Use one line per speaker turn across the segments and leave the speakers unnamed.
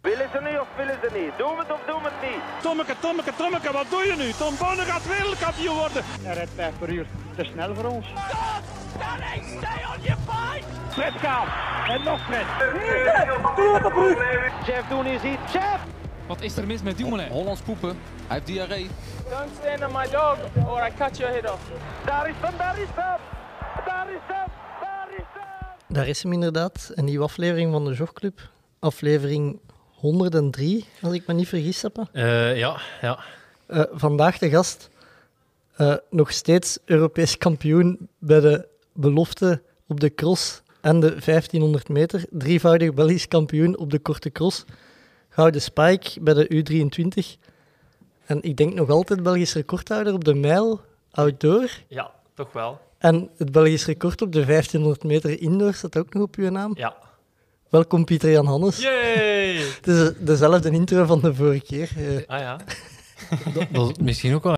Willen ze nu of willen ze niet? Doen we het of doen we het niet?
Tommeke, Tommeke, Tommeke, wat doe je nu? Tom Bonne gaat wereldkampioen worden.
Hij rijdt vijf per uur te snel voor ons.
Fred Kaap. En nog Fred.
Jeff Doen is hier. Jeff!
Wat is er mis met Dumoulin? Hollands poepen. Hij heeft diarree.
Don't stand on my dog or I cut your head off.
Daar is hem, daar is hem! Daar is hem! Daar is hem!
Daar is hem inderdaad. Een nieuwe aflevering van de Jogclub. Aflevering 103, als ik me niet vergis heb.
Eh, ja, ja.
Eh, vandaag de gast, eh, nog steeds Europees kampioen bij de belofte op de cross en de 1500 meter. Drievoudig Belgisch kampioen op de korte cross. Gouden spike bij de U23. En ik denk nog altijd Belgisch recordhouder op de mijl outdoor.
Ja, toch wel.
En het Belgisch record op de 1500 meter indoor staat ook nog op uw naam.
Ja.
Welkom Pieter-Jan Hannes.
Yay!
Het is dezelfde intro van de vorige keer. Eh,
Ah ja.
Dat is misschien ook wel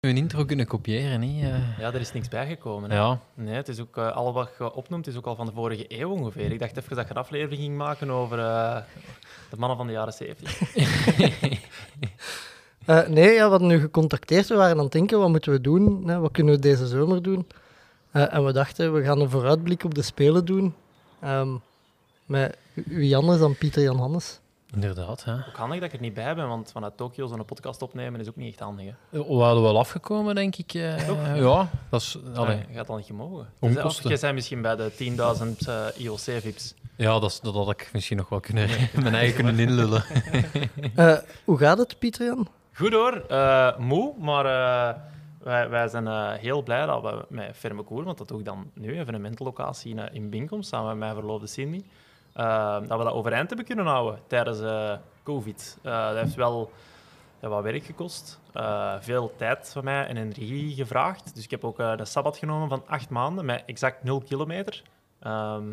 een intro kunnen kopiëren, hè? Eh,
Ja, er is niks bijgekomen. hè.
ja.
Nee, het is ook, eh, al wat je opnoemt, is ook al van de vorige eeuw ongeveer. Ik dacht even dat je een aflevering ging maken over eh, de mannen van de jaren 70.
Eh, nee, ja, we hadden nu gecontacteerd. We waren aan het denken, wat moeten we doen? Hè? Wat kunnen we deze zomer doen? Eh, en we dachten, we gaan een vooruitblik op de Spelen doen. Ehm, met wie anders dan Pieter-Jan Hannes.
Inderdaad, hè.
Ook handig dat ik er niet bij ben, want vanuit Tokio zo'n podcast opnemen is ook niet echt handig. Hè.
We hadden wel afgekomen, denk ik. eh. ja, dat is... allee,
Je gaat dan niet gemogen.
Ah, Onkosten.
Dus, je zijn misschien bij de 10.000 eh, IOC-vips.
ja, dat, is- dat had ik misschien nog wel kunnen... Mijn eigen kunnen inlullen.
Mhm.
Eh, hoe gaat het, Pieter-Jan?
Goed hoor, Eh, moe, maar eh, wij, wij zijn eh, heel blij dat we met Ferme Koer, want dat doe ik dan nu, evenementenlocatie in, eh, in Binkom, samen met mijn verloofde Cindy, eh, dat we dat overeind hebben kunnen houden tijdens eh, COVID. Eh, dat heeft wel ja, wat werk gekost, eh, veel tijd van mij en energie gevraagd. Dus ik heb ook eh een sabbat genomen van acht maanden met exact nul kilometer. Ehm,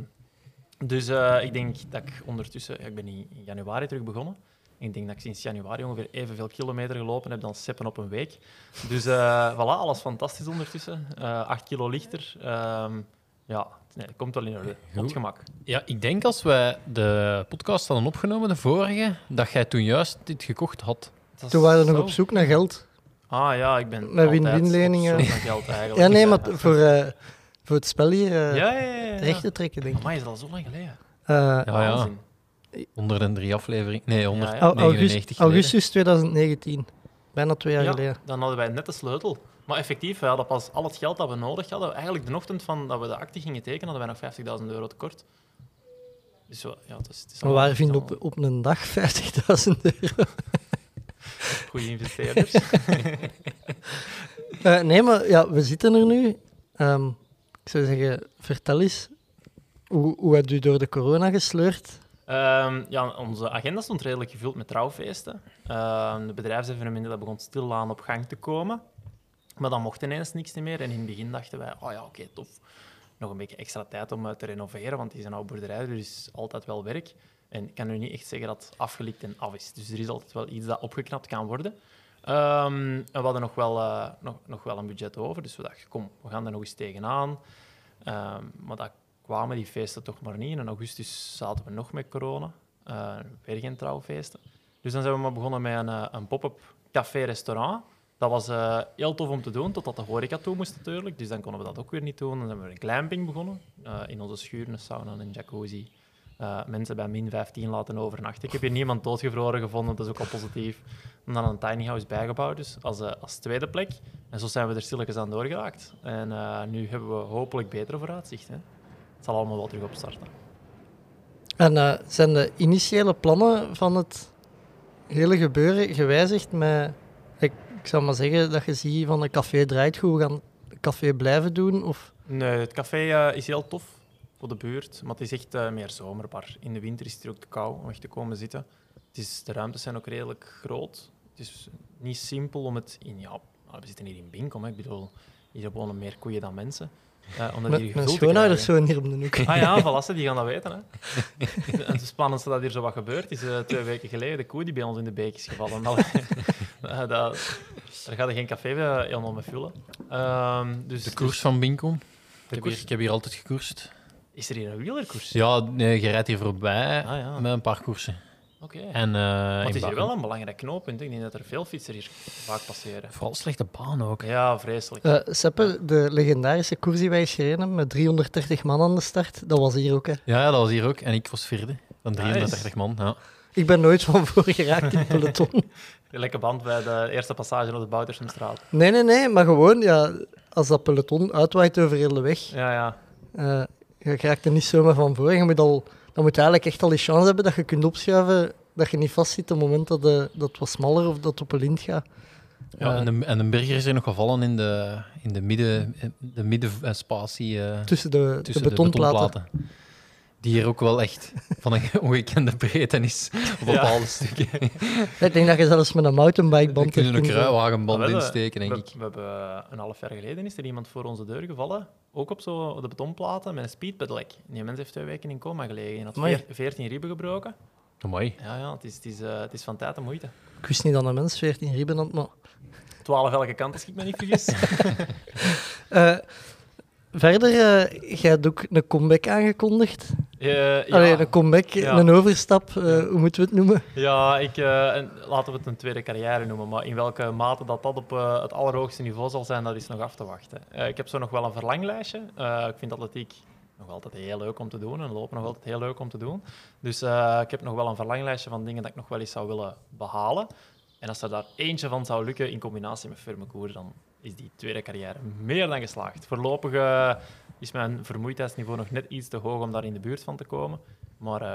dus eh, ik denk dat ik ondertussen, ja, ik ben in in januari terug begonnen. Ik denk dat ik sinds januari ongeveer evenveel kilometer gelopen heb dan Seppen op een week. Dus eh, voilà, alles fantastisch ondertussen. Eh acht kilo lichter. Ehm, ja, nee, dat komt wel in orde. Op
Goed.
het gemak.
Ja, ik denk als wij de podcast hadden opgenomen, de vorige, dat jij toen juist dit gekocht had.
Dat
Toen waren we
is
nog
zo.
op zoek naar geld.
Ah ja, ik ben
Met
altijd
win-win-leningen.
op zoek naar geld eigenlijk.
Ja, nee, maar t- voor, eh, voor het spel hier eh,
Ja, ja, ja. ja.
recht te trekken, denk ik.
Amai, is dat al zo lang geleden?
Eh,
Ja, ja.
Waanzin.
103 aflevering. Nee,
Ja,
au- august-
199 geleden.
augustus 2019. Bijna twee jaar
Ja,
geleden.
dan hadden wij net de sleutel. Maar effectief, we hadden pas al het geld dat we nodig hadden. Eigenlijk de ochtend van dat we de actie gingen tekenen, hadden wij nog 50.000 euro tekort. Dus zo, ja, het is, het
Maar
is allemaal-
waar Oh, vinden
het is
op, op een dag 50.000 euro?
allemaal Goede investeerders.
Eh, nee, maar ja, we zitten er nu. Ehm, ik zou zeggen, vertel eens. Hoe, hoe hebt u door de corona gesleurd?
Ehm, ja, onze agenda stond redelijk gevuld met trouwfeesten. Ehm, de bedrijfsevenementen dat begon stilaan op gang te komen. Maar dan mocht ineens niks niet meer. En in het begin dachten wij, oh ja, oké, tof. Nog een beetje extra tijd om eh, te renoveren, want het is een oude boerderij, dus is altijd wel werk. En ik kan nu niet echt zeggen dat het afgelikt en af is. Dus er is altijd wel iets dat opgeknapt kan worden. Ehm, en we hadden nog wel, eh, nog, nog wel een budget over, dus we dachten, kom, we gaan er nog eens tegenaan. Ehm, maar dat kwamen die feesten toch maar niet. En in augustus zaten we nog met corona. Eh, weer geen trouwfeesten. Dus dan zijn we maar begonnen met een, eh, een pop-up café-restaurant. Dat was eh, heel tof om te doen, totdat de horeca toe moest natuurlijk. Dus dan konden we dat ook weer niet doen. Dan zijn we een glamping begonnen. eh, in onze schuur, een sauna en een jacuzzi. Eh, mensen bij min 15 laten overnachten. Ik heb hier niemand doodgevroren gevonden, dat is ook al positief. En dan een tiny house bijgebouwd, dus als, eh, als tweede plek. En zo zijn we er stilletjes aan doorgeraakt. En eh, nu hebben we hopelijk betere vooruitzichten. Het zal allemaal wel terug opstarten.
En eh, zijn de initiële plannen van het hele gebeuren gewijzigd met... Ik, ik zou maar zeggen dat je ziet van een café draait goed, we gaan een café blijven doen. Of,
Nee, het café eh, is heel tof voor de buurt, maar het is echt eh, meer zomerbar. In de winter is het hier ook te kou om echt te komen zitten. Het is, de ruimtes zijn ook redelijk groot. Het is niet simpel om het in... Ja, maar we zitten hier in Binkom, hè. ik bedoel, hier wonen meer koeien dan mensen. Eh, om
mijn
dat hier
mijn
gevuld te
schoonouders
krijgen.
zo hier om de hoek.
Ah ja, voilà, die gaan dat weten. Hè. En Het spannendste dat hier zo wat gebeurd is, eh, twee weken geleden, de koe die bij ons in de beek is gevallen. Maar, eh, dat, daar gaat er geen café eh, helemaal mee vullen. Ehm, dus,
De koers van Binkom. Ik heb,
koers.
hier, ik heb hier altijd gekoerst.
Is er hier een wielerkoers?
Ja, nee, je rijdt hier voorbij
Ah, ja.
met een paar koersen.
Oké.
En, eh,
Maar
in
het is hier
Baku.
wel een belangrijk knooppunt. Ik denk dat er veel fietsers hier vaak passeren.
Vooral slechte baan ook.
Ja, vreselijk.
Eh Seppe, de legendarische koers die wij eens gereden hebben, met 330 man aan de start, dat was hier ook. Hè.
Ja, ja, dat was hier ook. En ik was vierde. Dan 330 man. Ja.
Ik ben nooit van voor geraakt in het peloton.
Lekker band bij de eerste passage op de Boutersenstraat.
Nee, nee, nee, maar gewoon, ja, als dat peloton uitwaait over heel de weg,
Ja, ja.
eh, je raakt er niet zomaar van voor. Je moet al, dan moet je eigenlijk echt al die chance hebben dat je kunt opschuiven, dat je niet vastzit op het moment dat, de, dat het wat smaller of dat het op een lint gaat.
Ja, en, de, en de burger is er nog gevallen in de, in de midden, de middenspatie eh,
Tussen de,
tussen
de betonplaten.
Die hier ook wel echt van een ongekende breedte is op bepaalde stukken.
Ik denk dat je zelfs met een mountainbikeband...
Dan kun je een
kunt zo-
kruiwagenband
Maar wel, eh,
insteken, denk
we,
ik.
We hebben eh, een half jaar geleden is er iemand voor onze deur gevallen. Ook op, zo, op de betonplaten met een speedpedelec. Die mens heeft twee weken in coma gelegen. en had
Amai.
veer- 14 ribben gebroken.
Mooi.
Ja, ja het, is, het, is, eh, het is van tijd en moeite.
Ik wist niet dat een mens 14 ribben had, maar...
12 elke kant, als ik me niet vergis.
Eh, verder, eh, jij hebt ook een comeback aangekondigd.
Eh, ja.
Allee, een comeback,
Ja.
een overstap, eh, hoe moeten we het noemen?
Ja, ik, eh, en laten we het een tweede carrière noemen. Maar in welke mate dat, dat op eh, het allerhoogste niveau zal zijn, dat is nog af te wachten. Eh, ik heb zo nog wel een verlanglijstje. Eh, ik vind atletiek nog altijd heel leuk om te doen en lopen nog altijd heel leuk om te doen. Dus eh, ik heb nog wel een verlanglijstje van dingen dat ik nog wel eens zou willen behalen. En als er daar eentje van zou lukken in combinatie met firme koer, dan is die tweede carrière meer dan geslaagd. Voorlopig eh, is mijn vermoeidheidsniveau nog net iets te hoog om daar in de buurt van te komen. Maar eh,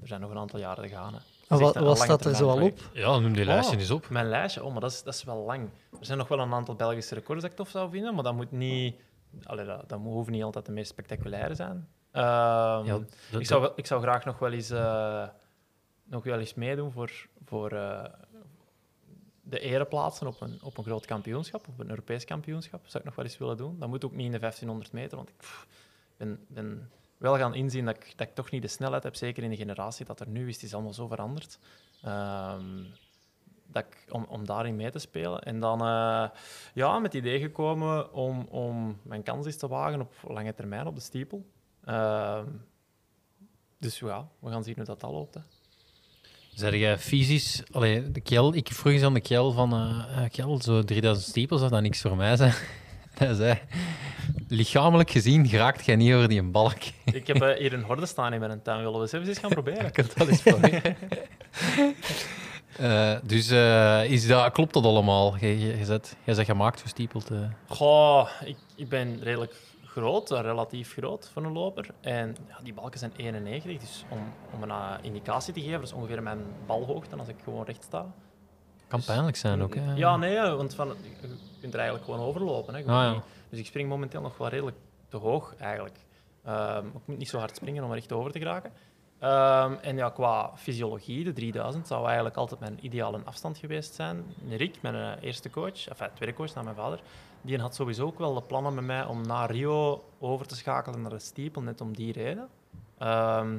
er zijn nog een aantal jaren te gaan. hè. Het is
En
echt
wat,
een
wat
lange
staat er
termijn
zo al op?
project.
Ja, noem die lijstje
Oh,
eens op.
Mijn lijstje, oh, maar dat is, dat is wel lang. Er zijn nog wel een aantal Belgische records dat ik tof zou vinden, maar dat moet niet... Allee, dat, dat hoeven niet altijd de meest spectaculaire zijn. Ehm,
Ja, dat-
ik, zou, wel- ik zou graag nog wel eens, eh, nog wel eens meedoen voor, voor eh, de ereplaatsen op een, op een groot kampioenschap, op een Europees kampioenschap. zou ik nog wel eens willen doen. Dat moet ook niet in de 1500 meter, want ik pff, ben, ben wel gaan inzien dat ik, dat ik toch niet de snelheid heb, zeker in de generatie dat er nu is. Het is allemaal zo veranderd. Ehm, dat ik, om, om daarin mee te spelen. En dan eh, ja, met het idee gekomen om, om mijn kans eens te wagen op lange termijn op de stiepel. Ehm, dus ja, we gaan zien hoe dat al loopt. Hè.
Zeg jij fysisch... Allee, de Kjell, ik vroeg eens aan de Kjell van... eh eh, Kjell, zo 3000 stiepels, zou dat niks voor mij zijn? Hij zei... Lichamelijk gezien raakt jij niet over die balk.
Ik heb eh, hier een horde staan in mijn tuin. Willen we eens even eens gaan proberen?
Ik kan dat eens proberen. Eh, dus eh, is dat, klopt dat allemaal? Je, je, je zet- jij bent gemaakt voor stiepelt. eh.
Goh, ik, ik ben redelijk groot, eh, relatief groot voor een loper. En ja, die balken zijn 91, dus om, om een eh, indicatie te geven, dat is ongeveer mijn balhoogte als ik gewoon recht sta.
Kan pijnlijk zijn ook. Hè?
Ja, nee, eh, want van, je kunt er eigenlijk gewoon overlopen. Hè. Je hoeft
Ah, ja.
niet- Dus ik spring momenteel nog wel redelijk te hoog eigenlijk. Ehm, ik moet niet zo hard springen om er echt over te geraken. Ehm, en ja, qua fysiologie, de 3000 zou eigenlijk altijd mijn ideale afstand geweest zijn. Rick, mijn eh, eerste coach, enfin tweede coach na mijn vader, die had sowieso ook wel de plannen met mij om naar Rio over te schakelen naar de stiepel, net om die reden. Ehm,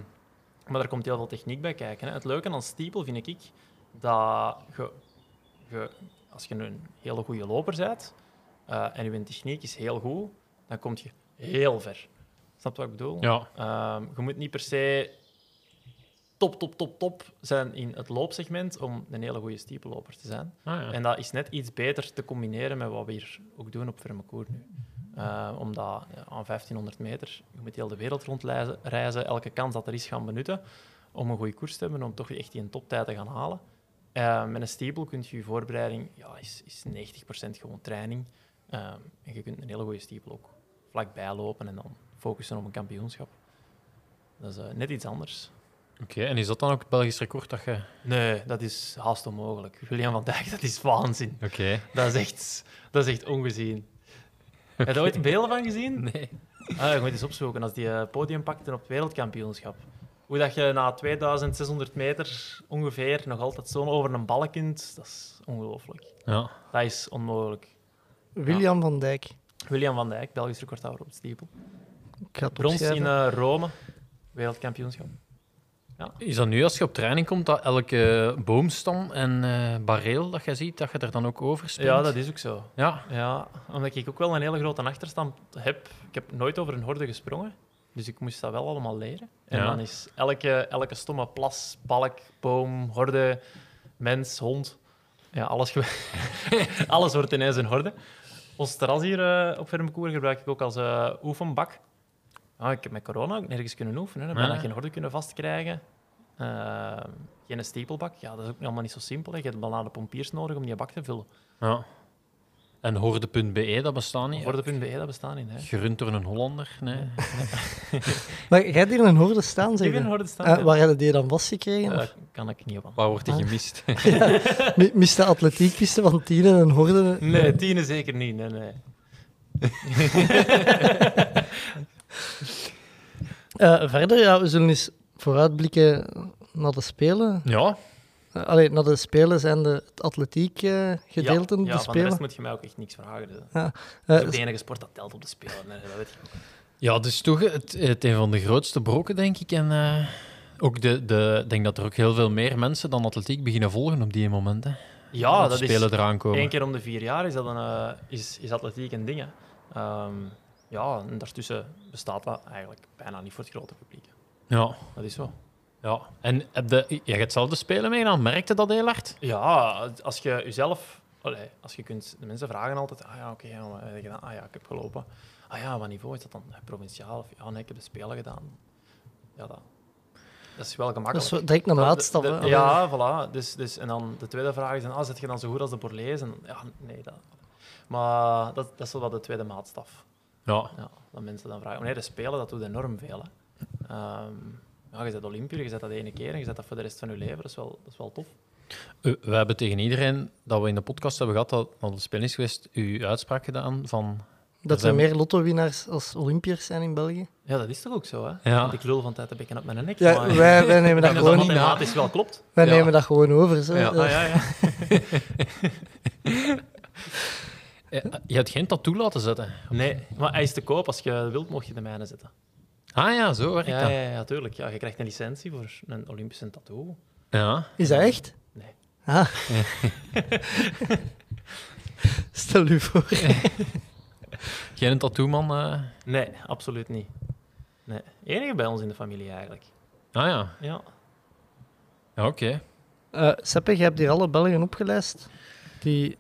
maar daar komt heel veel techniek bij kijken. Hè. Het leuke aan stiepel vind ik dat je, je- als je een hele goede loper bent eh, en je techniek is heel goed, dan kom je heel ver. Snap je wat ik bedoel?
Ja.
Ehm, je moet niet per se top, top, top, top zijn in het loopsegment om een hele goede stiepelloper te zijn.
Ah, ja.
En dat is net iets beter te combineren met wat we hier ook doen op Vermecour nu. Eh, omdat ja, aan 1500 meter, je moet heel de wereld rondreizen, reizen, elke kans dat er is gaan benutten om een goede koers te hebben, om toch echt die een toptijd te gaan halen. Eh, met een steeple kun je je voorbereiding, ja, is, is 90% gewoon training. Eh, en je kunt een hele goede steeple ook vlakbij lopen en dan focussen op een kampioenschap. Dat is eh, net iets anders.
Oké, en is dat dan ook het Belgisch record dat je...
Nee, dat is haast onmogelijk. William van Dijk, dat is waanzin.
Oké.
Dat is echt, dat is echt ongezien. Heb je daar ooit beelden van gezien?
Nee.
Ah, je moet eens opzoeken als die eh, podium pakte op het wereldkampioenschap. Hoe dat je na 2600 meter ongeveer nog altijd zo over een balk kunt, dat is ongelooflijk.
Ja.
Dat is onmogelijk.
William van Dijk.
William van Dijk, Belgisch recordhouder op het stiepel.
Ik ga het
Brons in
opschrijven.
eh, Rome, wereldkampioenschap.
Is dat nu als je op training komt, dat elke boomstam en eh bareel dat je ziet, dat je er dan ook over springt?
Ja, dat is ook zo.
Ja.
Ja, omdat ik ook wel een hele grote achterstand heb. Ik heb nooit over een horde gesprongen. Dus ik moest dat wel allemaal leren. En
Ja.
dan is elke, elke stomme plas, balk, boom, horde, mens, hond. Ja, alles, ge- alles wordt ineens een horde. Ons terras hier eh, op Vermkoer gebruik ik ook als eh, oefenbak. Ah, ik heb met corona ook nergens kunnen oefenen. Hè. Bijna
Ja.
geen horde kunnen vastkrijgen. Eh, geen stiepelbak. Ja, dat is ook allemaal niet zo simpel. hè. Je hebt banale pompiers nodig om die bak te vullen.
Ja. En hoorde.be, dat bestaat niet.
Voor de punt BE, E, dat bestaat niet. Hè.
Gerund door een Hollander. Nee.
Maar jij hebt hier een horde staan,
Ik
zeg
ben
je?
horde staan.
Eh,
ja.
waar hadden die dan vastgekregen?
Eh,
Of
kan ik niet op aan.
Waar wordt die gemist?
mi- Miste atletiekpiste van tien en een horde?
Nee, tienen zeker niet. Nee, nee.
Eh, verder, ja, we zullen eens vooruitblikken naar de Spelen.
ja.
Eh, allee, naar de Spelen zijn de, het atletiek eh, gedeelte
ja,
op
ja,
de
van de rest
Spelen.
moet je mij ook echt niks vragen. Dus. Dat
Eh,
is ook de enige sport dat telt op de Spelen. hè. Dat weet je.
ja, dus toch het, het een van de grootste brokken, denk ik. En eh, ook de, de, ik denk dat er ook heel veel meer mensen dan atletiek beginnen volgen op die momenten.
Ja,
de
Ah, dat is
spelen eraan komen.
één keer om de vier jaar is, dat een, eh, is, is atletiek een ding. hè. Ehm, ja, en daartussen bestaat dat eigenlijk bijna niet voor het grote publiek. hè.
Ja.
Dat is zo.
ja. En heb de, jij gaat zelf de spelen meegedaan. Merkte dat heel hard?
Ja, als je jezelf... Allee, als je kunt... De mensen vragen altijd... Ah ja, oké, ja, wat heb je gedaan? Ah ja, ik heb gelopen. Ah ja, wat niveau is dat dan? Eh, Provinciaal? Of, ja, nee, ik heb de Spelen gedaan. Ja, dat, dat is wel gemakkelijk.
dat is wel direct naar de
Ja,
maatstaf.
de-
hè.
de- Ja, voilà. Dus, dus, en dan de tweede vraag is, dan, ah, zit je dan zo goed als de Borlees? En, ja, nee. Dat, maar dat, dat is wel wat de tweede maatstaf.
Ja.
Ja, dat mensen dan vragen. Maar nee, de Spelen, dat doet enorm veel. Hè. Ehm, ja, je zet Olympiër, je zet dat ene keer en je zet dat voor de rest van je leven. Dat is wel, dat is wel tof.
We, we hebben tegen iedereen dat we in de podcast hebben gehad, dat dat de spelen is geweest, uw uitspraak gedaan van...
Dat er
zijn-
meer lottowinnaars als Olympiërs zijn in België.
Ja, dat is toch ook zo, hè?
Ja.
Want ik lul van tijd te bekken op mijn nek.
Ja,
maar
wij, wij nemen dat
dat dat
gewoon,
niet na.
mathematisch wel klopt.
wij
ja.
nemen dat gewoon over. Zo.
Ja.
Eh,
Ah, ja, ja.
Eh, Je hebt geen tattoo laten zetten.
Nee, maar hij is te koop. Als je wilt, mocht je de mijne zetten.
Ah ja, zo werkt
Ja,
dat.
ja, ja, tuurlijk. Ja, je krijgt een licentie voor een Olympische tattoo.
Ja.
Is dat echt?
Nee.
Ah. Stel u voor.
Geen tattoo-man. eh.
Nee, absoluut niet. Nee. Enige bij ons in de familie eigenlijk.
Ah ja,
Ja.
ja oké.
Eh Seppe, je hebt hier alle Belgen opgelijst. Die...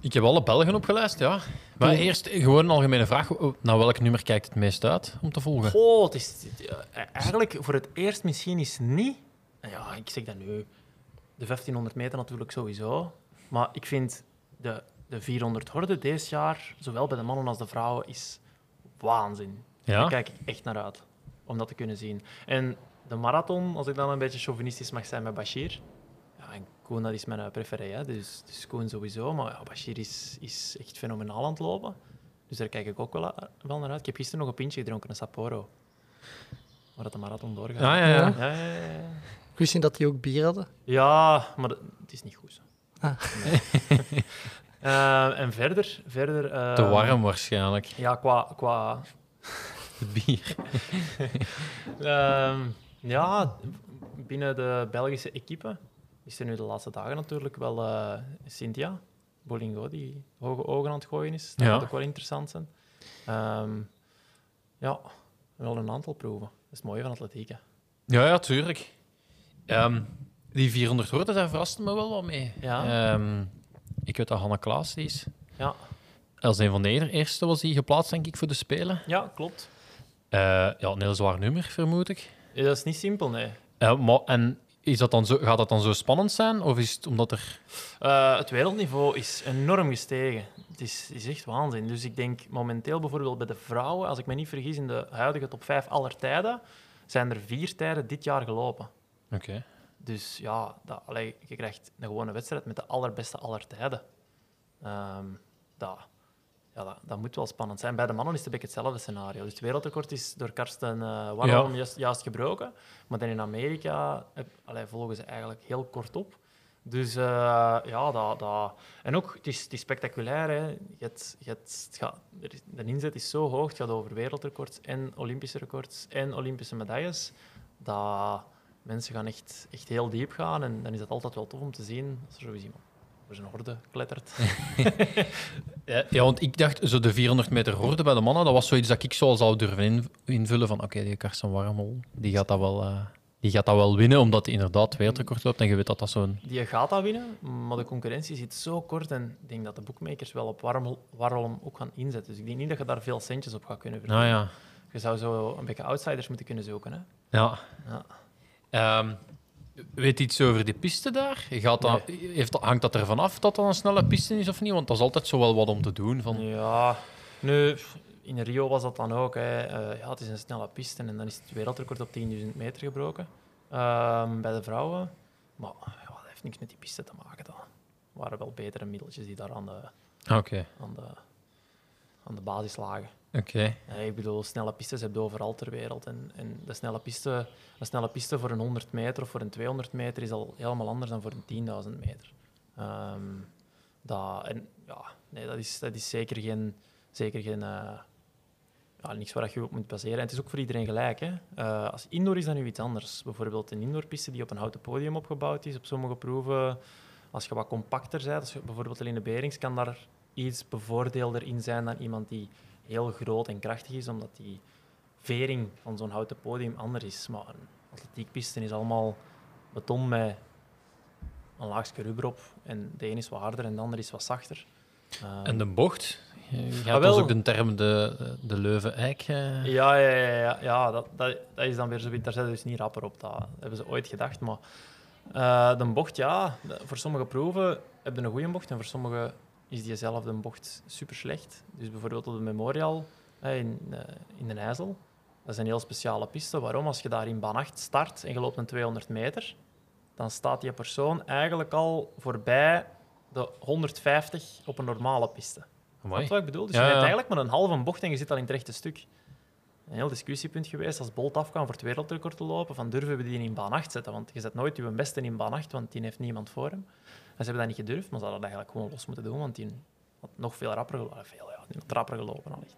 Ik heb alle Belgen opgeleist, ja. Maar eerst gewoon een algemene vraag. Naar welk nummer kijkt het meest uit om te volgen?
Goh, het is, het- ja, eigenlijk voor het eerst misschien is niet. Ja, ik zeg dat nu. De 1500 meter natuurlijk sowieso. Maar ik vind de, de 400 horde dit jaar, zowel bij de mannen als de vrouwen, is waanzin. Daar
Ja?
kijk ik echt naar uit om dat te kunnen zien. En de marathon, als ik dan een beetje chauvinistisch mag zijn met Bashir. Ja, en Koen, dat is mijn eh, preferé, hè. Dus, dus Koen sowieso. Maar ja, Bashir is, is echt fenomenaal aan het lopen. Dus daar kijk ik ook wel, a- wel naar uit. Ik heb gisteren nog een pintje gedronken, een Sapporo. Maar dat de marathon doorgaat.
Ah, ja, ja.
Ja, ja, ja, ja.
Ik wist niet dat die ook bier hadden.
Ja, maar dat- het is niet goed zo.
Ah.
Nee. Eh, en verder... verder eh,
Te warm waarschijnlijk.
Ja, qua, qua
Het bier.
Ehm, ja, binnen de Belgische equipe is er nu de laatste dagen natuurlijk wel eh, Cynthia Bolingo, die hoge ogen aan het gooien is. Dat
Ja.
gaat ook wel interessant zijn. Ehm, ja, wel een aantal proeven. Dat is het mooie van atletiek. hè.
Ja, ja, tuurlijk. Ehm, die 400 woorden, daar verraste me wel wat mee.
Ja.
Ehm, ik weet dat Hanna Klaas die is.
Ja.
Als een van de eerste was die geplaatst, denk ik, voor de Spelen.
Ja, klopt.
Eh, ja, een heel zwaar nummer, vermoed ik.
Ja, dat is niet simpel, nee.
Eh, maar, en is dat dan zo, gaat dat dan zo spannend zijn? Of is het omdat er...
Eh, het wereldniveau is enorm gestegen. Het is, is echt waanzin. Dus ik denk momenteel bijvoorbeeld bij de vrouwen, als ik me niet vergis, in de huidige top 5 aller tijden, zijn er vier tijden dit jaar gelopen.
Oké.
Dus ja, dat, allee, je krijgt een gewone wedstrijd met de allerbeste aller tijden. Ehm, dat, ja, dat, dat moet wel spannend zijn. Bij de mannen is het een beetje hetzelfde scenario. Dus het wereldrecord is door Karsten eh Warholm
Ja.
juist, juist gebroken. Maar dan in Amerika eh, allee, volgen ze eigenlijk heel kort op. Dus eh, ja, dat, dat... En ook, het is, het is spectaculair. Hè. Je hebt, je hebt, het gaat, er is- de inzet is zo hoog. Het gaat over wereldrecords en Olympische records en Olympische medailles. Dat mensen gaan echt, echt heel diep gaan. En dan is dat altijd wel tof om te zien als er zo is iemand. voor zijn horde klettert.
Ja, ja, want ik dacht, zo de 400 meter horde bij de mannen, dat was zoiets dat ik zo zou durven in- invullen van oké, die Karsten Warmol, die gaat dat wel... eh, die gaat dat wel winnen, omdat hij inderdaad wereldrecord loopt. En je weet dat dat zo'n...
Die gaat dat winnen, maar de concurrentie zit zo kort. En ik denk dat de boekmakers wel op Warmel- Warholm ook gaan inzetten. Dus ik denk niet dat je daar veel centjes op gaat kunnen verdienen.
Nou ja.
Je zou zo een beetje outsiders moeten kunnen zoeken. Hè?
Ja.
Ja.
Ehm, weet iets over die piste daar? Gaat dat, heeft, dat- hangt dat ervan af dat dat een snelle piste is of niet? Want dat is altijd zo wel wat om te doen. Van,
Ja, nu, in Rio was dat dan ook. Hè. Eh, ja, het is een snelle piste en dan is het wereldrecord op 10.000 meter gebroken ehm, bij de vrouwen. Maar ja, dat heeft niks met die piste te maken. Dan. Er waren wel betere middeltjes die daar aan de,
Ah, Oké.
aan de, aan de basis lagen.
Oké.
Nee, ik bedoel, snelle pistes heb je overal ter wereld. En, en de snelle piste, een snelle piste voor een 100 meter of voor een 200 meter is al helemaal anders dan voor een 10.000 meter. Ehm, dat, en, ja, nee, dat, is, dat is zeker geen... Zeker geen eh, ja, niks waar je op moet baseren. En het is ook voor iedereen gelijk. Hè? Eh, als indoor is dat nu iets anders. Bijvoorbeeld een indoorpiste die op een houten podium opgebouwd is. Op sommige proeven, als je wat compacter bent, als je bijvoorbeeld Eline Berings, kan daar iets bevoordeelder in zijn dan iemand die heel groot en krachtig is, omdat die vering van zo'n houten podium anders is. Maar een atletiekpiste is allemaal beton met een laagje rubber op. En de een is wat harder en de ander is wat zachter. Eh,
En de bocht? Je
Ah,
gaat
wel.
ons ook de term de, de Leuven-Eik... eh,
Ja, ja, ja, ja, ja dat, dat, dat is dan weer zoiets. Daar zijn ze dus niet rapper op. Dat hebben ze ooit gedacht. Maar eh, de bocht, ja. de- voor sommige proeven heb je een goede bocht. En voor sommige is diezelfde bocht super slecht. Dus bijvoorbeeld op de Memorial hè, in, eh, in Den IJssel. Dat is een heel speciale piste. Waarom? Als je daar in baan 8 start en je loopt een 200 meter, dan staat die persoon eigenlijk al voorbij de 150 op een normale piste.
Amai.
Snap je wat ik bedoel? Dus
Ja,
je rijdt
ja.
eigenlijk maar een halve bocht en je zit al in het rechte stuk. Een heel discussiepunt geweest als Bolt afkwam voor het wereldrecord te lopen, van durven we die in baan 8 zetten? Want je zet nooit je beste in baan 8, want die heeft niemand voor hem. En ze hebben dat niet gedurfd, maar ze hadden dat eigenlijk gewoon los moeten doen, want die had nog veel rapper gelopen. Veel, ja, die had rapper gelopen al echt.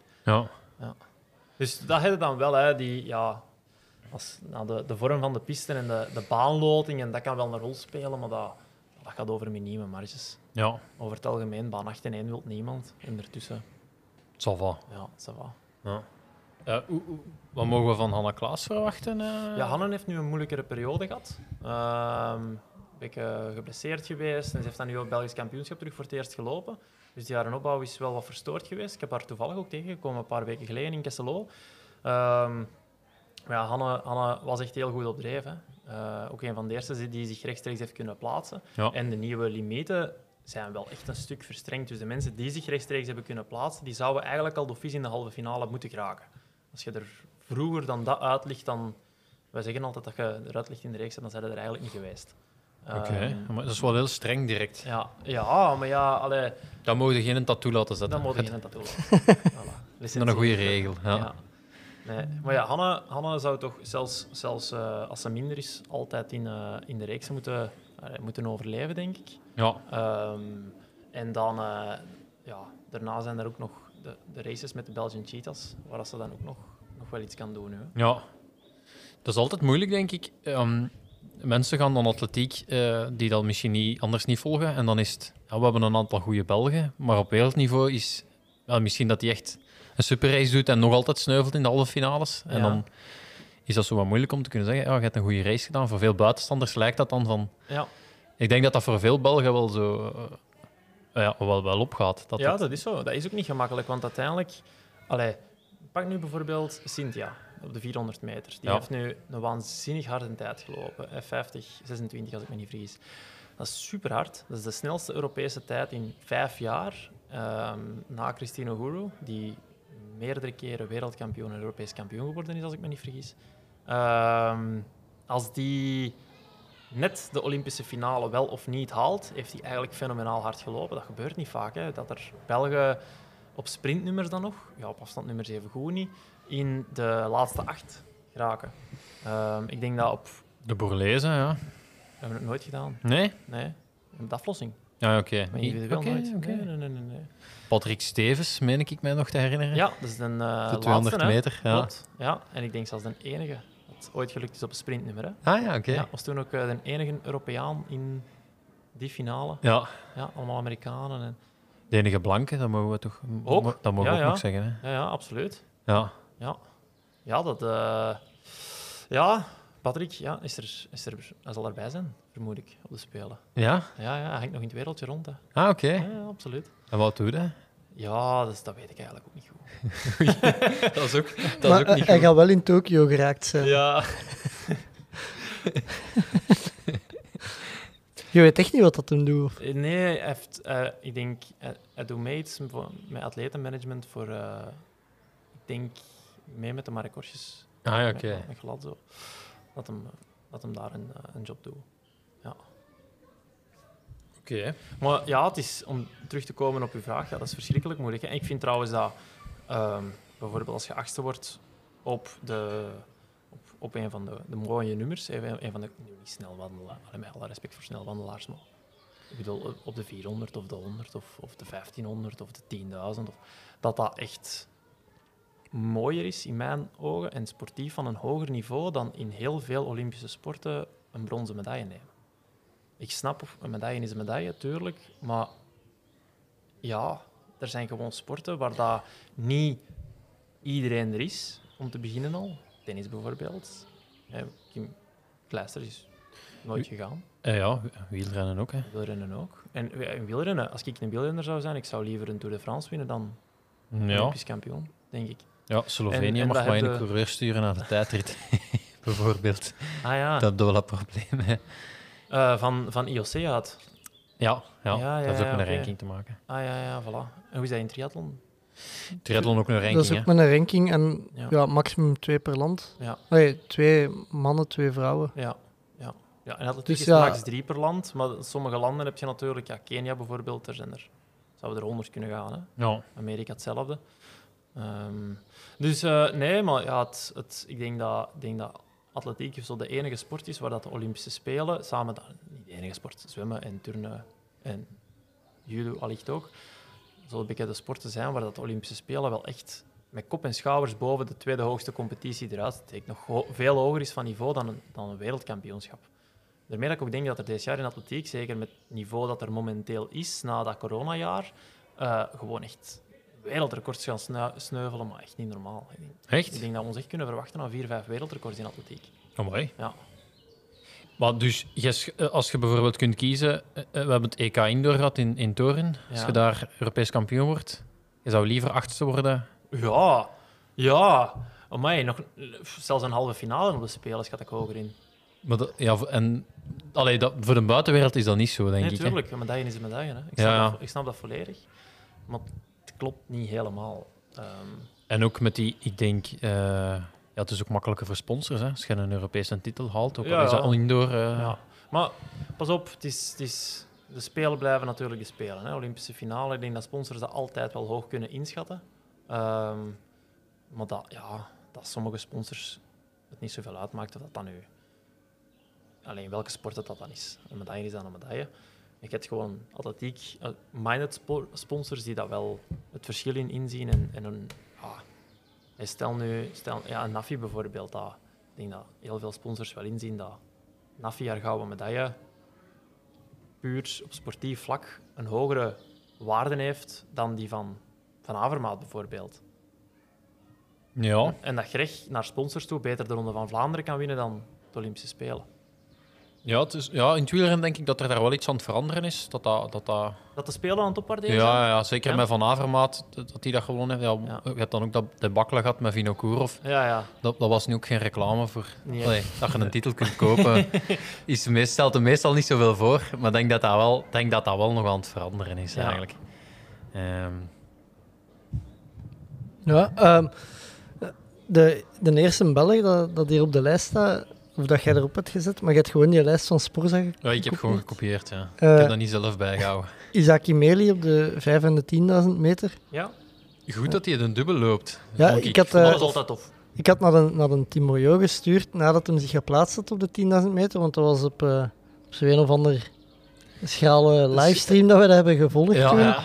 Ja.
Dus dat heb je dan wel, hè, die, ja, als, nou, de, de vorm van de piste en de, de baanloting, en dat kan wel een rol spelen, maar dat, dat gaat over minieme marges.
Ja.
Over het algemeen, baan 8 en 1 wilt niemand. En ertussen,
Ça va.
ja, ça va.
Eh, hoe- hoe- wat mogen we van Hanna Klaas verwachten? eh?
Ja, Hannen heeft nu een moeilijkere periode gehad. Ehm een beetje geblesseerd geweest. En ze heeft dan nu ook Belgisch kampioenschap terug voor het eerst gelopen. Dus die haar opbouw is wel wat verstoord geweest. Ik heb haar toevallig ook tegengekomen een paar weken geleden in Kesselo. Ehm, maar ja, Hanne, Hanne was echt heel goed op dreef. Hè. Eh, ook een van de eerste die zich rechtstreeks heeft kunnen plaatsen.
Ja.
En de nieuwe limieten zijn wel echt een stuk verstrengd. Dus de mensen die zich rechtstreeks hebben kunnen plaatsen, die zouden eigenlijk al de office in de halve finale moeten geraken. Als je er vroeger dan dat uit ligt, dan... Wij zeggen altijd dat je eruit ligt in de reeks, en dan zijn we er eigenlijk niet geweest.
Oké,
Ehm,
maar dat is wel heel streng direct.
ja, ja, maar ja, allee,
Dan mogen we geen tattoo laten zetten.
dan moet je
Het-
geen tattoo laten. Voilà.
Dat is een goede regel. Ja.
Ja. Nee. Maar ja, Hanna, Hanna zou toch zelfs, zelfs eh, als ze minder is, altijd in, eh, in de reeks moeten, allee, moeten overleven, denk ik.
Ja.
Ehm, en dan, eh, ja, daarna zijn er ook nog de, de races met de Belgian Cheetahs, waar dat ze dan ook nog, nog wel iets kan doen. Hè.
Ja, dat is altijd moeilijk, denk ik. Ehm, mensen gaan dan atletiek eh, die dat misschien niet, anders niet volgen. En dan is het, ja, we hebben een aantal goede Belgen, maar op wereldniveau is wel misschien dat die echt een superrace doet en nog altijd sneuvelt in de halve finales. En
Ja.
dan is dat zo wat moeilijk om te kunnen zeggen, ja, je hebt een goede race gedaan. Voor veel buitenstanders lijkt dat dan van...
Ja,
Ik denk dat dat voor veel Belgen wel zo... eh, ja, wel, wel opgaat. Dat
ja
het-
dat is zo. Dat is ook niet gemakkelijk, want uiteindelijk... Allee, pak nu bijvoorbeeld Cynthia op de 400 meter. Die
Ja.
heeft nu een waanzinnig harde tijd gelopen. hè, 50, 26 als ik me niet vergis. Dat is super hard. Dat is de snelste Europese tijd in vijf jaar. ehm, na Christine Guru, die meerdere keren wereldkampioen en Europees kampioen geworden is, als ik me niet vergis. Ehm, als die net de Olympische finale wel of niet haalt, heeft hij eigenlijk fenomenaal hard gelopen. Dat gebeurt niet vaak, hè? dat er Belgen op sprintnummers dan nog, ja, op afstandnummers even goed niet, in de laatste acht geraken. Ehm, ik denk dat op...
De Bourlezen, ja.
We hebben het nooit gedaan.
Nee?
Nee, de aflossing.
Ja, oké.
Maar
Oké,
individueel nooit.
oké.
Nee, nee, nee, nee, nee.
Patrick Stevens, meen ik mij nog te herinneren.
Ja, dat is een eh
de 200
laatste, hè.
meter. Ja.
Klopt. Ja, en ik denk zelfs de enige dat ooit gelukt is op een sprintnummer. Hè?
Ah ja, oké.
Ja, was toen ook eh, de enige Europeaan in Die finale.
Ja,
Ja, allemaal Amerikanen. En...
de enige blanke, dat mogen we toch
Ook?
mo- dat mogen
Ja,
we ook
ja.
nog zeggen. Hè?
Ja, ja, absoluut.
Ja.
Ja, dat... eh, Ja, Patrick ja, is er, is er, hij zal erbij zijn, vermoed ik, op de Spelen.
ja?
Ja, ja, hij hangt nog in het wereldje rond. Hè.
Ah, oké.
Ja, ja, absoluut.
En wat doe je?
Ja, dus dat weet ik eigenlijk ook niet goed.
Dat is ook, dat
Maar eh, hij gaat wel in Tokio geraakt zijn.
Ja.
Je weet echt niet wat dat hem doet. Of...
Nee, hij heeft, eh, ik denk, hij, hij doet mee iets voor- met atletenmanagement voor, eh, ik denk, mee met de Marikorsjes.
Ah, ja,
Met-
oké.
Met glad zo. Dat hem, dat hem daar een, eh, een job doet.
Oké.
Maar ja, het is, om terug te komen op uw vraag, ja, dat is verschrikkelijk moeilijk. hè. En ik vind trouwens dat, ehm, bijvoorbeeld als je achtste wordt op, de, op, op een van de, de mooie nummers, hè, een, een van de, nu niet snel wandelaars, met alle respect voor snel wandelaars, maar ik bedoel, eh, op de 400 of de 100 of, of de 1500 of de 10.000, of, dat dat echt mooier is in mijn ogen en sportief van een hoger niveau dan in heel veel Olympische sporten een bronzen medaille nemen ik snap, een medaille is een medaille, tuurlijk. Maar ja, er zijn gewoon sporten waar dat niet iedereen er is, om te beginnen al. Tennis bijvoorbeeld. Hè, Kim Kleister is nooit gegaan.
Eh, ja, wielrennen ook, hè.
Wielrennen ook. En eh, in wielrennen, als ik een wielrenner zou zijn, ik zou liever een Tour de France winnen dan
Ja,
Olympisch kampioen, denk ik.
ja Slovenië
En- en
mag
dat
maar één
hebben-
coureur sturen naar de tijdrit, bijvoorbeeld.
Ah ja,
Dat is wel een probleem, hè.
eh, van, van IOC had.
Ja, ja,
Ja,
dat heeft ook
ja,
met een
oké.
ranking te maken.
Ah ja, ja, voilà. En hoe is dat in triathlon?
Triathlon ook een ranking,
dat is ook met een ranking en
Ja.
ja. maximum twee per land.
Ja.
Nee, twee mannen, twee vrouwen.
Ja, ja. ja en atletiek
Dus
is
ja.
max drie per land, maar sommige landen heb je natuurlijk, ja, Kenia bijvoorbeeld, daar zijn er, zouden er honderd kunnen gaan. Hè?
hè. Ja.
Amerika hetzelfde. Ehm, dus eh, nee, maar ja, het, het, ik denk dat, ik denk dat atletiek zo de enige sport is waar dat de Olympische Spelen samen, dan- niet de enige sport, zwemmen en turnen en judo allicht ook, zo een beetje de sporten zijn waar dat de Olympische Spelen wel echt met kop en schouders boven de tweede hoogste competitie eruit steekt. Nog ho- veel hoger is van niveau dan een, dan een wereldkampioenschap. Daarmee dat ik ook denk dat er dit jaar in atletiek, zeker met het niveau dat er momenteel is na dat coronajaar, eh, gewoon echt wereldrecords gaan sneu- sneuvelen, maar echt niet normaal. Ik denk, ik
Echt?
denk dat we ons echt kunnen verwachten aan vier, vijf wereldrecords in atletiek.
Oh, mooi.
Ja.
Maar dus, jij sch- eh, als je bijvoorbeeld kunt kiezen, eh, eh, we hebben het EK Indoor gehad in, in Toren. Als
Ja.
je daar Europees kampioen wordt, je zou liever achtste worden.
Ja, ja. Amai, nog, zelfs een halve finale op de Spelen schat ik hoger in.
Maar dat- ja, v- en, allee, dat, voor de buitenwereld is dat niet zo, denk
Nee,
ik. hè.
tuurlijk. Een medaille is een medaille. Hè. Ik,
Ja,
snap
ja.
Dat, ik snap dat volledig. Maar het klopt niet helemaal. Ehm,
En ook met die, ik denk, eh, ja, het is ook makkelijker voor sponsors. Hè. Als je een Europese titel haalt, ook al
Ja,
is dat
ja.
al indoor. eh,
ja. Maar pas op, het is, het is, de Spelen blijven natuurlijk de Spelen. Hè. Olympische finale, ik denk dat sponsors dat altijd wel hoog kunnen inschatten. Ehm, maar dat, ja, dat sommige sponsors het niet zoveel uitmaakt of dat dan nu... Alleen welke sport dat, dat dan is. Een medaille is dan een medaille. Ik heb gewoon atletiek, eh, minded spo- sponsors die dat wel het verschil in inzien. En, en een, ja. En stel nu, stel, ja, Nafi bijvoorbeeld, dat, ik denk dat heel veel sponsors wel inzien dat Nafi haar gouden medaille puur op sportief vlak een hogere waarde heeft dan die van Van Avermaat bijvoorbeeld.
ja.
En dat Greg naar sponsors toe beter de Ronde van Vlaanderen kan winnen dan de Olympische Spelen.
Ja, het is, ja, in het wielrennen denk ik dat er daar wel iets aan het veranderen is. Dat dat, dat, dat,
Dat de Spelen aan het opwaarderen
ja, ja, zeker
Ja.
met Van Avermaat, dat dat die dat gewonnen heeft. Ja,
Ja.
Je hebt dan ook dat debakkelen gehad met Vinokourov.
zijn? Ja, ja.
Dat, dat was nu ook geen reclame voor.
Nee.
Allee, dat je een titel kunt kopen, is meest, stelt er meestal niet zoveel voor. Maar ik denk dat dat wel, denk dat dat wel nog aan het veranderen is,
Ja.
eigenlijk. Ehm,
Ja, ehm, de, de eerste Belg dat, dat hier op de lijst staat, of dat jij erop hebt gezet, maar je hebt gewoon die lijst van Sporza.
ja, ik heb gewoon gekopieerd, ja. ik
Eh.
heb dat niet zelf bijgehouden.
Isaac Imeli op de 5 en de 10.000 meter.
ja.
Goed dat hij een dubbel loopt.
Ja,
vond
ik had,
Vond
dat
dat
eh,
is
tof.
altijd tof.
Ik had naar een, naar een Timoyo gestuurd nadat hij zich geplaatst had op de 10.000 meter, want dat was op, eh, op zo'n een of ander schale livestream dat we dat hebben gevolgd.
ja,
toen.
ja.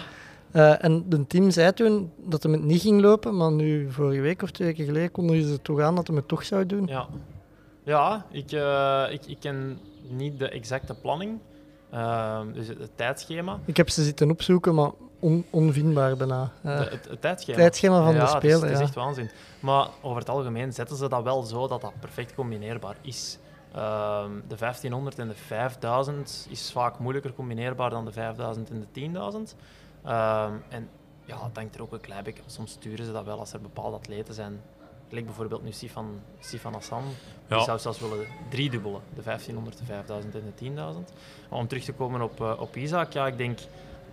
Eh, en de team zei toen dat hij het niet ging lopen, maar nu vorige week of twee weken geleden konden ze er toch aan dat hij het toch zou doen.
Ja, ja ik, eh, ik, ik ken niet de exacte planning. Ehm, dus het, het tijdschema.
Ik heb ze zitten opzoeken, maar on- onvindbaar bijna. Eh,
De- het, het tijdschema.
tijdschema van de
ja, het is-
speler.
Het is
ja.
echt waanzin. Maar over het algemeen zetten ze dat wel zo dat dat perfect combineerbaar is. Ehm, de 1500 en de 5000 is vaak moeilijker combineerbaar dan de 5000 en de 10.000. Ehm, en ja, het hangt er ook een klein beetje. Soms sturen ze dat wel als er bepaalde atleten zijn. Klik bijvoorbeeld nu Sifan, Sifan Hassan.
Ja.
Die zou zelfs willen drie dubbelen. De 1500, de 5000 en de 10.000. Maar om terug te komen op, eh, op Isaac, ja, ik denk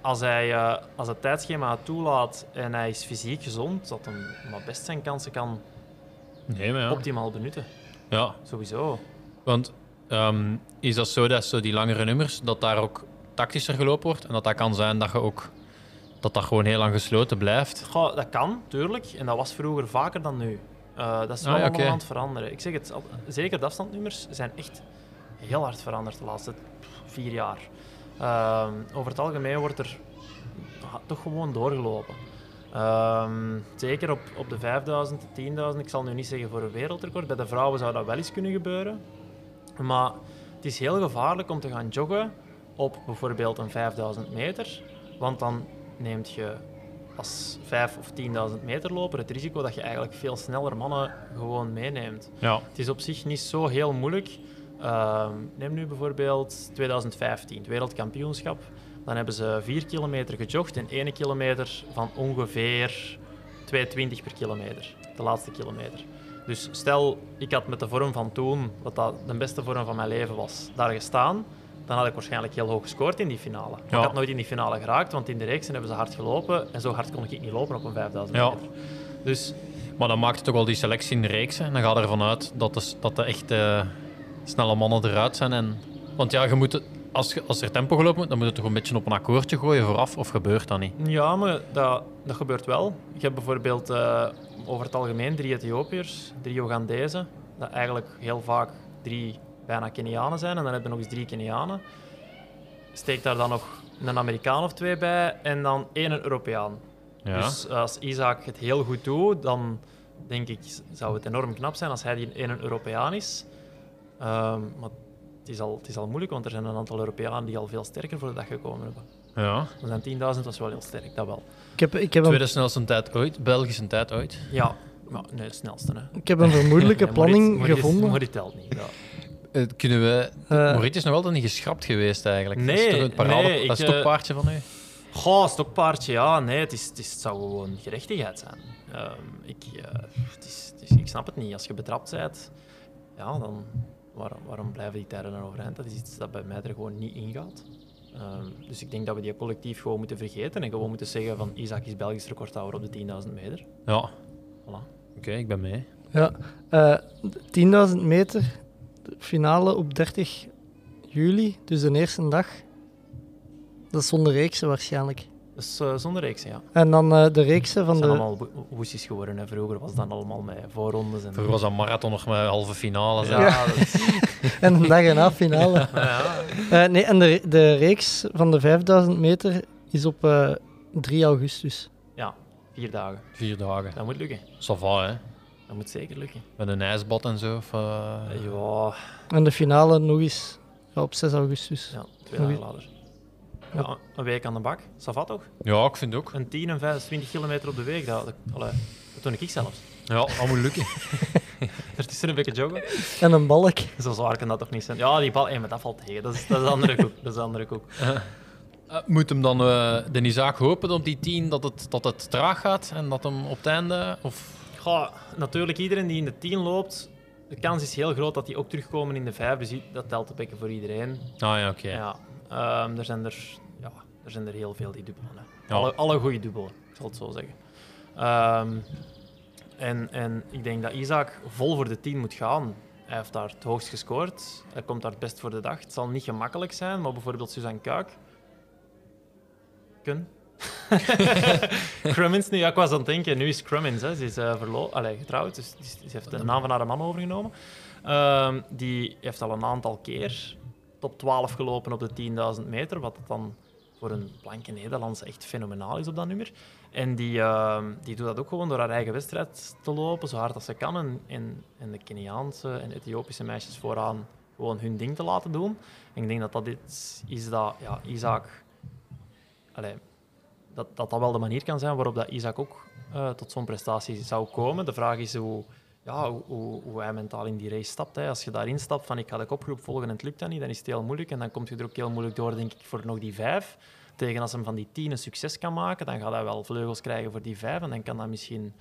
als hij eh, als het tijdschema het toelaat en hij is fysiek gezond, dat hem maar best zijn kansen kan
Nee, maar ja.
optimaal benutten.
ja.
Sowieso.
Want ehm, is dat zo dat zo die langere nummers, dat daar ook tactischer gelopen wordt? En dat dat kan zijn dat je ook dat dat gewoon heel lang gesloten blijft?
Goh, dat kan, tuurlijk. En dat was vroeger vaker dan nu. Eh, dat is
Ah,
wel
ja,
allemaal
oké.
aan het veranderen. Ik zeg het, al- zeker de afstandnummers zijn echt heel hard veranderd de laatste pff, vier jaar. Ehm, over het algemeen wordt er ha- toch gewoon doorgelopen. Ehm, zeker op, op de 5000, de 10.000. Ik zal nu niet zeggen voor een wereldrecord. Bij de vrouwen zou dat wel eens kunnen gebeuren. Maar het is heel gevaarlijk om te gaan joggen op bijvoorbeeld een 5000 meter. Want dan neemt je als 5 of 10.000 meter loper het risico dat je eigenlijk veel sneller mannen gewoon meeneemt.
Ja.
Het is op zich niet zo heel moeilijk. Ehm, neem nu bijvoorbeeld 2015, het wereldkampioenschap. Dan hebben ze 4 kilometer gejogd en 1 kilometer van ongeveer 2,20 per kilometer. De laatste kilometer. Dus stel, ik had met de vorm van toen, wat dat de beste vorm van mijn leven was, daar gestaan. Dan had ik waarschijnlijk heel hoog gescoord in die finale. Maar
Ja.
Ik had nooit in die finale geraakt, want in de reeks hebben ze hard gelopen. En zo hard kon ik niet lopen op een 5000
Ja.
meter. Dus
Maar dan maakt het ook wel die selectie in de reeks. Hè. Dan gaat ervan uit dat de, dat de echte snelle mannen eruit zijn. En, want ja, je moet het- als, je- als er tempo gelopen moet, dan moet je het toch een beetje op een akkoordje gooien vooraf. Of gebeurt dat niet?
Ja, maar dat, dat gebeurt wel. Je hebt bijvoorbeeld eh, over het algemeen drie Ethiopiërs, drie Oegandezen, dat eigenlijk heel vaak drie bijna Kenianen zijn. En dan heb je nog eens drie Kenianen. Steek daar dan nog een Amerikaan of twee bij en dan één Europeaan.
Ja.
Dus als Isaac het heel goed doet, dan denk ik, zou het enorm knap zijn als hij die ene Europeaan is. Ehm, maar het is, al, het is al moeilijk, want er zijn een aantal Europeanen die al veel sterker voor de dag gekomen hebben.
ja.
Dus een 10.000 was wel heel sterk, dat wel.
Ik heb, ik heb, een,
Tweede snelste tijd ooit, Belgische tijd ooit.
Ja, maar nee, het snelste. Hè.
ik heb een vermoedelijke
Ja, Moritz-
planning
Moritz-
gevonden.
Moritz telt niet. Ja.
Eh, kunnen we...
Eh,
Marit is nog altijd niet geschrapt geweest eigenlijk. dat
Nee,
is toch het parade,
nee,
dat
ik, eh,
stokpaardje van u.
Goh, stokpaardje, ja. Nee, het, is, het, is, het zou gewoon gerechtigheid zijn. Ehm, ik, eh, het is, het is, ik snap het niet. Als je betrapt bent, ja, dan waarom, waarom blijven die tijden dan overeind? Dat is iets dat bij mij er gewoon niet ingaat. Ehm, dus ik denk dat we die collectief gewoon moeten vergeten en gewoon moeten zeggen van Isaac is Belgisch recordhouder op de 10.000 meter.
Ja.
Voilà.
Oké, ik ben mee.
Ja, eh 10.000 meter, de finale op 30 juli, dus de eerste dag. Dat is zonder reeksen waarschijnlijk.
Dus eh, zonder reeksen, ja.
En dan eh, de reeksen van
Het zijn
de...
allemaal wo- woesties geworden. Hè. Vroeger was dat allemaal met voorrondes. En...
Vroeger was dat marathon nog met halve finale.
ja, dat is-
En de dag erna finale. Eh, nee, en de, de reeks van de 5000 meter is op eh 3 augustus.
ja, vier dagen.
Vier dagen.
Dat moet lukken.
Sava, hè.
Dat moet zeker lukken.
Met een ijsbad en zo. Of, eh,
Ja,
En de finale nog eens ja, op 6 augustus.
ja twee dagen
Oké.
later. Ja, een week aan de bak. Savat toch?
Ja, ik vind het ook.
Een 10 en 25 kilometer op de week. Dat, dat, allee, dat doe ik zelfs.
Ja, dat moet lukken.
Ertussen een beetje joggen.
En een balk.
Zo zwaar kan dat toch niet zijn? Ja, die bal, hey, maar dat valt tegen. Dat is, dat is een andere koek. Dat is een andere koek.
Eh, moet hem dan eh de Isaac hopen op die 10 dat het, dat het traag gaat en dat hem op het einde. Of...
Goh, natuurlijk, iedereen die in de 10 loopt, de kans is heel groot dat die ook terugkomen in de 5. Dus i- dat telt een beetje voor iedereen.
Ah ja, oké.
Ja, ehm, er, zijn er, ja er zijn er heel veel die dubbelen. Hè. Alle, alle goede dubbelen, ik zal het zo zeggen. Ehm, en, en ik denk dat Isaac vol voor de 10 moet gaan. Hij heeft daar het hoogst gescoord. Hij komt daar het best voor de dag. Het zal niet gemakkelijk zijn, maar bijvoorbeeld Suzanne Kuik. Kun. Crummins nu, ja, ik was aan het denken. Nu is Crummins, hè. ze is eh, verlo- allee, getrouwd, dus die- ze heeft de naam van haar man overgenomen. Ehm, die heeft al een aantal keer top 12 gelopen op de 10.000 meter, wat dat dan voor een blanke Nederlandse echt fenomenaal is op dat nummer. En die, ehm, die doet dat ook gewoon door haar eigen wedstrijd te lopen, zo hard als ze kan. En, en, en de Keniaanse en Ethiopische meisjes vooraan gewoon hun ding te laten doen. En ik denk dat dat iets is dat ja, Isaac... Allee, dat, dat dat wel de manier kan zijn waarop dat Isaac ook eh, tot zo'n prestatie zou komen. De vraag is hoe, ja, hoe- hoe, hoe hij mentaal in die race stapt. Hè. Als je daarin stapt van ik ga de kopgroep volgen en het lukt dat niet, dan is het heel moeilijk. En dan kom je er ook heel moeilijk door, denk ik, voor nog die vijf. Tegen als hem van die tien een succes kan maken, dan gaat hij wel vleugels krijgen voor die vijf. En dan kan dat misschien,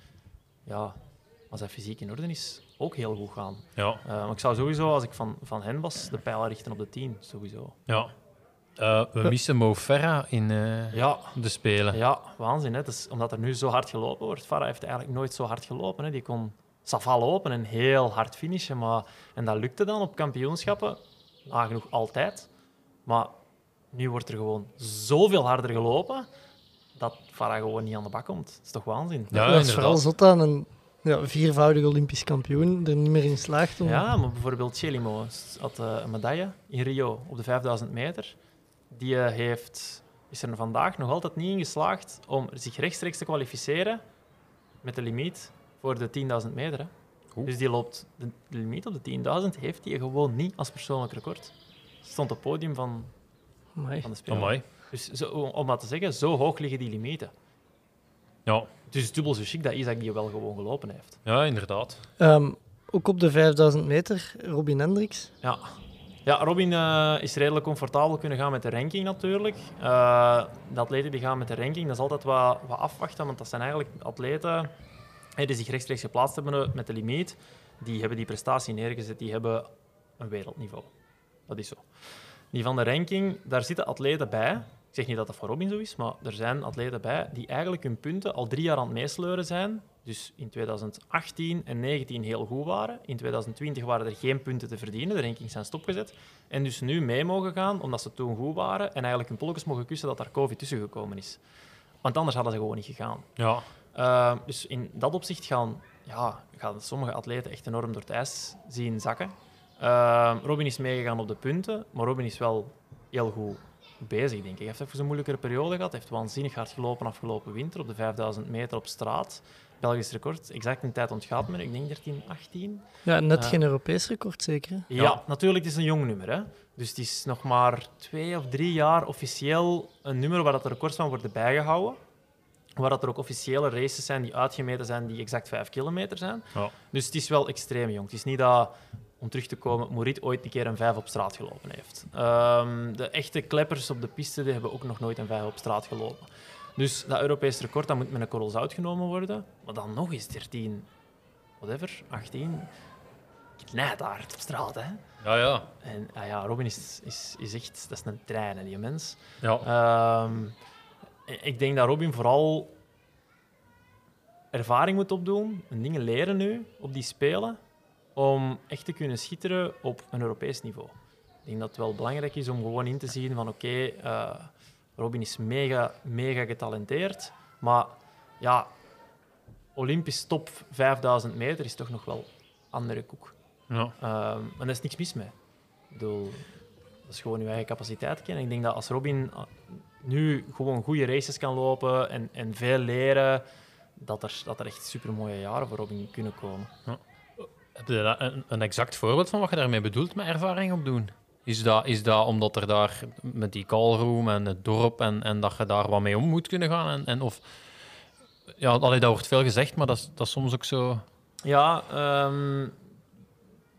ja, als hij fysiek in orde is, ook heel goed gaan.
Ja,
Eh, maar ik zou sowieso, als ik van, van hen was, de pijlen richten op de tien. Sowieso.
ja. Eh, we missen Mo Farah in eh,
Ja,
de Spelen.
Ja, waanzin. Hè? Het is omdat er nu zo hard gelopen wordt. Farah heeft eigenlijk nooit zo hard gelopen. Hè? Die kon Saval lopen en heel hard finishen. Maar... En dat lukte dan op kampioenschappen nagenoeg altijd. Maar nu wordt er gewoon zoveel harder gelopen dat Farah gewoon niet aan de bak komt. Dat is toch waanzin?
Ja,
dat is vooral
inderdaad.
zot aan een ja, viervoudig Olympisch kampioen er niet meer in slaagt om
Ja, maar bijvoorbeeld Chelimo had eh, een medaille in Rio op de 5000 meter. Die eh, heeft, is er vandaag nog altijd niet in geslaagd om zich rechtstreeks te kwalificeren met de limiet voor de 10.000 meter. Hè. Dus die loopt de, de limiet op de 10.000 heeft die gewoon niet als persoonlijk record. Stond op het podium van,
Amai.
van de Spelen.
Oh, mooi.
Dus zo, om dat te zeggen, zo hoog liggen die limieten.
Ja.
Dus dubbel zo chic dat Isaac die wel gewoon gelopen heeft.
ja, inderdaad.
Ehm, ook op de 5000 meter, Robin Hendricks.
Ja. Ja, Robin eh, is redelijk comfortabel kunnen gaan met de ranking natuurlijk. Eh, de atleten die gaan met de ranking, dat is altijd wat, wat afwachten, want dat zijn eigenlijk atleten eh, die zich rechtstreeks geplaatst hebben eh, met de limiet. Die hebben die prestatie neergezet, die hebben een wereldniveau. Dat is zo. Die van de ranking, daar zitten atleten bij. Ik zeg niet dat dat voor Robin zo is, maar er zijn atleten bij die eigenlijk hun punten al drie jaar aan het meesleuren zijn. Dus in 2018 en 2019 heel goed waren. In 2020 waren er geen punten te verdienen, de rankings zijn stopgezet. En dus nu mee mogen gaan, omdat ze toen goed waren en eigenlijk hun polletjes mogen kussen dat daar COVID tussen gekomen is. Want anders hadden ze gewoon niet gegaan.
Ja.
Eh, dus in dat opzicht gaan, ja, gaan sommige atleten echt enorm door het ijs zien zakken. Eh, Robin is meegegaan op de punten, maar Robin is wel heel goed bezig, denk ik. Hij heeft even een moeilijkere periode gehad. Hij heeft waanzinnig hard gelopen afgelopen winter op de 5000 meter op straat. Belgisch record, exact een tijd ontgaat me nu, ik denk 1318.
Ja, net
Ja.
geen Europees record zeker. hè?
Ja, natuurlijk, het is een jong nummer. Hè? Dus het is nog maar twee of drie jaar officieel een nummer waar dat de records van worden bijgehouden. Waar dat er ook officiële races zijn die uitgemeten zijn, die exact vijf kilometer zijn.
Ja.
Dus het is wel extreem jong. Het is niet dat, om terug te komen, Morit ooit een keer een vijf op straat gelopen heeft. Ehm, de echte kleppers op de piste die hebben ook nog nooit een vijf op straat gelopen. Dus dat Europees record dat moet met een korrel zout genomen worden. Maar dan nog eens 13, whatever, 18. Knijt hard op straat, hè.
Ja, ja.
En ah ja, Robin is, is, is echt, dat is een trein, hè, die mens.
Ja.
Ehm, i- ik denk dat Robin vooral ervaring moet opdoen, en dingen leren nu op die spelen, om echt te kunnen schitteren op een Europees niveau. Ik denk dat het wel belangrijk is om gewoon in te zien van oké, eh, Robin is mega, mega getalenteerd, maar ja, Olympisch top 5000 meter is toch nog wel andere koek.
Ja.
Ehm, en daar is niks mis mee. Ik bedoel, dat is gewoon je eigen capaciteit kennen. Ik denk dat als Robin ah, nu gewoon goede races kan lopen en, en veel leren, dat er, dat er echt supermooie jaren voor Robin kunnen komen.
Heb je daar een, een exact voorbeeld van wat je daarmee bedoelt met ervaring opdoen? Is dat, is dat omdat er daar met die callroom en het dorp en, en dat je daar wat mee om moet kunnen gaan? En, en of, ja, allee, dat wordt veel gezegd, maar dat is, dat is soms ook zo.
Ja, ehm,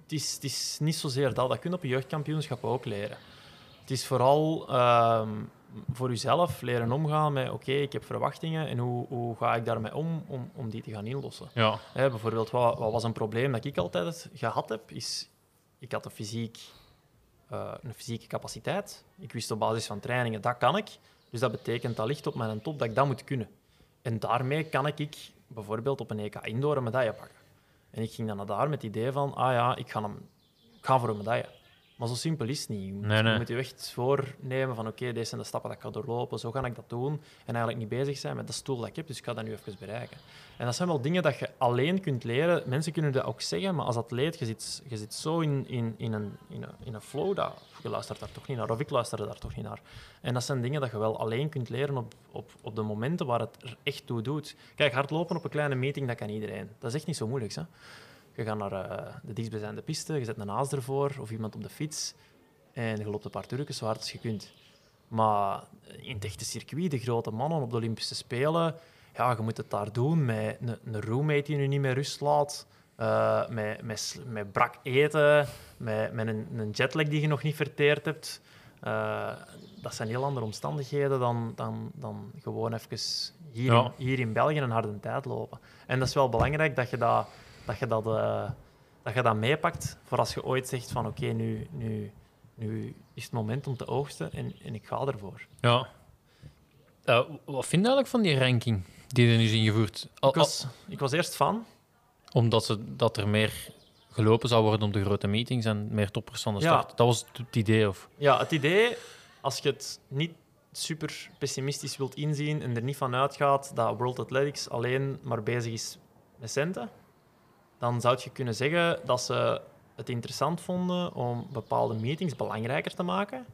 het, is, het is niet zozeer dat. Dat kun je op je jeugdkampioenschap ook leren. Het is vooral ehm, voor jezelf leren omgaan met... Oké, ik heb verwachtingen en hoe, hoe ga ik daarmee om, om om die te gaan inlossen?
Ja,
Hè, bijvoorbeeld, wat, wat was een probleem dat ik altijd gehad heb, is... Ik had een, fysiek, eh, een fysieke capaciteit. Ik wist op basis van trainingen, dat kan ik. Dus dat betekent, dat ligt op mijn top, dat ik dat moet kunnen. En daarmee kan ik, ik bijvoorbeeld op een EK Indoor een medaille pakken. En ik ging dan naar daar met het idee van, ah ja, ik ga, hem, ik ga voor een medaille. Maar zo simpel is het niet. Je moet,
Nee, nee.
je moet je echt voornemen van, oké, deze zijn de stappen dat ik ga doorlopen, zo ga ik dat doen. En eigenlijk niet bezig zijn met dat stoel dat ik heb, dus ik ga dat nu even bereiken. En dat zijn wel dingen dat je alleen kunt leren. Mensen kunnen dat ook zeggen, maar als atleet, je zit, je zit zo in, in, in, een, in, een, in een flow, dat, je luistert daar toch niet naar, of ik luisterde daar toch niet naar. En dat zijn dingen dat je wel alleen kunt leren op, op, op de momenten waar het er echt toe doet. Kijk, hardlopen op een kleine meeting, dat kan iedereen. Dat is echt niet zo moeilijk. Hè? Je gaat naar eh, de dichtstbijzijnde piste, je zet een haas ervoor of iemand op de fiets en je loopt een paar Turken zo hard als je kunt. Maar eh, in het echte circuit, de grote mannen op de Olympische Spelen, ja, je moet het daar doen met een, een roommate die je niet meer rust laat, eh, met, met, sl- met brak eten, met, met een, een jetlag die je nog niet verteerd hebt. Eh, dat zijn heel andere omstandigheden dan, dan, dan gewoon even hier,
Ja.
in, hier in België een harde tijd lopen. En dat is wel belangrijk dat je dat, dat, je dat, eh, dat, je dat meepakt voor als je ooit zegt van oké, nu, nu, nu is het moment om te oogsten en, en ik ga ervoor.
Ja. Eh, wat vind je eigenlijk van die ranking die er nu is ingevoerd? Al-
Ik was, ik was eerst fan,
al- omdat ze, dat er meer gelopen zou worden op de grote meetings en meer toppers aan de
Ja.
start. Dat was het het idee, of?
Ja, het idee, als je het niet super pessimistisch wilt inzien en er niet van uitgaat dat World Athletics alleen maar bezig is met centen, dan zou je kunnen zeggen dat ze het interessant vonden om bepaalde meetings belangrijker te maken,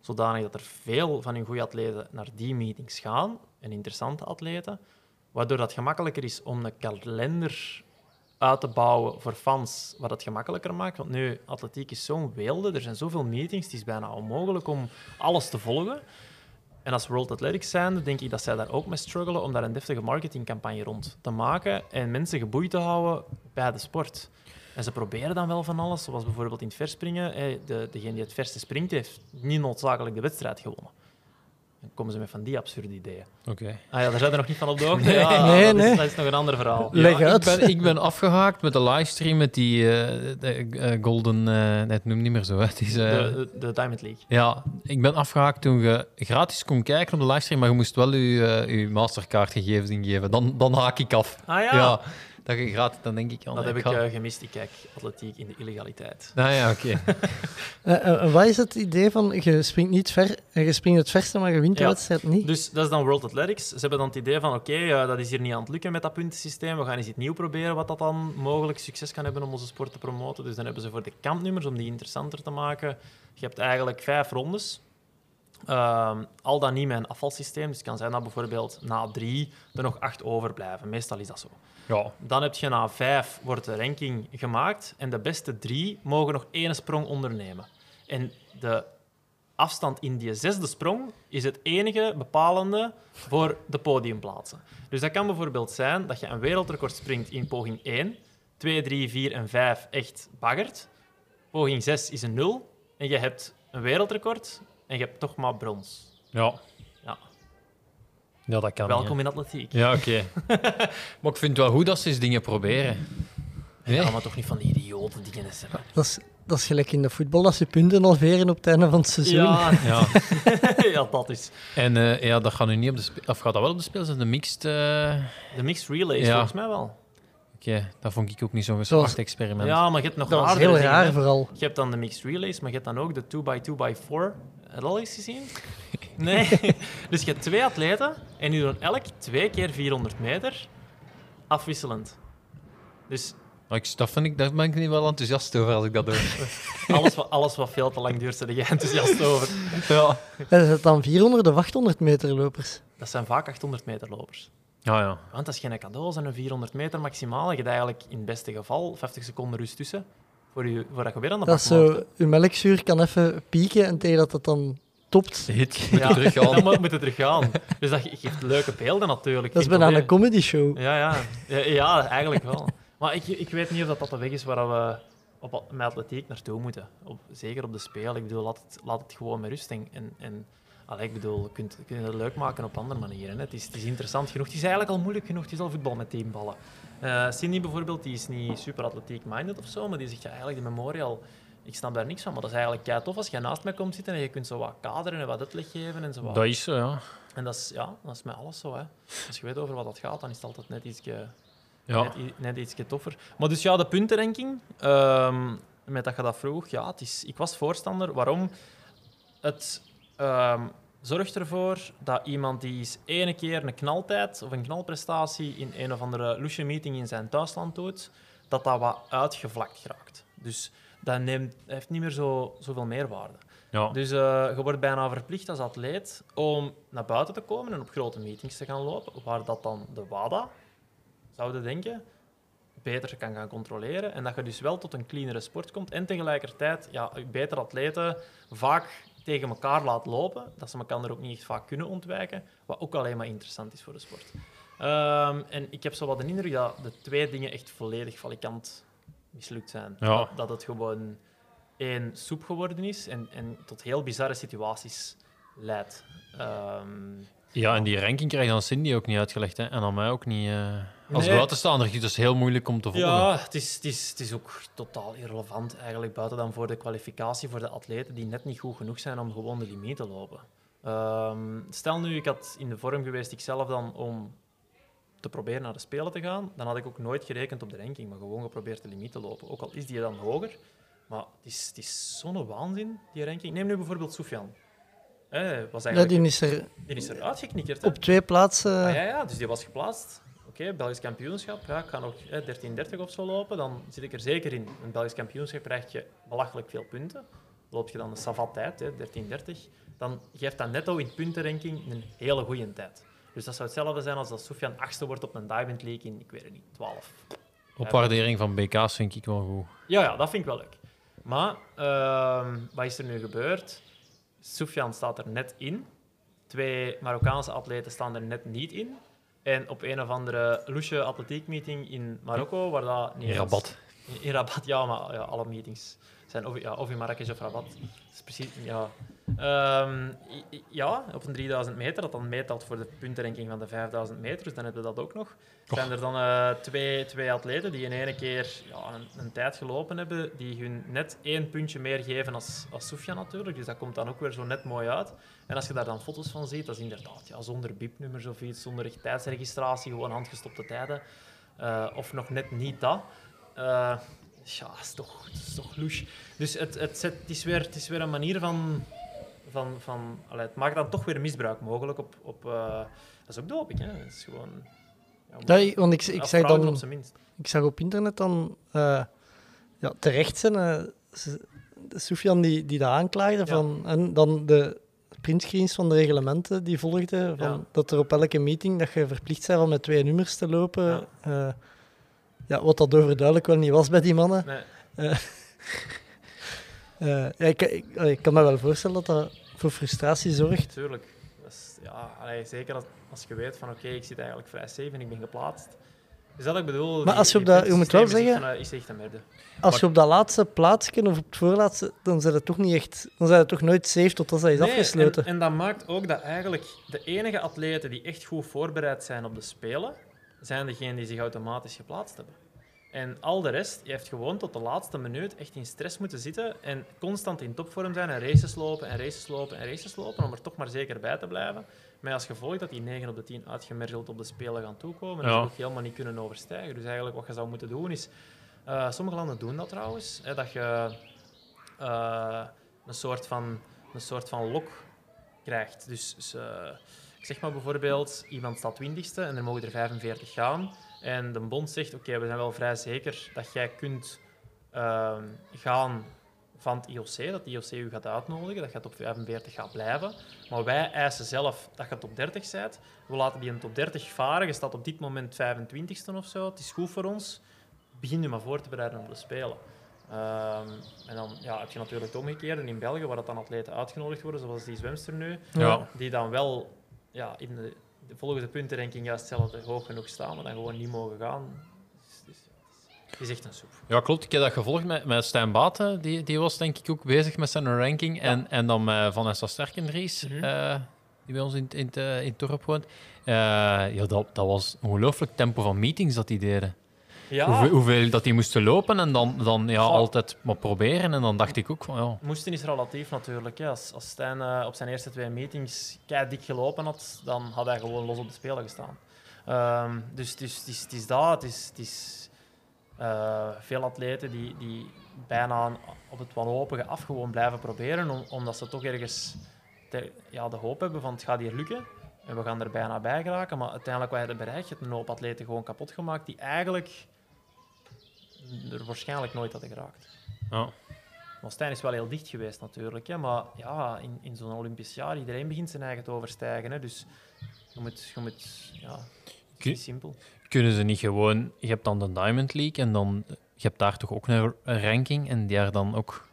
zodanig dat er veel van hun goede atleten naar die meetings gaan, en interessante atleten, waardoor dat gemakkelijker is om een kalender uit te bouwen voor fans, wat het gemakkelijker maakt. Want nu, atletiek is zo'n weelde, er zijn zoveel meetings, het is bijna onmogelijk om alles te volgen. En als World Athletics zijnde, denk ik dat zij daar ook mee struggelen om daar een deftige marketingcampagne rond te maken en mensen geboeid te houden bij de sport. En ze proberen dan wel van alles, zoals bijvoorbeeld in het verspringen. hè, de, degene die het verste springt, heeft niet noodzakelijk de wedstrijd gewonnen. Dan komen ze met van die absurde ideeën.
Oké.
Ah ja, daar zijn we nog niet van op de hoogte. Ja,
Nee,
dat,
nee.
Is, dat is nog een ander verhaal.
Leg
Ja,
uit.
Ik ben, ik ben afgehaakt met de livestream met die eh, de, eh, Golden. eh nee, het noemt niet meer zo. hè. Het is, eh,
De, de, de Diamond League.
Ja, ik ben afgehaakt toen je gratis kon kijken op de livestream, maar je moest wel je, eh, je Mastercard-gegevens ingeven. Dan, dan haak ik af.
Ah ja.
Ja. dat je gratis, dan denk ik. ja,
dat
nee,
heb ik
ga-
eh, gemist. Ik kijk atletiek in de illegaliteit.
Nou ja, oké.
Eh, eh, wat is het idee van je springt niet ver en je springt het verste, maar je wint de
Ja.
wedstrijd niet?
Dus dat is dan World Athletics. Ze hebben dan het idee van, oké, eh, dat is hier niet aan het lukken met dat puntensysteem. We gaan eens iets nieuw proberen wat dat dan mogelijk succes kan hebben om onze sport te promoten. Dus dan hebben ze voor de kampnummers, om die interessanter te maken... Je hebt eigenlijk vijf rondes. Ehm, al dan niet met een afvalsysteem. Dus het kan zijn dat bijvoorbeeld na drie er nog acht overblijven. Meestal is dat zo.
Ja.
Dan heb je na vijf wordt de ranking gemaakt en de beste drie mogen nog één sprong ondernemen. En de afstand in die zesde sprong is het enige bepalende voor de podiumplaatsen. Dus dat kan bijvoorbeeld zijn dat je een wereldrecord springt in poging 1, 2, 3, 4 en 5 echt baggert. Poging 6 is een 0 en je hebt een wereldrecord en je hebt toch maar brons.
Ja.
Ja.
ja, dat kan.
Welkom
ja.
in atletiek.
Ja, oké. maar ik vind het wel goed dat ze eens dingen proberen. Nee?
Ja, maar toch niet van die idioten die kennis hebben.
Dat, is, dat is gelijk in de voetbal, als je punten halveren op het einde van het seizoen.
Ja,
Ja.
ja, dat is.
En eh, ja, dat gaat nu niet op de speel. Of gaat dat wel op de speel zijn? De mixed. eh,
De mixed relays,
Ja.
volgens mij wel.
Oké, dat vond ik ook niet zo'n
was-
geslaagd experiment.
Ja, maar je hebt nog
Dat was
raardere
heel
dingen,
raar
hè.
vooral.
Je hebt dan de mixed relays, maar je hebt dan ook de 2x2x4. Heb je dat al eens gezien? Nee. dus je hebt twee atleten en die doen elk twee keer 400 meter afwisselend. Dus
Maar ik, dat vind ik, daar ben ik niet wel enthousiast over als ik dat doe.
alles wat, alles wat veel te lang duurt, ben jij enthousiast over.
ja.
En zijn het dan 400 of 800 meter lopers?
Dat zijn vaak 800 meter lopers.
Ja, ja.
Want dat is geen cadeau, zijn een 400 meter maximaal. Je hebt eigenlijk in het beste geval 50 seconden rust tussen. Voor je, voordat je weer aan de
Dat
bak moet.
zo, je melkzuur kan even pieken en tegen dat het dan topt.
Hit.
Ja,
teruggaan.
Dan moet- moet het teruggaan. Dus dat ge- geeft leuke beelden natuurlijk.
Dat is
Geen
bijna een
probleem.
comedy show.
Ja, ja. ja, ja, eigenlijk wel. Maar ik, ik weet niet of dat, dat de weg is waar we op, a- met atletiek naartoe moeten. Op, zeker op de speel. Ik bedoel, laat het, laat het gewoon met rust. En, en, en allee, ik bedoel, je kunt, je kunt het leuk maken op andere manieren. hè. Het is, het is interessant genoeg. Het is eigenlijk al moeilijk genoeg. Het is al voetbal met teamballen. Eh Cindy bijvoorbeeld, die is niet super atletiek minded of zo, maar die zegt ja, eigenlijk de Memorial. Ik snap daar niks van, maar dat is eigenlijk kei tof als je naast mij komt zitten en je kunt zo wat kaderen en wat uitleg geven en zo wat.
Dat is zo, ja.
En dat is, ja, dat is met alles zo. Hè. Als je weet over wat dat gaat, dan is het altijd net ietsje,
ja.
net, i- net ietsje toffer. Maar dus ja, de puntenranking, ehm, met dat je dat vroeg, ja, het is, ik was voorstander. Waarom? Het ehm, zorgt ervoor dat iemand die eens ene keer een knaltijd of een knalprestatie in een of andere loesje meeting in zijn thuisland doet, dat dat wat uitgevlakt raakt. Dus dat neemt, heeft niet meer zo, zoveel meerwaarde.
ja.
Dus eh, je wordt bijna verplicht als atleet om naar buiten te komen en op grote meetings te gaan lopen, waar dat dan de WADA, zouden denken, beter kan gaan controleren. En dat je dus wel tot een cleanere sport komt. En tegelijkertijd, ja, betere atleten vaak tegen elkaar laat lopen. Dat ze elkaar er ook niet echt vaak kunnen ontwijken. Wat ook alleen maar interessant is voor de sport. Ehm, en ik heb zo wat de indruk dat de twee dingen echt volledig valikant mislukt zijn.
Ja.
Dat, dat het gewoon één soep geworden is en, en tot heel bizarre situaties leidt. Ehm,
Ja, en die ranking krijgt dan Cindy ook niet uitgelegd hè? en aan mij ook niet. eh. Als
Nee.
buitenstaander is het dus heel moeilijk om te volgen.
Ja, het is, het, is, het is ook totaal irrelevant eigenlijk, buiten dan voor de kwalificatie voor de atleten die net niet goed genoeg zijn om gewoon de limiet te lopen. Ehm, stel nu, ik had in de vorm geweest ikzelf dan om te proberen naar de Spelen te gaan, dan had ik ook nooit gerekend op de ranking, maar gewoon geprobeerd de limiet te lopen. Ook al is die dan hoger, maar het is, het is zo'n waanzin, die ranking. Neem nu bijvoorbeeld Soufian. Hè, was
Ja,
eigenlijk,
die is er
die is eruit geknikkerd. hè.
op twee plaatsen.
Ah, ja, ja, dus die was geplaatst. Oké, Belgisch kampioenschap. Ja, ik ga nog hè, 13-30 of zo lopen. Dan zit ik er zeker in. Een Belgisch kampioenschap krijg je belachelijk veel punten. Loop je dan een savat tijd, hè, 13-30, dan geeft dat netto in puntenranking een hele goede tijd. Dus dat zou hetzelfde zijn als dat Sofian achtste wordt op een Diamond League in, ik weet het niet, 12.
Opwaardering van BK's vind ik wel goed.
Ja, ja, dat vind ik wel leuk. Maar ehm, wat is er nu gebeurd? Soufian staat er net in. Twee Marokkaanse atleten staan er net niet in. En op een of andere loesje atletiekmeeting in Marokko, waar dat niet
In
eens-
Rabat.
In, in Rabat, ja, maar ja, alle meetings zijn of, ja, of in Marrakesh of Rabat. Dat is precies, ja. Ehm, i- i- ja, op een 3000 meter, dat dan meetelt voor de puntenranking van de 5000 meter, dus dan hebben we dat ook nog. Zijn er dan eh, twee, twee atleten die in ene keer ja, een, een tijd gelopen hebben, die hun net één puntje meer geven als, als Sofia natuurlijk. Dus dat komt dan ook weer zo net mooi uit. En als je daar dan foto's van ziet, dat is inderdaad ja, zonder biepnummers of iets, zonder echt tijdsregistratie, gewoon handgestopte tijden. Eh, of nog net niet dat. Eh ja, dat is toch, dat is toch louche. Dus het, het, zet- het, is weer, het is weer een manier van... van, van allee, het maakt dan toch weer misbruik mogelijk op... op eh, dat is ook doping, hè. Dat is gewoon... ja, maar-
Dat, ik- want ik, ik,
of
zag
fraude
dan,
op zijn minst.
ik zag op internet dan eh, ja, terecht zijn. eh, ze- de Sofian die, die dat aanklaagde. Van, en dan de printscreens van de reglementen die volgden. Van,
Ja.
Dat er op elke meeting dat je verplicht bent om met twee nummers te lopen.
Ja.
Eh, ja, wat dat overduidelijk wel niet was bij die mannen.
Nee.
Eh, ja, ik, ik, ik kan me wel voorstellen dat dat voor frustratie zorgt.
Tuurlijk. Dat is- ja, allee, zeker als, als je weet van oké, ik zit eigenlijk vrij safe en ik ben geplaatst. Dus dat ik bedoel.
Maar als je op dat- je moet wel
puntensysteem is echt
zeggen-
een- is echt een merde.
Als je op dat laatste plaatsje of op het voorlaatste, dan zijn het toch niet echt, dan zijn het toch nooit safe totdat dat is
Nee,
afgesloten.
En, en dat maakt ook dat eigenlijk de enige atleten die echt goed voorbereid zijn op de Spelen, zijn degenen die zich automatisch geplaatst hebben. En al de rest heeft gewoon tot de laatste minuut echt in stress moeten zitten en constant in topvorm zijn en races lopen en races lopen en races lopen om er toch maar zeker bij te blijven. Met als gevolg dat die 9 op de 10 uitgemergeld op de Spelen gaan toekomen en
Ja.
ze ook helemaal niet kunnen overstijgen. Dus eigenlijk wat je zou moeten doen is... eh, sommige landen doen dat trouwens, hè, dat je eh, een, soort van, een soort van lok krijgt. Dus ze- ik zeg maar bijvoorbeeld, iemand staat 20ste en er mogen er 45 gaan. En de bond zegt, oké, we zijn wel vrij zeker dat jij kunt ehm, gaan van het IOC, dat de IOC u gaat uitnodigen, dat je op 45 gaat blijven. Maar wij eisen zelf dat je top 30 bent. We laten die in top 30 varen. Je staat op dit moment 25ste of zo. Het is goed voor ons. Begin nu maar voor te bereiden op de Spelen. Ehm, en dan ja, heb je natuurlijk het omgekeerde in België, waar dat dan atleten uitgenodigd worden, zoals die zwemster nu,
Ja.
die dan wel ja, in de, de volgende puntenranking juist hetzelfde hoog genoeg staan, maar dan gewoon niet mogen gaan. Dus, dus, ja, het is- het is echt een soep.
Ja, klopt. Ik heb dat gevolgd met, met Stijn Baten. Die, die was denk ik ook bezig met zijn ranking. En, en dan met Vanessa Sterkendries,
Mhm.
eh, die bij ons in, in, het, eh, in het dorp woont. Eh, ja, dat, dat was een ongelooflijk tempo van meetings dat die deden.
Ja.
Hoeveel, hoeveel dat die moesten lopen en dan, dan ja,
Goh.
altijd maar proberen. En dan dacht ik ook van, ja,
Moesten is relatief natuurlijk. Hè. Als, als Stijn eh, op zijn eerste twee meetings kei dik gelopen had, dan had hij gewoon los op de spelen gestaan. Ehm, dus het is, het is, het is dat. Het is, het is, eh, veel atleten die, die bijna aan- op het wanhopige af gewoon blijven proberen, om- omdat ze toch ergens te- ja, de hoop hebben van het gaat hier lukken. En we gaan er bijna bij geraken. Maar uiteindelijk, wat je er bereikt, je hebt een hoop atleten gewoon kapot gemaakt die eigenlijk er waarschijnlijk nooit hadden geraakt.
ja.
Maar Stijn is wel heel dicht geweest natuurlijk. Hè? Maar ja, in, in zo'n Olympisch jaar, iedereen begint zijn eigen te overstijgen. Hè? Dus je moet... Je moet ja, het is
Kun-
niet simpel.
kunnen ze niet gewoon... Je hebt dan de Diamond League en dan... Je hebt daar toch ook een een ranking en die daar dan ook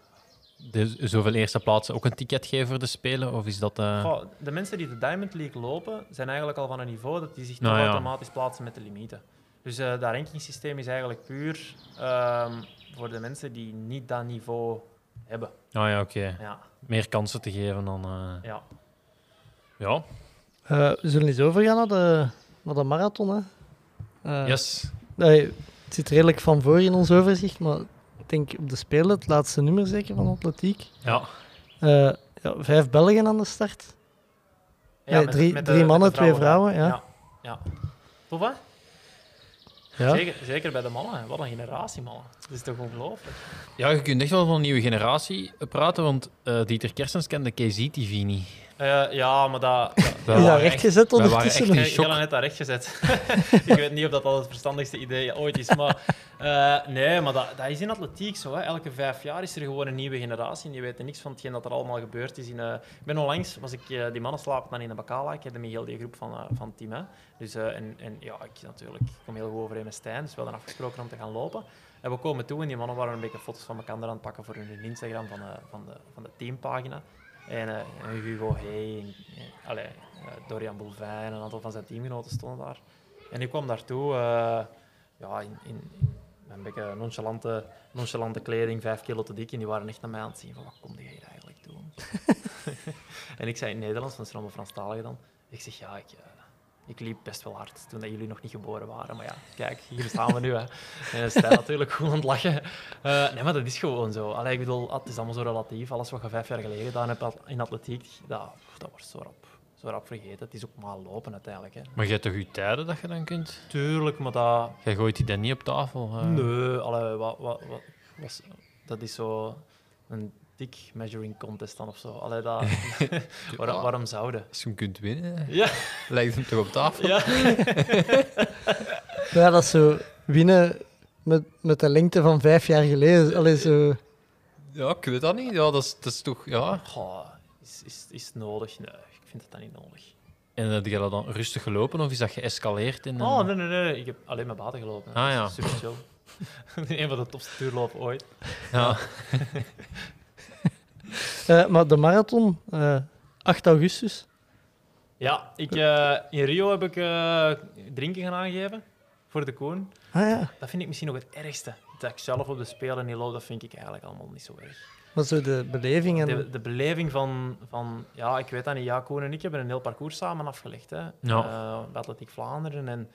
de, zoveel eerste plaatsen ook een ticket geven voor de Spelen? Of is dat... eh,
Goh, de mensen die de Diamond League lopen, zijn eigenlijk al van een niveau dat die zich
Nou
toch
ja.
automatisch plaatsen met de limieten. Dus eh, dat rankingssysteem is eigenlijk puur ehm, voor de mensen die niet dat niveau hebben.
Ah ja, oké.
Ja,
Meer kansen te geven dan... eh,
ja.
Ja,
Eh, we zullen eens overgaan naar de, naar de marathon. Hè. Eh,
yes.
nee, het zit redelijk van voor in ons overzicht, maar ik denk op de Spelen, het laatste nummer zeker van atletiek.
Ja.
Eh, ja, vijf Belgen aan de start. Nee, drie- drie mannen, twee vrouwen,
ja. ja. Tof, hè?
Ja.
Zeker, zeker bij de mannen. Wat een generatie, mannen. Dat is toch ongelooflijk?
Ja, je kunt echt wel van een nieuwe generatie eh, praten, want eh, Dieter Kersens kende KZ-TV niet.
Eh, ja, maar dat... dat
Wij
Is dat
waren
recht
echt-
gezet
wij waren
ondertussen?
echt
nog?
in
Ik heb
shock.
dat net daar recht gezet. ik weet niet of dat al het verstandigste idee ooit is. Maar eh, nee, maar dat, dat is in atletiek zo. Hè. Elke vijf jaar is er gewoon een nieuwe generatie. En die weten niks van hetgeen dat er allemaal gebeurd is. In, eh, ik ben onlangs, was ik eh, die mannen slaap dan in de Bacala. Ik kende heel die groep van, eh, van het team. Hè. Dus, eh, en, en ja, ik natuurlijk ik kom heel goed overeen met Stijn. Dus we hadden afgesproken om te gaan lopen. En we komen toe en die mannen waren een beetje foto's van elkaar aan het pakken voor hun Instagram van, eh, van, de, van de teampagina. En eh, en Hugo Hey, en, en- allee, eh, Dorian Boulvin en een aantal van zijn teamgenoten stonden daar. En ik kwam daartoe eh, ja, in, in, in een beetje nonchalante, nonchalante kleding, vijf kilo te dik. En die waren echt naar mij aan het zien van, wat kom je hier eigenlijk doen? en ik zei in het Nederlands, want ze zijn allemaal Franstaligen dan. Ik zeg, ja, ik... eh, ik liep best wel hard toen dat jullie nog niet geboren waren. Maar ja, kijk, hier staan we nu. Hè. Eh, En dan sta je natuurlijk gewoon aan het lachen. Eh, nee, maar dat is gewoon zo. Allee, ik bedoel, ah, het is allemaal zo relatief. Alles wat je vijf jaar geleden gedaan hebt at- in atletiek, dat, dat wordt zo rap, zo rap vergeten. Het is ook maar lopen uiteindelijk. Hè.
Maar jij hebt toch je tijden dat je dan kunt?
Tuurlijk, maar dat...
Jij gooit die dan niet op tafel? eh.
Nee, allee, wat, wat, wat, was- dat is zo een dik measuring contest dan of zo. Allee, dat, waar- waarom zouden?
Als je hem kunt winnen,
Ja.
lijkt hem toch op tafel?
Ja.
Ja, dat is zo winnen met, met de lengte van vijf jaar geleden. Allee, zo...
Ja, ik weet dat niet. Ja, dat is, dat is toch... Ja.
Goh, is, is, is het nodig? Nee, ik vind dat dat niet nodig.
En heb je dat dan rustig gelopen of is dat geëscaleerd? In, eh,
Oh, nee, nee, nee. Ik heb alleen maar baten gelopen.
Ah, ja.
Super chill. een van de topste duurlopen ooit.
ja.
Eh, maar de marathon, eh 8 augustus.
Ja, ik, eh, in Rio heb ik eh, drinken gaan aangeven voor de Koen.
Ah ja,
Dat vind ik misschien nog het ergste. Dat ik zelf op de Spelen niet loop, dat vind ik eigenlijk allemaal niet zo erg.
maar zo de beleving en...
De, de beleving van, van, ja, ik weet dat niet, ja, Koen en ik hebben een heel parcours samen afgelegd. Hè.
Ja.
Eh, bij Atletiek Vlaanderen en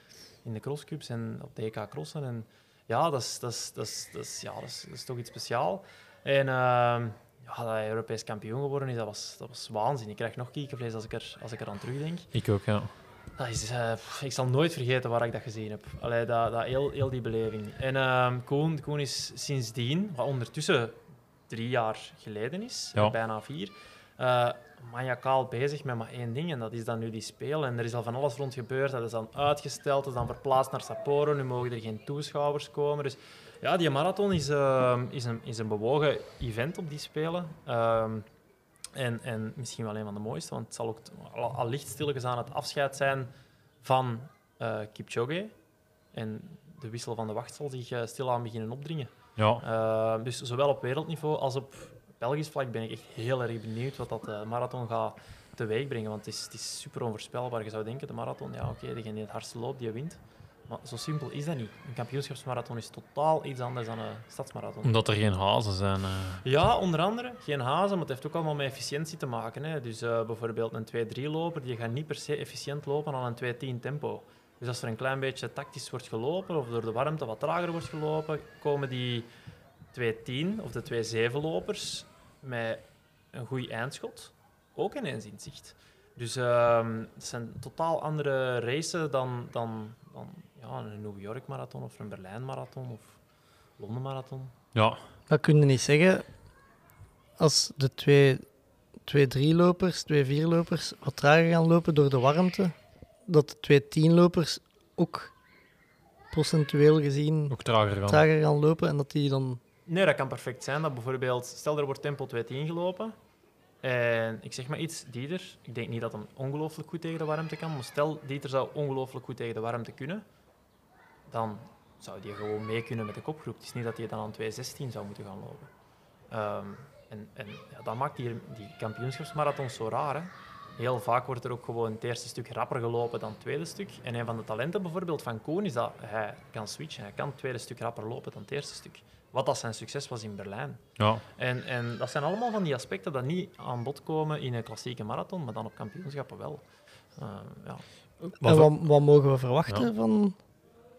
in de crosscups en op de EK crossen. En, ja, dat is, dat, is, dat, is, dat, is, ja dat, is, dat is toch iets speciaals. En ehm, ja, dat hij Europees kampioen geworden is, dat was, dat was waanzin. Ik krijg nog kiekenvlees als ik, er, als ik eraan terugdenk.
Ik ook, ja.
Dat is, eh, pff, ik zal nooit vergeten waar ik dat gezien heb. Allee, dat, dat, heel, heel die beleving. En ehm Koen, Koen is sindsdien, wat ondertussen drie jaar geleden is,
Ja.
eh, bijna vier, eh maniacaal bezig met maar één ding. En dat is dan nu die spelen. En er is al van alles rond gebeurd. Dat is dan uitgesteld, dat is dan verplaatst naar Sapporo. Nu mogen er geen toeschouwers komen. Dus ja, die marathon is, ehm, is, een, is een bewogen event op die spelen. Ehm, en, en misschien wel een van de mooiste, want het zal ook t- al- allicht stilletjes aan het afscheid zijn van eh, Kipchoge. En de wissel van de wacht zal zich eh, stilaan beginnen opdringen.
Ja,
Eh, dus zowel op wereldniveau als op Belgisch vlak ben ik echt heel erg benieuwd wat dat eh, marathon gaat teweeg brengen. Want het is, het is super onvoorspelbaar. Je zou denken, de marathon, ja oké, degene die het hardst loopt, die wint. Maar zo simpel is dat niet. Een kampioenschapsmarathon is totaal iets anders dan een stadsmarathon.
omdat er geen hazen zijn. eh.
Ja, onder andere. Geen hazen, maar het heeft ook allemaal met efficiëntie te maken. Hè. Dus eh, bijvoorbeeld een 2-3-loper, die gaat niet per se efficiënt lopen aan een 2-10 tempo. Dus als er een klein beetje tactisch wordt gelopen, of door de warmte wat trager wordt gelopen, komen die 2-10 of de 2-7-lopers met een goed eindschot ook ineens in zicht. Dus ehm, het zijn totaal andere races dan, dan, dan ja, een New York-marathon of een Berlijn-marathon of Londen-marathon.
Ja,
Dat kun je niet zeggen. Als de twee, twee drielopers, twee vierlopers wat trager gaan lopen door de warmte, dat de twee tienlopers ook procentueel gezien
ook trager dan.
trager gaan lopen en dat die dan...
Nee, dat kan perfect zijn. Dat bijvoorbeeld, stel er wordt tempo 2 ingelopen. En ik zeg maar iets, Dieter. Ik denk niet dat hem ongelooflijk goed tegen de warmte kan. Maar stel, Dieter zou ongelooflijk goed tegen de warmte kunnen. dan zou die gewoon mee kunnen met de kopgroep. Het is niet dat hij dan aan 2.16 zou moeten gaan lopen. Ehm, en en ja, dat maakt die, die kampioenschapsmarathons zo raar. Hè? Heel vaak wordt er ook gewoon het eerste stuk rapper gelopen dan het tweede stuk. En een van de talenten bijvoorbeeld van Koen is dat hij kan switchen. Hij kan het tweede stuk rapper lopen dan het eerste stuk. Wat dat zijn succes was in Berlijn.
Ja.
En, en dat zijn allemaal van die aspecten dat niet aan bod komen in een klassieke marathon, maar dan op kampioenschappen wel. Eh, ja.
En wat, wat mogen we verwachten van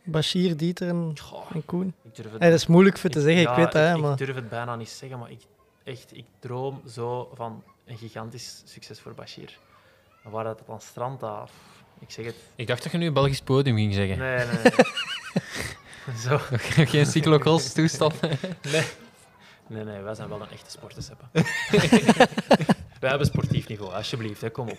Bashir, Dieter en,
Goh,
en Koen?
ik durf het
Hey, dat is moeilijk voor te zeggen,
ja,
ik weet dat, hè,
ik
maar
durf het bijna niet zeggen, maar ik, echt, ik droom zo van een gigantisch succes voor Bashir. Maar Waar dat aan strand dat... Ik zeg het.
Ik dacht dat je nu een Belgisch podium ging zeggen.
Nee, nee, nee. zo.
Geen cyclocross toestand.
Nee, nee, wij zijn wel een echte sportenseppen. wij hebben sportief niveau, alsjeblieft, hè, kom op.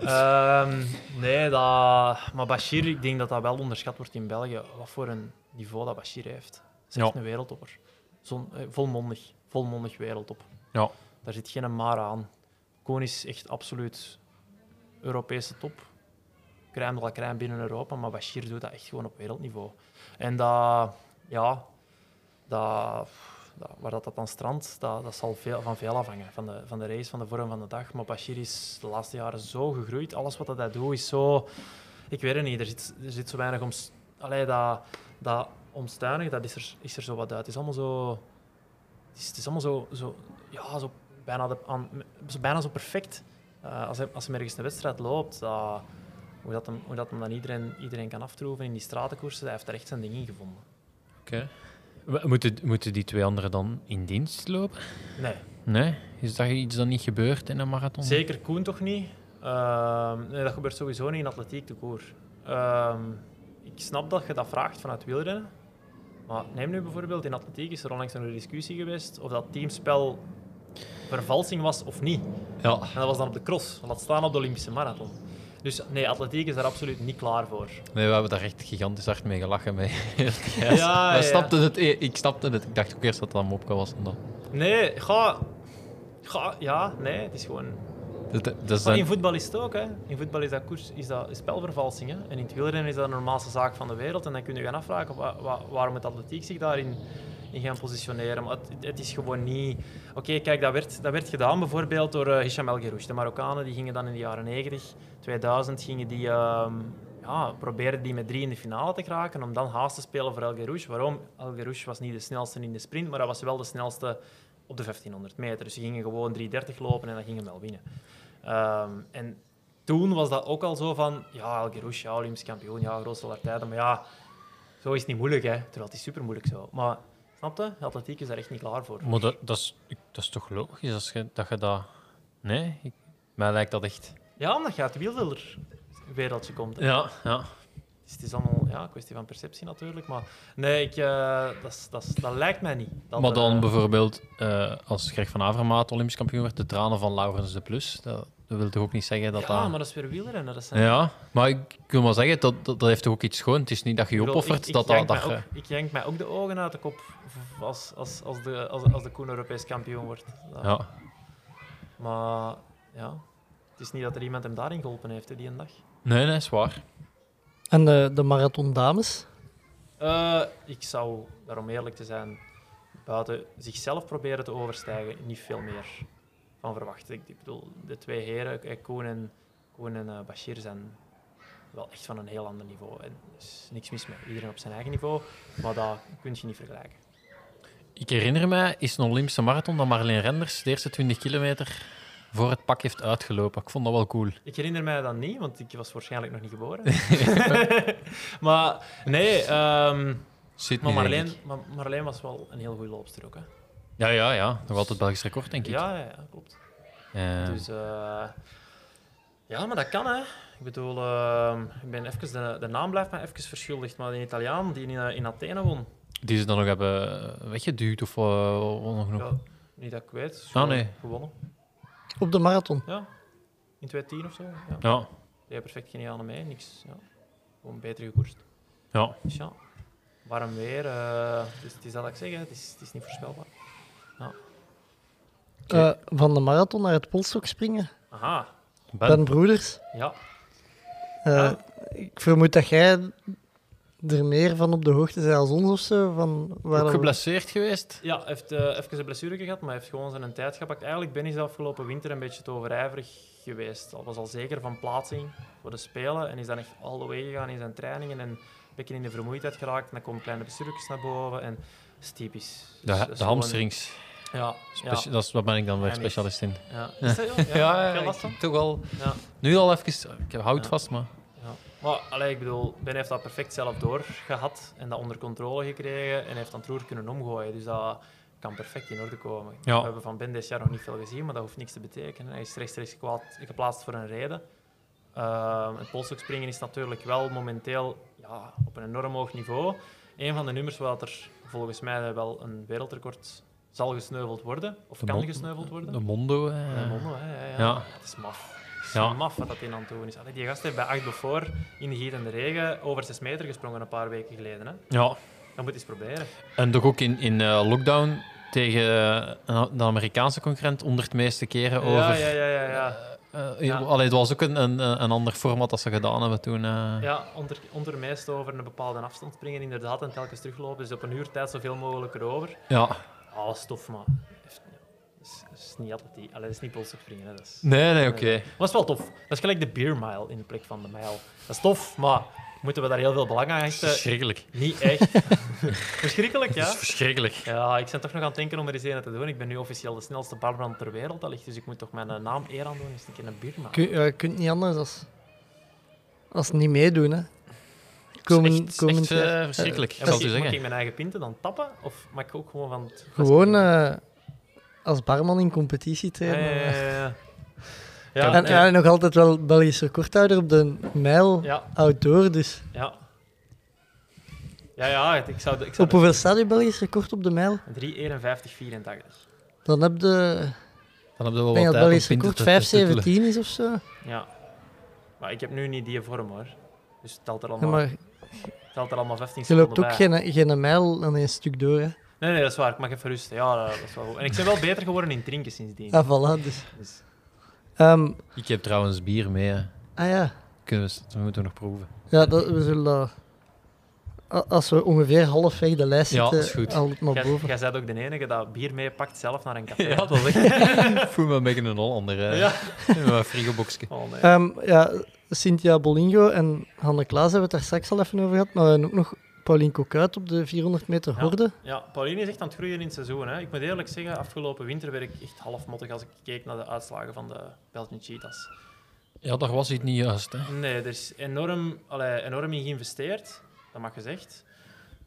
Ehm, nee, dat... maar Bashir, ik denk dat dat wel onderschat wordt in België. Wat voor een niveau dat Bashir heeft. Dat is echt
Ja.
een wereldtopper. Zo'n, eh, volmondig, volmondig wereldtop.
Ja.
Daar zit geen maar aan. Koon is echt absoluut Europese top. Crème de la crème binnen Europa, maar Bashir doet dat echt gewoon op wereldniveau. En dat, ja, dat, dat- waar dat, dat dan strandt, dat, dat zal veel, van veel afhangen. Van de, van de race, van de vorm van de dag. Maar Bashir is de laatste jaren zo gegroeid. Alles wat dat hij doet is zo... Ik weet het niet, er zit, er zit zo weinig om... Allee, dat, dat omstuinig, dat is er, is er zo wat uit. Het is allemaal zo... Het is, het is allemaal zo... zo ja, zo bijna, de, aan, zo, bijna zo perfect. Eh, als, hij, als hij ergens een wedstrijd loopt, dat- hoe, dat hem, hoe dat hem dan iedereen, iedereen kan aftroeven in die stratenkoersen, hij heeft daar echt zijn ding in gevonden.
Oké. We- Moeten, moeten die twee anderen dan in dienst lopen?
Nee,
Nee? Is dat iets dat niet gebeurt in een marathon?
Zeker Koen toch niet. Ehm, nee, dat gebeurt sowieso niet in atletiek de koer. Ehm, ik snap dat je dat vraagt vanuit wielrennen. Maar neem nu bijvoorbeeld, in atletiek is er onlangs een discussie geweest of dat teamspel vervalsing was of niet.
Ja.
En dat was dan op de cross, laat staan op de Olympische marathon. Dus nee, atletiek is daar absoluut niet klaar voor.
Nee, we hebben daar echt gigantisch hard mee gelachen. Mee. ja,
ja, ja.
Snapte het, eh, ik snapte het. Ik dacht ook eerst dat dat een mopka was. En dan.
Nee, ga... ga ja, nee, het is gewoon...
Dat, dat is
Maar
dan-
in voetbal is het ook. Hè. In voetbal is dat, koers, is dat is spelvervalsing. Hè. En in het wielrennen is dat de normaalste zaak van de wereld. En dan kun je gaan afvragen wa- wa- waarom het atletiek zich daarin in gaan positioneren. Maar het, het is gewoon niet... Oké, kijk, dat werd, dat werd gedaan bijvoorbeeld door eh, Hisham El Gerouch. De Marokkanen die gingen dan in de jaren 90, 2000, gingen die, ehm, ja, probeerden die met drie in de finale te geraken om dan haast te spelen voor El Gerouch. Waarom? El Gerouch was niet de snelste in de sprint, maar hij was wel de snelste op de 1500 meter. Dus ze gingen gewoon 3.30 lopen en dan gingen wel winnen. Ehm, en toen was dat ook al zo van, ja, El Gerouch, ja, Olympisch kampioen, ja, grootste aller tijden. Maar ja, zo is het niet moeilijk, hè. Terwijl het is super moeilijk zo. Maar, snap je? Atletiek is daar echt niet klaar voor.
Maar dat, dat, is, ik- dat is toch logisch als je, dat je dat... Nee? Ik, mij lijkt dat echt...
Ja, omdat je uit het wielrennerwereldje komt. hè.
Ja, ja.
Dus het is allemaal ja, een kwestie van perceptie natuurlijk. Maar nee, ik, eh, dat, is- dat, is- dat lijkt mij niet. Dat,
maar dan
eh,
bijvoorbeeld, eh, als Greg van Avermaat Olympisch kampioen werd, de tranen van Laurens de Plus. Dat, dat wil toch ook niet zeggen dat
ja,
dat...
maar dat is weer wielrennen. Dat zijn,
Ja, maar ik wil maar zeggen, dat, dat, dat heeft toch ook iets schoon. Het is niet dat je je
Ik bedoel, ik-
opoffert,
ik
dat, dat,
jank
dat
mij
je...
ook- Ik jank mij ook de ogen uit de kop v- als, als, als, de, als, als de Koen Europees kampioen wordt. Dat-
Ja.
Maar ja, het is niet dat er iemand hem daarin geholpen heeft hè, die een dag.
Nee, nee, is waar.
en de, de marathon dames.
Eh, ik zou, daarom eerlijk te zijn, buiten zichzelf proberen te overstijgen, niet veel meer van verwachten. Ik, ik bedoel, de twee heren, eh, Koen en, Koen en eh, Bashir, zijn wel echt van een heel ander niveau. En er is niks mis met iedereen op zijn eigen niveau, maar dat kun je niet vergelijken.
Ik herinner mij, is een Olympische marathon dat Marleen Renders de eerste 20 kilometer voor het pak heeft uitgelopen. Ik vond dat wel cool.
Ik herinner mij dat niet, want ik was waarschijnlijk nog niet geboren. maar nee, ehm,
Zit
maar, Marleen, maar Marleen was wel een heel goede loopster ook. Hè?
Ja, ja, ja. Nog altijd Belgisch record, denk ik.
Ja, ja, ja, klopt.
Eh,
Dus eh, ja, maar dat kan hè. Ik bedoel, ehm, ik ben even, de, de naam blijft mij even verschuldigd, maar die Italiaan die in, eh, in Athene won.
Die ze dan nog hebben weggeduwd of eh, ongelooflijk.
Ja, niet dat ik weet. is gewoon
nee.
Gewonnen.
Op de marathon.
Ja. In 2-10 of zo. Ja.
Ja.
Die perfect geniaal mee, niks. Ja. Gewoon beter gekoerst.
Ja.
Dus ja, warm weer. eh, dus het is dat wat ik zeg, hè. het is, het is niet voorspelbaar.
Eh, van de marathon naar het polstok springen.
Aha,
Ben,
Ben Broeders.
ja.
Eh,
Ja.
Ik vermoed dat jij er meer van op de hoogte zijn als ons of zo. Van waar
Ook
dat we-
geblesseerd geweest.
Ja, hij heeft eh, even een blessure gehad, maar hij heeft gewoon zijn tijd gepakt. Eigenlijk ben ik de afgelopen winter een beetje te overijverig geweest. Al was al zeker van plaatsing voor de Spelen en is dan echt all the way gegaan in zijn trainingen en een beetje in de vermoeidheid geraakt. En dan komen kleine blessuretjes naar boven en dat is typisch. Dus dat
De,
is
de
gewoon-
hamstrings.
Ja, ja,
Speci- Dat is, wat ben ik dan weer
Ja, niks.
specialist in?
ja. Is dat, ja?
Ja,
Heb je
ik
last van?
heb toch al.
Ja.
Nu al even. Ik heb hout
Ja.
vast, maar.
Ja. Maar allee, ik bedoel, Ben heeft dat perfect zelf doorgehad en dat onder controle gekregen en heeft dan het roer kunnen omgooien. Dus dat kan perfect in orde komen.
Ja.
We hebben van Ben dit jaar nog niet veel gezien, maar dat hoeft niks te betekenen. Hij is rechtstreeks gekwaad- geplaatst voor een reden. Ehm het polshoekspringen is natuurlijk wel momenteel ja, op een enorm hoog niveau. Een van de nummers waar dat er volgens mij wel een wereldrecord zal gesneuveld worden, of
De
kan
mon-
gesneuveld worden.
De Mondo. hè.
Ja, Mondo, hè, ja, ja.
Ja.
Het is maf. Het is
Ja.
maf wat dat in aan het doen is. Allee, die gast heeft bij 8 Beaufort in de giet en de regen over 6 meter gesprongen een paar weken geleden. Hè.
ja.
Dat moet eens proberen.
En toch ook in, in eh, lockdown tegen eh, een, de Amerikaanse concurrent onder het meeste keren over.
Ja, ja, ja, ja. ja.
eh,
Ja.
Allee, het was ook een, een, een ander format dat ze gedaan hebben toen. eh.
ja onder, onder meest over een bepaalde afstand springen, inderdaad, en telkens teruglopen. Dus op een uur tijd zoveel mogelijk erover.
ja.
Alles tof, maar. Heeft- ja. Dat is, dat is niet atletiek. Allee, dat is niet polsig springen. Hè. Dat is...
Nee, nee, oké.
Maar dat is wel tof. Dat is gelijk de beer mile in de plek van de mijl. Dat is tof, maar moeten we daar heel veel belang aan
Het is
hechten?
verschrikkelijk.
Niet echt. Verschrikkelijk,
Het
ja?
is verschrikkelijk.
Ja, ik ben toch nog aan het denken om er eens een te doen. Ik ben nu officieel de snelste barbrand ter wereld, dat ligt, dus ik moet toch mijn eh, naam eer aan doen. Is een keer een bier maken.
Kun- ja, je kunt niet anders als, als niet meedoen. Hè.
Het
Komen,
is echt, het is
komend
echt, eh,
jaar.
verschrikkelijk.
En
zal
moet,
het u
ik, moet
zeggen.
ik mijn eigen pinten dan tappen? Of mag ik ook gewoon van het...
Gewoon eh, als barman in competitie
Ja,
trainen.
ja, ja, ja.
eh,
Ja, eh,
En,
ja,
en nog altijd wel Belgisch recordhouder op de mijl
ja,
outdoor. Dus
ja. Ja, ja, het- ik zou... Ik zou
op hoeveel staat je Belgisch record op de mijl?
3,51, 84.
Dan heb je,
Dan hebben we wel
ik denk dat
wat tijd om
Belgisch
punten
record
te- te toetelen.
5,17 is of zo.
Ja. Maar ik heb nu niet die vorm, hoor. Dus het telt er
Ja,
allemaal,
maar
telt er allemaal 15
je
seconden
loopt ook
bij.
geen, geen mijl aan één stuk door. Hè.
Nee, nee, dat is waar. Ik mag even rusten. Ja, dat is wel goed. En ik ben wel beter geworden in drinken sindsdien.
Ah, voilà. Dus.
Dus-
Ehm,
Ik heb trouwens bier mee. hè.
ah ja.
Kunnen we, we moeten nog proeven.
Ja, dat, we zullen dat- a- Als we ongeveer halfweg de lijst
Ja,
zitten,
is goed.
haal het maar
Jij,
boven.
jij bent ook de enige dat bier meepakt zelf naar een café.
Ja, dat is echt. Ik voel me een beetje een Hollander. hè.
Ja.
In mijn eh, frigoboxje.
Oh, nee.
Ehm, ja, Cynthia Bolingo en Hanne Klaas hebben we het daar straks al even over gehad, maar we hebben ook nog Paulien Kokuit op de 400 meter
Ja.
horde.
Ja, Pauline is echt aan het groeien in het seizoen. Hè. Ik moet eerlijk zeggen, afgelopen winter werd ik echt half mottig als ik keek naar de uitslagen van de Belgian Cheetahs.
Ja, daar was iets niet juist. Hè.
Nee, er is enorm, allee, enorm in geïnvesteerd, dat mag gezegd.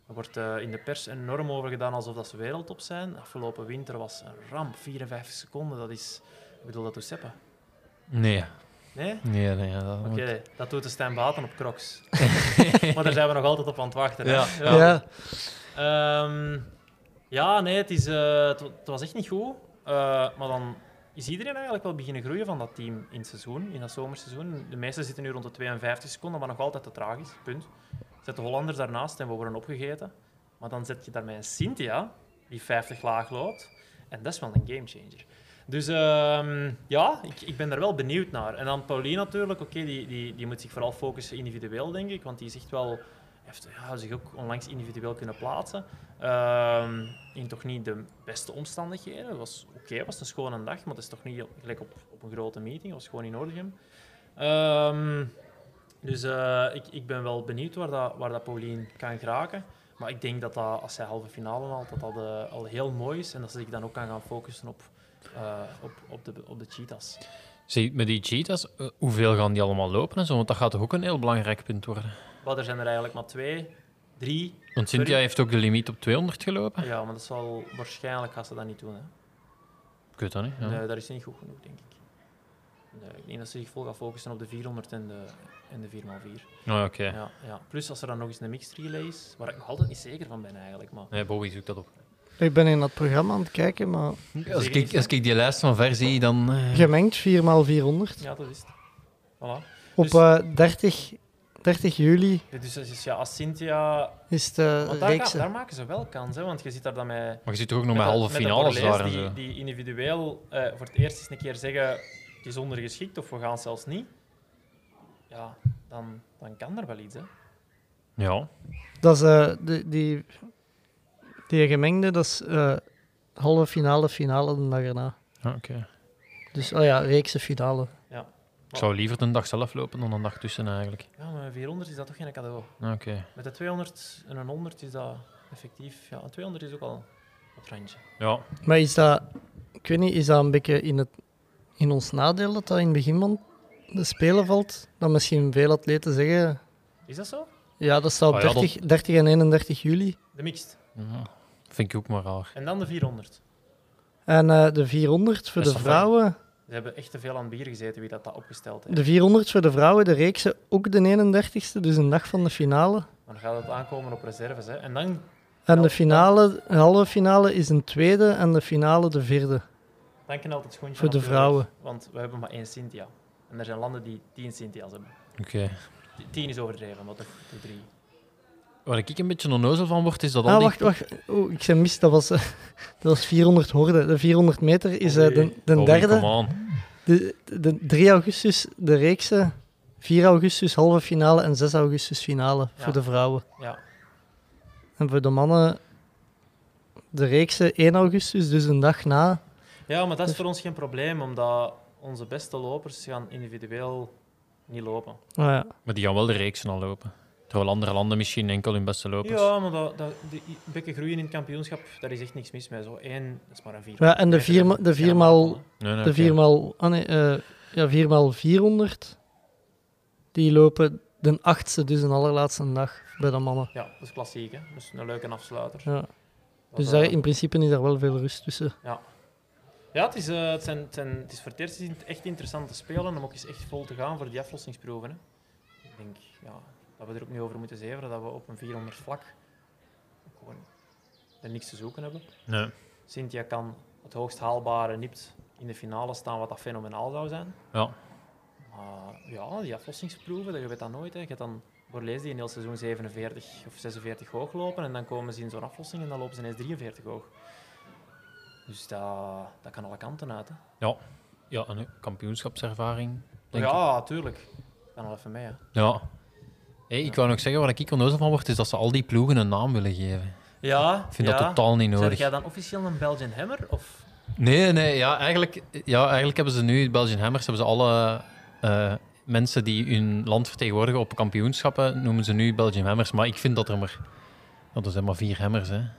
Er wordt eh, in de pers enorm over gedaan alsof dat ze wereldtop zijn. Afgelopen winter was een ramp, 54 seconden. Dat is, ik bedoel, dat doet seppen.
Nee,
Nee?
nee, nee. ja, dat-
Oké, dat doet de Stijn Baten op Crocs. maar daar zijn we nog altijd op aan het wachten. hè.
Ja.
Ja.
Ehm, ja, nee, het, is, eh, het, wa- het was echt niet goed. Eh, maar dan is iedereen eigenlijk wel beginnen groeien van dat team in het seizoen, in dat zomerseizoen. De meesten zitten nu rond de 52 seconden, wat nog altijd te traag is. Punt. Zet de Hollanders daarnaast en we worden opgegeten. Maar dan zet je daarmee een Cynthia, die 50 laag loopt. En dat is wel een gamechanger. Dus ehm, ja, ik, ik ben daar wel benieuwd naar. En dan Pauline natuurlijk, oké, die, die, die moet zich vooral focussen individueel, denk ik. Want die is echt wel heeft ja, zich ook onlangs individueel kunnen plaatsen. Ehm, in toch niet de beste omstandigheden. Het was oké, het was een schone dag, maar het is toch niet gelijk op, op een grote meeting. Het was gewoon in Ordegem. Ehm, dus eh, ik, ik ben wel benieuwd waar dat, waar dat Paulien kan geraken. Maar ik denk dat, dat als zij halve finale haalt, dat dat eh, al heel mooi is. En dat ze zich dan ook kan gaan focussen op, eh, op, op, de, op de cheetahs.
Zie, met die cheetahs, eh, hoeveel gaan die allemaal lopen en zo? Want dat gaat toch ook een heel belangrijk punt worden.
Maar er zijn er eigenlijk maar twee, drie.
Want Cynthia
Sorry?
heeft ook de limiet op 200 gelopen.
Ja, maar dat zal waarschijnlijk gaan ze dat niet doen. Hè.
Ik weet dat niet. Ja.
Nee, eh, dat is niet goed genoeg, denk ik. Nee, ik denk dat ze zich vol gaan focussen op de 400 en de, en de 4x4.
Oh, oké.
Ja. Ja, Plus als er dan nog eens een mixed relay is, waar ik nog altijd niet zeker van ben eigenlijk. Maar
Nee, Bobby zoekt dat op.
Ik ben in dat programma aan het kijken, maar
Als ik, als ik die lijst van ver zie, dan... eh,
gemengd 4x400.
ja, dat is het. Voilà.
Op
Dus-
eh, 30, 30 juli
Dus dat is, ja, als Cynthia...
is de
Want daar,
reeks.
gaat- daar maken ze wel kans, hè, want je zit daar dan met...
Maar je zit toch ook nog
met
met
de-
halve
met de
finales
Borlees
daar en
die,
zo.
die individueel eh, voor het eerst eens een keer zeggen het is ondergeschikt of we gaan zelfs niet. Ja, dan, dan kan er wel iets, hè.
Ja.
Dat is eh, de, die, die gemengde, dat is eh, halve finale, finale de dag erna.
Ah, Oké.
Dus, oh ja, reekse finale.
Ik zou liever de dag zelf lopen dan een dag tussen eigenlijk. Ah,
Ja, maar 400 is dat toch geen cadeau?
Oké.
Met de 200 en een 100 is dat effectief. Ja, een 200 is ook al op het randje.
Ja.
Maar is dat, ik weet niet, is dat een beetje in, het, in ons nadeel dat dat in het begin van de Spelen valt? Dat misschien veel atleten zeggen,
Is dat zo?
ja, dat staat op
Ah ja, dat-
30, 30 en 31 juli.
De mixed.
Ja. Vind ik ook maar raar.
En dan de 400.
En eh, de 400 voor
Dat is
de
toch fijn?
vrouwen,
Ze hebben echt te veel aan bier gezeten wie dat, dat opgesteld heeft.
de 400 voor de vrouwen, de reekse ook de 31ste, dus een dag van de finale.
Maar dan gaat het aankomen op reserves. Hè. En dan
En de finale, de halve finale is een tweede en de finale de vierde.
Dan knelt het schoentje
Voor de
natuurlijk,
vrouwen.
Want we hebben maar één Cynthia. En er zijn landen die tien Cynthia's hebben.
Oké.
T- Tien is overdreven, maar toch de drie.
Waar ik een beetje onnozel van word, is dat al
Ah,
die-
wacht, wacht. Oeh, ik zei mis, dat was, eh, dat was 400 horden. De 400 meter is eh, de, de
Oh,
derde.
come on.
De, de 3 augustus de reekse, 4 augustus halve finale en 6 augustus finale
Ja.
voor de vrouwen.
Ja.
En voor de mannen de reekse 1 augustus, dus een dag na.
ja, maar dat
Dus
is voor ons geen probleem, omdat onze beste lopers gaan individueel niet lopen.
Ah ja.
Maar die gaan wel de reeksen al lopen. Terwijl andere landen misschien enkel hun beste lopers.
Ja, maar dat, dat, die i- een beetje groeien in het kampioenschap, daar is echt niks mis mee. Zo één, dat is maar een vier.
Ja, en de vier ma- de
Geen
viermaal-
marathon, hè.
Nee, nee,
De
oké.
4 maal, ah nee, eh, ja, 4 maal 400, die lopen de achtste, dus een allerlaatste dag bij de mannen.
Ja, dat is klassiek, hè. Dus een leuke afsluiter.
Ja.
Dat,
Dus
eh,
daar, in principe is daar wel veel rust tussen.
Ja, het is, eh, het, zijn, het, zijn, het is voor het eerst eens echt interessant te spelen om ook eens echt vol te gaan voor die aflossingsproeven. Hè. Ik denk ja, dat we er ook niet over moeten zeveren dat we op een 400 vlak ook gewoon er niks te zoeken hebben.
Nee.
Cynthia kan het hoogst haalbare nipt in de finale staan, wat dat fenomenaal zou zijn.
Ja.
Maar Ah, ja, die aflossingsproeven, dat- je weet dat nooit. Hè. Je hebt dan Borlees die een heel seizoen 47 of 46 hoog lopen en dan komen ze in zo'n aflossing en dan lopen ze ineens 43 hoog. Dus dat, dat kan alle kanten uit. Hè.
Ja, een kampioenschapservaring. Denk ik.
ja, tuurlijk. Ik kan al even mee. Hè.
Ja. Hey, ik wou nog zeggen, waar ik onnozel van word, is dat ze al die ploegen een naam willen geven.
Ja,
Ik vind dat totaal niet
Zijn
nodig.
jij dan officieel een Belgian Hammer? Of
Nee, nee, ja eigenlijk, ja, eigenlijk hebben ze nu, Belgian Hammers, hebben ze alle eh, mensen die hun land vertegenwoordigen op kampioenschappen, noemen ze nu Belgian Hammers. Maar ik vind dat er maar, want er zijn maar vier Hammers, hè.
ja,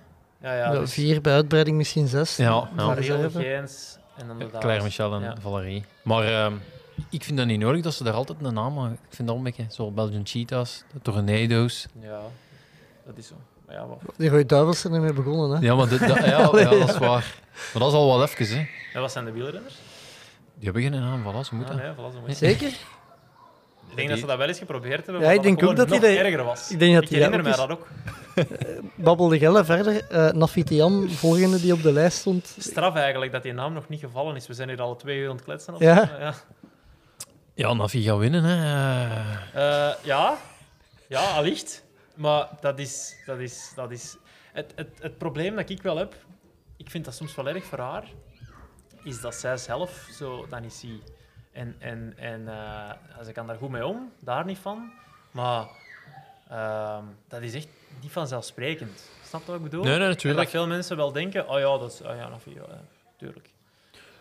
ja,
Ja,
dus
Vier bij uitbreiding, misschien zes.
Ja,
Maar
ja.
Ariel
reserve.
Geens en dan de
Claire
Daas.
Michel en
Ja.
Valerie. Maar ehm, ik vind dat niet nodig dat ze daar altijd een naam aan... Ik vind dat een beetje zo Belgian Cheetahs, de Tornado's.
Ja, dat is zo. Maar ja, wat-
Die rode duivels zijn ermee begonnen, hè?
Ja, maar de- de- ja, ja, dat is waar. Maar dat is al wel even, hè.
En wat zijn de wielrenners?
Die hebben geen naam, voilà, ze
Ah,
moeten.
nee, voilà, zo moet je-
Zeker?
Ik denk dat ze dat wel eens geprobeerd hebben.
Ja,
maar
ik denk ook
het
dat
gewoon
die
nog
dat-
erger was.
ik denk dat die dat
herinner mij
ook
dat ook.
Babbelde Gelle verder. eh Nafitian, volgende die op de lijst stond.
Straf eigenlijk dat die naam nog niet gevallen is. We zijn hier al twee uur aan het kletsen. of
Ja.
zo. Ja.
Ja, Navi gaat winnen, hè.
Eh, ja. ja, allicht. Maar dat is. Dat is, dat is... Het, het, het probleem dat ik wel heb, ik vind dat soms wel erg voor haar, is dat zij zelf zo dat niet ziet. En, en, en eh, ze kan daar goed mee om, daar niet van. Maar ehm, dat is echt niet vanzelfsprekend. Snap je wat ik bedoel?
Nee, nee,
En dat
natuurlijk.
veel mensen wel denken, oh ja, dat is... Oh ja, Navi, ja, tuurlijk.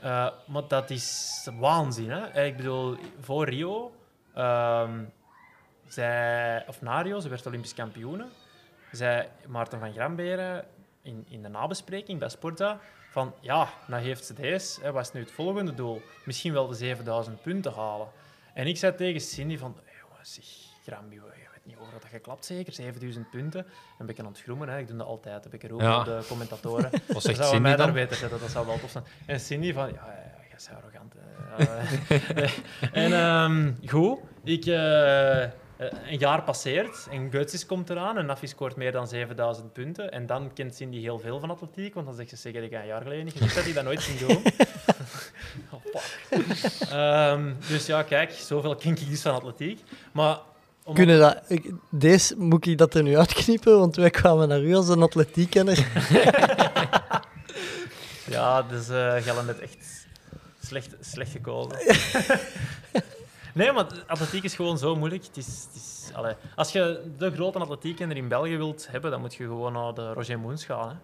Eh, maar dat is waanzin, hè? En Ik bedoel, voor Rio... ehm, zij, of na Rio, ze werd Olympisch kampioene. Zij, Maarten van Gramberen, in, in de nabespreking bij Sporta, van ja, nou heeft ze deze, hè, wat is nu het volgende doel? Misschien wel de 7000 punten halen. En ik zei tegen Cindy van, jongens, zeg, Grambio, je weet niet over wat dat geklapt zeker, 7000 punten. Een beetje aan het groemen, hè. ik doe dat altijd, een beetje roepen
Ja.
op de commentatoren.
Wat
Ze
zegt
zouden mij
Cindy
daar
dan?
beter zetten, dat zou wel tof zijn. En Cindy van, ja, ja, ja, jij is arrogant. hè. Ja, eh. en ehm, goed, ik, eh, eh, een jaar passeert en Götzis komt eraan en Nafi scoort meer dan 7000 punten. En dan kent Cindy heel veel van atletiek, want dan zegt ze zeker, ik heb een jaar geleden niet gezegd dat hij dat nooit ging doen. oh, fuck. Ehm, dus ja, kijk, zoveel ken ik dus van atletiek. Maar om-
Kunnen dat, ik- deze moet ik dat er nu uitknippen, want wij kwamen naar u als een atletiekkenner.
Ja, dus eh Gelle net echt slecht, slecht gekozen. Nee, maar atletiek is gewoon zo moeilijk. Het is, het is, allee, als je de grote atletiek er in België wilt hebben, dan moet je gewoon naar de Roger Moens gaan. Hè.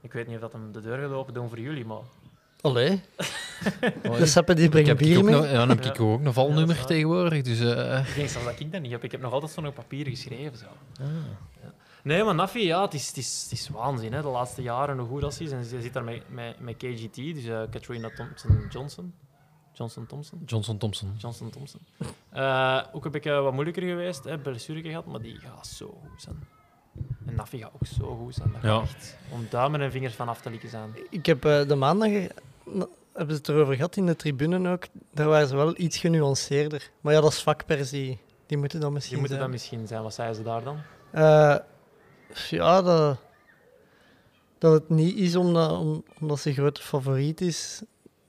Ik weet niet of dat hem de deur gaat open doen voor jullie, maar...
Allee,
Maar
de Seppe die
ik
brengt
heb Kiko
bier
ook
mee.
nog- en dan heb ik
Ja.
Kiko ook een
Ja, dat
valnummer
is waar.
tegenwoordig. Dus eh,
Ik denk zelfs dat ik dat niet heb. Ik heb nog altijd zo'n papier geschreven. Zo. Ja. Nee, maar Nafi, ja, het is, het is, het is waanzin hè, de laatste jaren hoe goed dat ze is. En ze zit daar met, met, met KGT, dus eh Katrina Thompson Johnson. Johnson Thompson?
Johnson Thompson.
Johnson Thompson. Eh, ook een beetje wat moeilijker geweest, hè, blessure gehad, maar die gaat zo goed zijn. En Nafi gaat ook zo goed zijn. Dat
Ja.
gaat echt om duimen en vingers vanaf te likken zijn.
Ik heb eh, de maandag, eh, na- hebben ze het erover gehad in de tribune ook, daar waren ze wel iets genuanceerder. Maar ja, dat is vakpersie. Die moeten dan
Je
misschien
moet dat
zijn.
misschien zijn. Wat zeiden ze daar dan?
Eh, ja, dat, dat het niet is omdat, om- omdat ze grote favoriet is,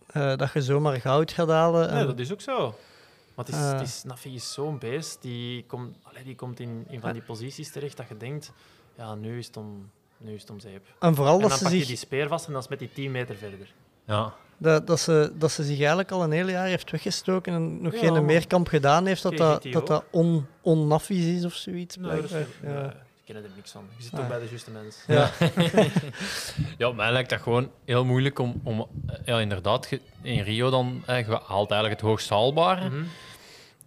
eh, dat je zomaar goud gaat halen.
Nee,
En-
dat is ook zo. Want het is,
Eh.
het is, Nafi is zo'n beest, die komt, allee, die komt in, in van die posities terecht dat je denkt, ja, nu is het om, nu is het om zeep.
en vooral
en
dat
dan
ze,
pak je
zich,
die speer vast en dan is het met die 10 meter verder.
Ja.
dat, dat, ze, dat ze zich eigenlijk al een heel jaar heeft weggestoken en nog
Ja,
geen
maar-
meerkamp gedaan heeft, dat dat,
KGT
dat, dat on, onnaffies is of zoiets.
Nee, Nou, dat
blijkbaar.
is- nee,
ja.
ik ken Eh, er niks van. Je zit
Ah.
toch bij de juiste mens.
Ja.
Ja, mij lijkt dat gewoon heel moeilijk om... om eh, ja, inderdaad, ge- in Rio dan eh, je haalt eigenlijk het hoogst haalbare.
Mhm.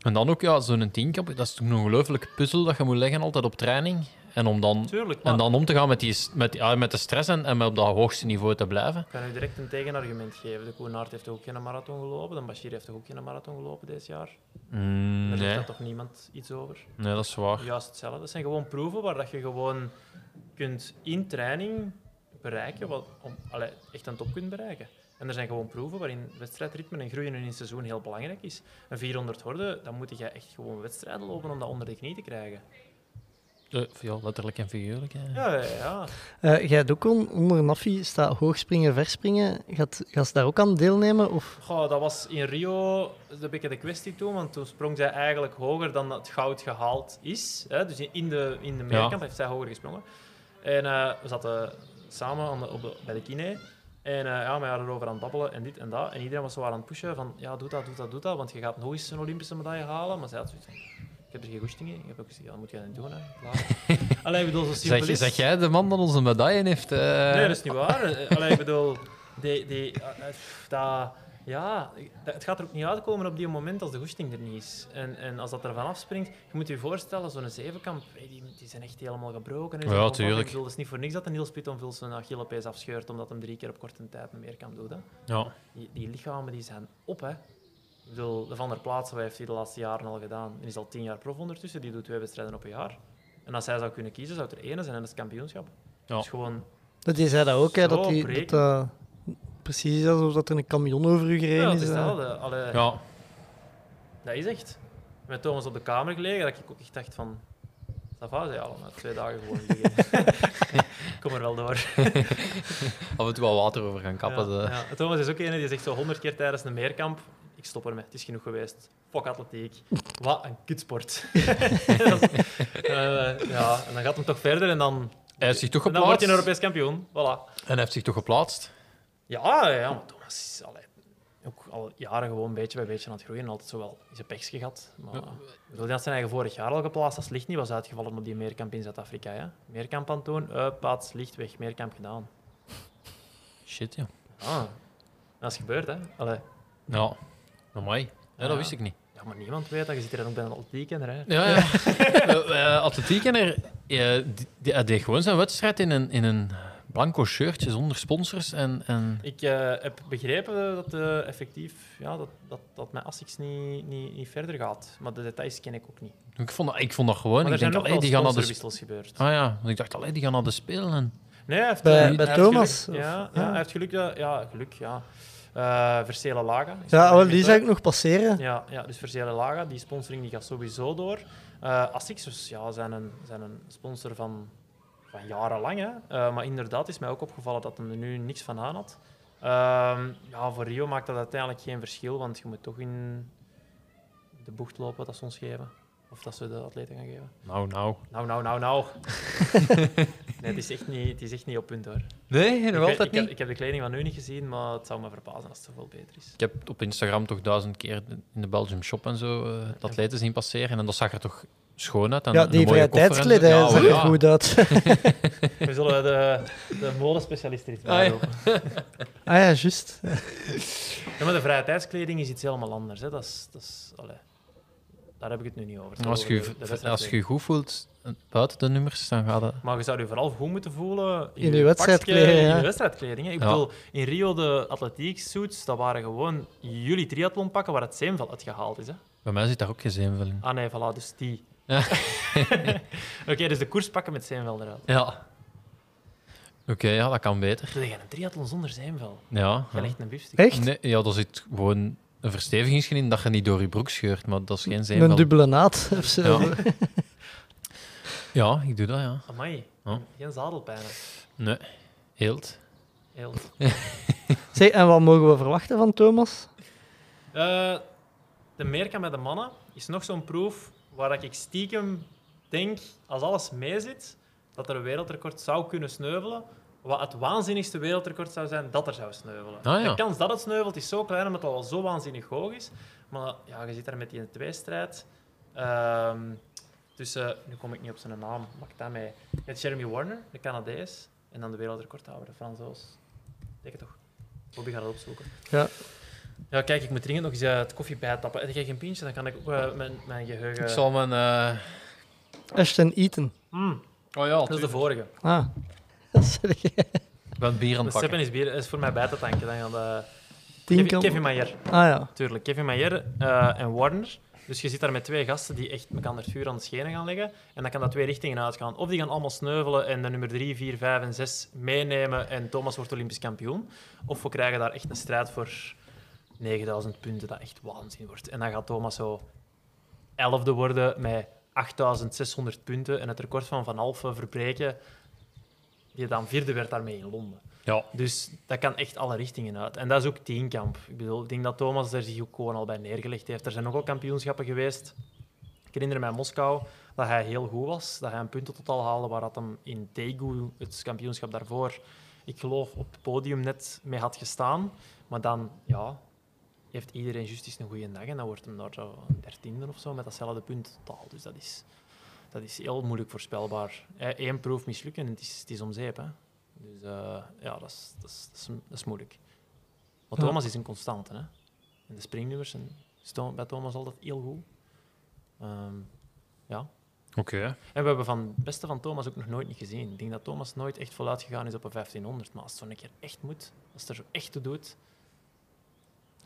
En dan ook ja, zo'n tienkamp. Dat is toen een ongelooflijke puzzel dat je moet leggen altijd op training. En om dan,
Tuurlijk, maar
en dan om te gaan met, die, s- met, ja, met de stress en, en met op dat hoogste niveau te blijven.
ik kan u direct een tegenargument geven. De Koenaert heeft toch ook geen marathon gelopen, de Bashir heeft toch ook geen marathon gelopen dit jaar.
Mm,
Daar zegt
nee.
dat toch niemand iets over?
nee, dat is waar.
Juist hetzelfde. Dat zijn gewoon proeven waar dat je gewoon kunt in training bereiken, wat, om, allee, echt een top kunt bereiken. En er zijn gewoon proeven waarin wedstrijdritme en groeien in een seizoen heel belangrijk is. Een 400 horde, dan moet je echt gewoon wedstrijden lopen om dat onder de knie te krijgen.
Eh, ja, letterlijk en figuurlijk. hè.
Ja, ja, ja.
Eh, jij doet ook onder Naffy staat hoogspringen, verspringen. Gaat, gaat ze daar ook aan deelnemen? Of?
Goh, dat was in Rio een beetje de kwestie toen, want toen sprong zij eigenlijk hoger dan het goud gehaald is. Hè? Dus in- in de, in de meerkamp heeft zij hoger gesprongen. En eh, we zaten samen aan de, op de, bij de kine. En eh, ja, we waren erover aan het babbelen en dit en dat. En iedereen was zo aan het pushen van, ja, doe dat, doe dat, doe dat. Want je gaat nog eens een Olympische medaille halen. Maar zij had zoiets van, ik heb er geen goesting in. Ik heb ook gezegd, ja, dat moet jij niet doen, hè. Klaar. Allee, ik bedoel, zo simpel
Zeg,
is-
zeg jij de man dat onze medaille heeft? eh?
Nee, dat is niet waar. Eh, Allee, ik bedoel, die, die, eh, eh, dat, ja, dat- het gaat er ook niet uitkomen op die moment als de goesting er niet is. En, en als dat er vanaf springt, je moet je voorstellen, zo'n zevenkamp, hey, die, die zijn echt helemaal gebroken. en
Ja,
zo. Ik
tuurlijk.
bedoel, Het is niet voor niks dat een Niels Pitonvul zijn Achille opeens afscheurt, omdat hem drie keer op korte tijd meer kan doen. Hè.
Ja.
Die, die lichamen die zijn op, hè. Ik bedoel, de Van der Plaatsen wat heeft hij de laatste jaren al gedaan. Die is al tien jaar prof ondertussen, die doet twee wedstrijden op een jaar. En als hij zou kunnen kiezen, zou het er ene zijn en dat is kampioenschap.
Ja.
Dus gewoon
Dat die zei dat ook, hè, dat
Zo
die,
breken.
dat, dat precies is alsof dat er een camion over u gereden
Ja, het
is. eh.
is
hè.
hetzelfde. Allee,
ja.
Dat is echt. Met Thomas op de kamer gelegen, dat ik ook echt dacht van... Dat was hij allemaal, twee dagen gewoon liggen. Kom er wel door.
Af en toe wel water over gaan kappen.
Ja,
eh.
ja. Thomas is ook een die zegt zo honderd keer tijdens een meerkamp... Ik stop ermee, het is genoeg geweest. Fuck atletiek. Wat een kutsport. Dat is- eh, ja, en dan gaat hem toch verder en dan...
Hij heeft zich toch
En dan
geplaatst.
word je
En,
een Europees kampioen. Voilà.
hij heeft zich toch geplaatst.
Ja, ja, maar Thomas is... allee, ook al jaren gewoon beetje bij beetje aan het groeien. Altijd zo wel is een pechsje gehad. Maar ik bedoel, die had zijn eigen vorig jaar al geplaatst. Als Licht niet was uitgevallen op die meerkamp in Zuid-Afrika. hè. Meerkamp aan het doen, eh, paats, Licht weg, meerkamp gedaan.
Shit, ja.
Ah, dat is gebeurd, hè? Allee.
Ja. Amai. Ja,
Ja.
dat wist ik niet.
Ja, maar niemand weet dat. Je zit hier dan ook bij een atletiekender, hè?
Ja, ja. Eh, eh, atletiek en er, eh, die, die- hij deed gewoon zijn wedstrijd in een, in een blanco shirtje zonder sponsors. En, en
Ik eh, heb begrepen dat eh, effectief ja, dat, dat, dat mijn ASICS niet, niet, niet verder gaat. Maar de details ken ik ook niet.
ik vond dat, ik vond dat gewoon.
Maar er
ik
zijn
denk,
ook
allee,
wel
die gaan naar de sp-
sponsorwissels gebeurd.
Ah ja, want ik dacht, allee, die gaan naar de spelen. En,
Nee, hij heeft,
Bij-
eh,
bij
hij heeft
Thomas,
geluk.
of-
ja, ja,
ja.
hij heeft geluk. dat- Ja, geluk, ja. Eh Versele Laga. is
Ja, wel,
er een
die
gebeurd.
zou ik nog passeren.
Ja, ja, dus Versele Laga, die sponsoring die gaat sowieso door. Eh Asics, dus, ja, zijn een, zijn een sponsor van, van jarenlang. Hè. Eh, maar inderdaad is mij ook opgevallen dat hem er nu niks van aan had. Ehm, ja, voor Rio maakt dat uiteindelijk geen verschil, want je moet toch in de bocht lopen dat ze ons geven. Of dat ze de atleten gaan geven.
Nou, nou.
Nou, nou, nou, nou. nee, het is, echt niet, het is echt niet op punt hoor.
Nee, nog
ik, weet-
altijd
ik, heb,
niet.
ik heb de kleding van u niet gezien, maar het zou me verbazen als het zoveel beter is.
Ik heb op Instagram toch duizend keer in de Belgium Shop en zo eh, het atleten zien passeren. En dat zag er toch schoon uit. En
Ja,
een
die vrije
mooie koffer en zo.
tijdskledij
Ja,
zag
wel,
er
ja.
goed uit.
We zullen de, de modespecialist er iets
Ah, ja.
bij roepen.
ah ja, juist.
Ja, maar de vrije tijdskleding is iets helemaal anders. Hè. Dat is, dat is, allee, daar heb ik het nu niet over. Het
Maar
gaat
Als
over
je je,
de- de
als je je
wedstrijdkleding.
goed voelt eh, buiten de nummers, dan gaat het...
Maar je zou je vooral goed moeten voelen
In je
je
wedstrijdkleding,
pakje, In
ja.
je wedstrijdkleding. hè. Ik
Ja.
bedoel, in Rio de atletiek suits, dat waren gewoon jullie triathlonpakken waar het zeemveld uitgehaald is. Hè.
Bij mij zit daar ook geen zeemvel in.
Ah nee, voilà, dus die.
Ja.
Oké, dus de koers pakken met Zeenvel eruit.
Ja. Oké, ja, dat kan beter.
Doe jij een triathlon zonder Zeenvel?
Ja.
Je
ja.
echt een biefstuk.
Echt?
Nee, ja, daar zit gewoon een verstevigingsgen in dat je niet door je broek scheurt, maar dat is geen zeemvel.
Een dubbele naad of zo.
Ja. Ja, ik doe dat, ja.
Amai,
Ja.
geen zadelpijnen.
Nee, heelt.
Heel.
Zeg, en wat mogen we verwachten van Thomas?
Eh, de Merka met de mannen is nog zo'n proef waar ik stiekem denk, als alles meezit, dat er een wereldrecord zou kunnen sneuvelen. Wat het waanzinnigste wereldrecord zou zijn dat er zou sneuvelen.
Ah, ja.
De kans dat het sneuvelt is zo klein, omdat het al zo waanzinnig hoog is. Maar ja, je zit daar met die tweestrijd. Ehm tussen, nu kom ik niet op zijn naam, maak dat mee. Met Jeremy Warner, de Canadees, en dan de wereldrecordhouder, de Fransoos. Denk het toch? Bobby gaat het opzoeken.
Ja.
Ja, kijk, ik moet dringend nog eens eh, het koffie bijtappen. Heb jij geen pintje? Dan kan ik ook eh, mijn, mijn geheugen...
Ik zal mijn... eh,
Ashton Eaton.
Mm,
Oh ja,
dat is de
tuurlijk.
vorige.
Ah. Dat is echt
ik ben bier aan
De
het pakken.
Seppen is, bier, is voor mij bij te tanken. Dan gaan de...
Tien
Kevin,
kan-
Kevin Mayer.
Ah ja.
Tuurlijk, Kevin Mayer eh, en Warner. Dus je zit daar met twee gasten die echt elkaar het vuur aan de schenen gaan leggen. En dan kan dat twee richtingen uitgaan. Of die gaan allemaal sneuvelen en de nummer 3, 4, 5 en 6 meenemen en Thomas wordt Olympisch kampioen. Of we krijgen daar echt een strijd voor 9000 punten, dat echt waanzin wordt. En dan gaat Thomas zo 11e worden met 8600 punten en het record van Van Alphen verbreken. Die dan vierde werd daarmee in Londen.
Ja.
Dus dat kan echt alle richtingen uit. En dat is ook teamkamp. Ik bedoel, ik denk dat Thomas er zich ook gewoon al bij neergelegd heeft. Er zijn nogal kampioenschappen geweest. Ik herinner me in Moskou dat hij heel goed was. Dat hij een puntentotaal haalde waar dat hem in Daegu, het kampioenschap daarvoor, ik geloof op het podium net mee had gestaan. Maar dan, ja, heeft iedereen juist eens een goede dag. En dan wordt hem daar zo een dertiende of zo met datzelfde puntentotaal. Dus dat is, dat is heel moeilijk voorspelbaar. Eén proef mislukken en het is, het is om zeep, hè. Dus eh, ja, dat is, dat, is, dat, is, dat is moeilijk. Maar
Ja.
Thomas is een constante. Hè? En de springnummers zijn is Tho- bij Thomas altijd heel goed. Ehm,
Oké.
en we hebben van het beste van Thomas ook nog nooit niet gezien. Ik denk dat Thomas nooit echt voluit gegaan is op een 1500. Maar als het zo'n keer echt moet, als het er zo echt toe doet...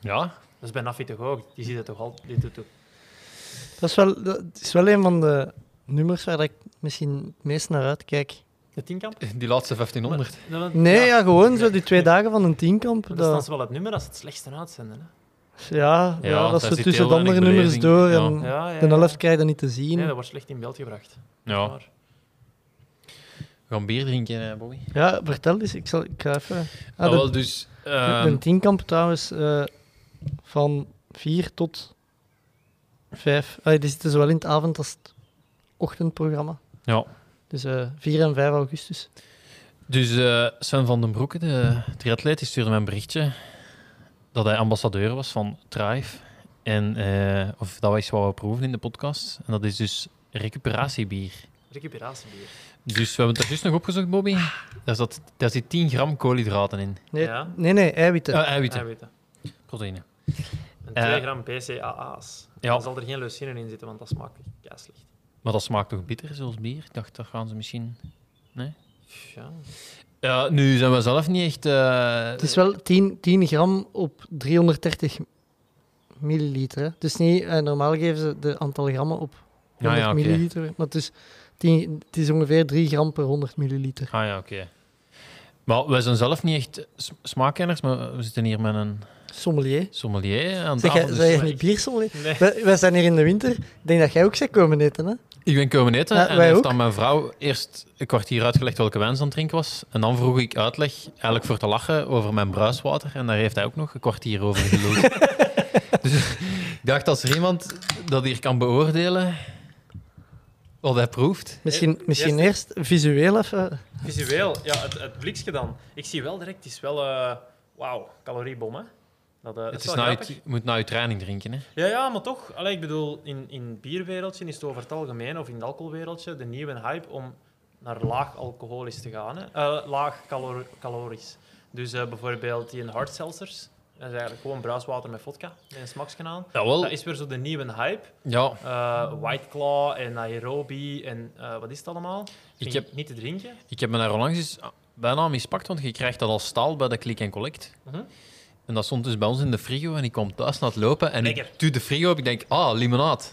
Ja.
Dat is bij Nafi toch ook? Die ziet het toch al... Die doet toch...
Dat is wel, dat is wel een van de nummers waar ik misschien het meest naar uitkijk.
De tienkamp?
Die laatste 1500.
Nee, ja, gewoon zo die twee dagen van een tienkamp.
Dat is dan
Dat,
wel het nummer als het slechtste uitzenden. Hè?
ja, ja,
Ja,
dat
want daar
is zo
zit
tussen
heel
de andere
weinig
nummers door.
beleving. Ja.
En
Ja, ja,
De
ja.
helft krijg je dat niet te zien.
Nee, dat wordt slecht in beeld gebracht.
Ja.
Maar-
We gaan bier drinken, eh, Bobby.
Ja, vertel eens. Ik, zal, ik ga even... Ah,
Ah,
de,
wel, dus... ehm,
de tienkamp trouwens, eh, van 4 tot 5. Ah, die zitten zowel in het avond als het ochtendprogramma.
Ja.
Dus eh 4 en 5 augustus.
Dus eh, Sven van den Broeke, de triatleet, die stuurde mij een berichtje dat hij ambassadeur was van Thrive. En, eh, of dat was wat we proeven in de podcast. En dat is dus recuperatiebier.
Recuperatiebier.
Dus we hebben het er juist nog opgezocht, Bobby. Daar, zat, daar zit 10 gram koolhydraten in.
Nee,
Ja.
nee, nee, eiwitten.
Eh, eiwitten,
Eiwitten.
proteïne.
En
Eh,
2 gram BCAA's.
ja.
Dan zal er geen leucine in zitten, want dat smaakt echt slecht.
Maar dat smaakt toch bitter, zoals bier? Ik dacht, dat gaan ze misschien...
Ja.
Ja, nu zijn we zelf niet echt... eh,
Het is wel 10, 10 gram op 330 milliliter. hè. Dus niet, eh, normaal geven ze de aantal grammen op 100
Ah, ja, oké.
milliliter. Maar het is, 10, het is ongeveer 3 gram per 100 milliliter.
Ah ja, oké. Maar wij zijn zelf niet echt s- smaakkenners, maar we zitten hier met een
Sommelier.
sommelier aan
Zeg
tafel.
jij,
dus-
zijn jij niet biersommelier?
Nee.
Wij, wij zijn hier in de winter. Ik denk dat jij ook zou komen eten. Hè?
Ik ben komen eten
Ja,
en
wij
heeft
ook.
aan mijn vrouw eerst een kwartier uitgelegd welke wijn ze aan het drinken was. En dan vroeg ik uitleg, eigenlijk voor te lachen, over mijn bruiswater. En daar heeft hij ook nog een kwartier over gelogen. dus ik dacht, als er iemand dat hier kan beoordelen, Wat hij proeft.
Misschien, misschien eerst visueel even.
Visueel, ja, het, het blikje dan. Ik zie wel direct, het is wel... eh Wauw, caloriebom, hè? Dat, eh, dat
Het
is
is
wel
na
grappig.
je, je moet na je training drinken. Hè.
Ja, ja, maar toch. Allee, ik bedoel, in, in het bierwereldje is het over het algemeen, of in het alcoholwereldje, de nieuwe hype om naar laag alcoholisch te gaan. Hè? Eh, laag calor- calorisch. Dus eh, bijvoorbeeld die in hard seltzers. Dat is eigenlijk gewoon bruiswater met vodka, met een smaksje aan.
Jawel.
Dat is weer zo de nieuwe hype.
Ja,
Eh, White Claw en Nairobi en eh, wat is het allemaal? Vind
heb-
Niet te drinken.
ik heb me daar onlangs eens ah, bijna mispakt, want je krijgt dat als staal bij de Click en Collect.
Mhm.
En dat stond dus bij ons in de frigo en ik kwam thuis na het lopen en
Lekker.
ik doe de frigo op, ik denk, ah, limonade.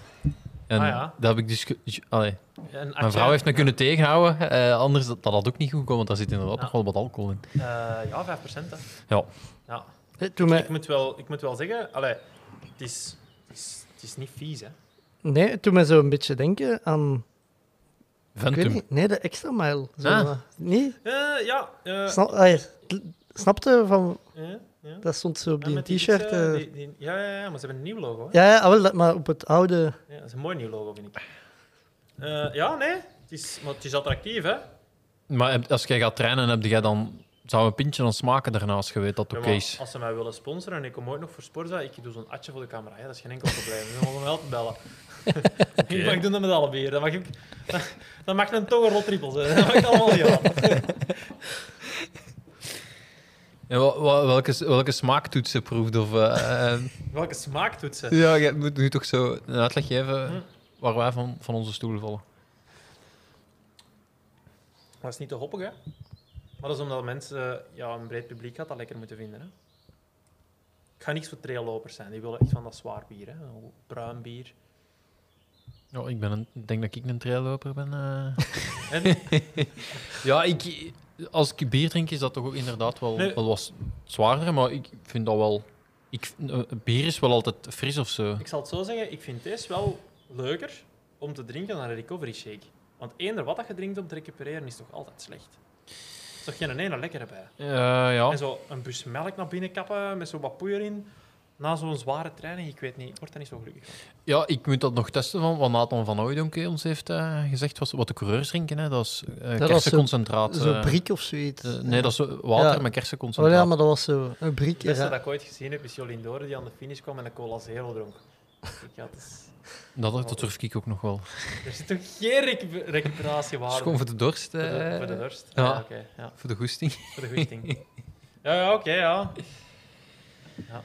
En
Ah, ja. Ah,
dat heb ik dus... ge- ju- Allee,
En
mijn vrouw heeft me kunnen tegenhouden, eh, anders dat, dat had ook niet goed gekomen, want daar zit inderdaad
Ja.
nog wel wat alcohol in.
Eh, ja, 5 hè.
Ja.
ja.
Hè, Doe mij,
Ik, moet wel, ik moet wel zeggen, allee, het, is, het, is, het is niet vies, hè.
nee, het doet mij zo een beetje denken aan. Ik weet
Ventum.
niet, nee, de extra mile. Zo,
Ah.
eh, Nee?
Eh, ja, eh,
Snap, ah, ja, t- snapte van.
eh, ja.
Dat stond zo op
Ja,
die
met
t-shirt.
iets, eh,
eh.
die- die- ja, ja, ja, maar ze hebben een nieuw logo. Hè? Ja.
Ja, ja ah, wel, dat- maar op het oude.
dat is een mooi nieuw logo, vind ik. Eh, ja, nee, het is, maar het is attractief, hè.
Maar heb- als jij gaat trainen, heb jij dan... Zou een pintje dan smaken daarnaast, je weet dat het
Ja,
oké
maar
is.
als ze mij willen sponsoren en ik kom ooit nog voor Sporza, ik doe zo'n atje voor de camera. Hè? Dat is geen enkel probleem. Ze mogen me altijd bellen. Ik mag doen dat met alle bieren. Dan mag, ik, dan mag een toch een rot trippel zijn. Dat mag ik allemaal niet aan.
En wa- wa- welke, s- welke smaaktoetsen proeft? Of, eh, eh,
Welke smaaktoetsen?
ja, je moet nu toch zo een uitleg
Mhm.
geven waar wij van, van onze stoelen vallen.
Dat is niet te hoppig, hè. Maar dat is omdat mensen, eh, ja, een breed publiek had dat lekker moeten vinden, hè. Ik ga niks voor traillopers zijn. Die willen echt van dat zwaar bier, hè. Bruin bier.
Ja, Oh, ik ben een, ik denk dat ik een trailloper ben. eh.
En?
ja, ik, als ik bier drink, is dat toch ook inderdaad wel,
Nee.
wel wat zwaarder. Maar ik vind dat wel... Ik, vind- eh, bier is wel altijd fris of zo.
Ik zal het zo zeggen, ik vind deze wel leuker om te drinken dan een recovery shake. Want eender wat dat je drinkt om te recupereren is toch altijd slecht. Er is toch geen ene lekkere bij.
Eh, ja.
En zo een bus melk naar binnen kappen met zo wat poeier in. Na zo'n zware training, ik weet niet, ik word daar niet zo gelukkig van.
ja, ik moet dat nog testen van wat Nathan van Ooydonk ons heeft eh, gezegd. Was, wat de coureurs drinken, hè. dat is eh
was zo-
kersenconcentraat.
Zo'n
eh.
brik of zoiets.
Eh, nee, dat is water
Ja.
met
Oh
kersenconcentraat.
ja, maar dat was zo. Een brik.
Het beste
Ja.
dat ik ooit gezien heb is Jolien Doren die aan de finish kwam en een cola zero dronk. Ik had dus...
Dat, dat durf ik ook nog wel.
Er zit toch geen recu-
Dat is
recuperatiewaarde
gewoon voor de dorst. eh,
Voor de- voor de dorst.
ja.
Ja, oké. ja.
voor de goesting.
Voor de goesting. ja, ja, oké, ja. ja.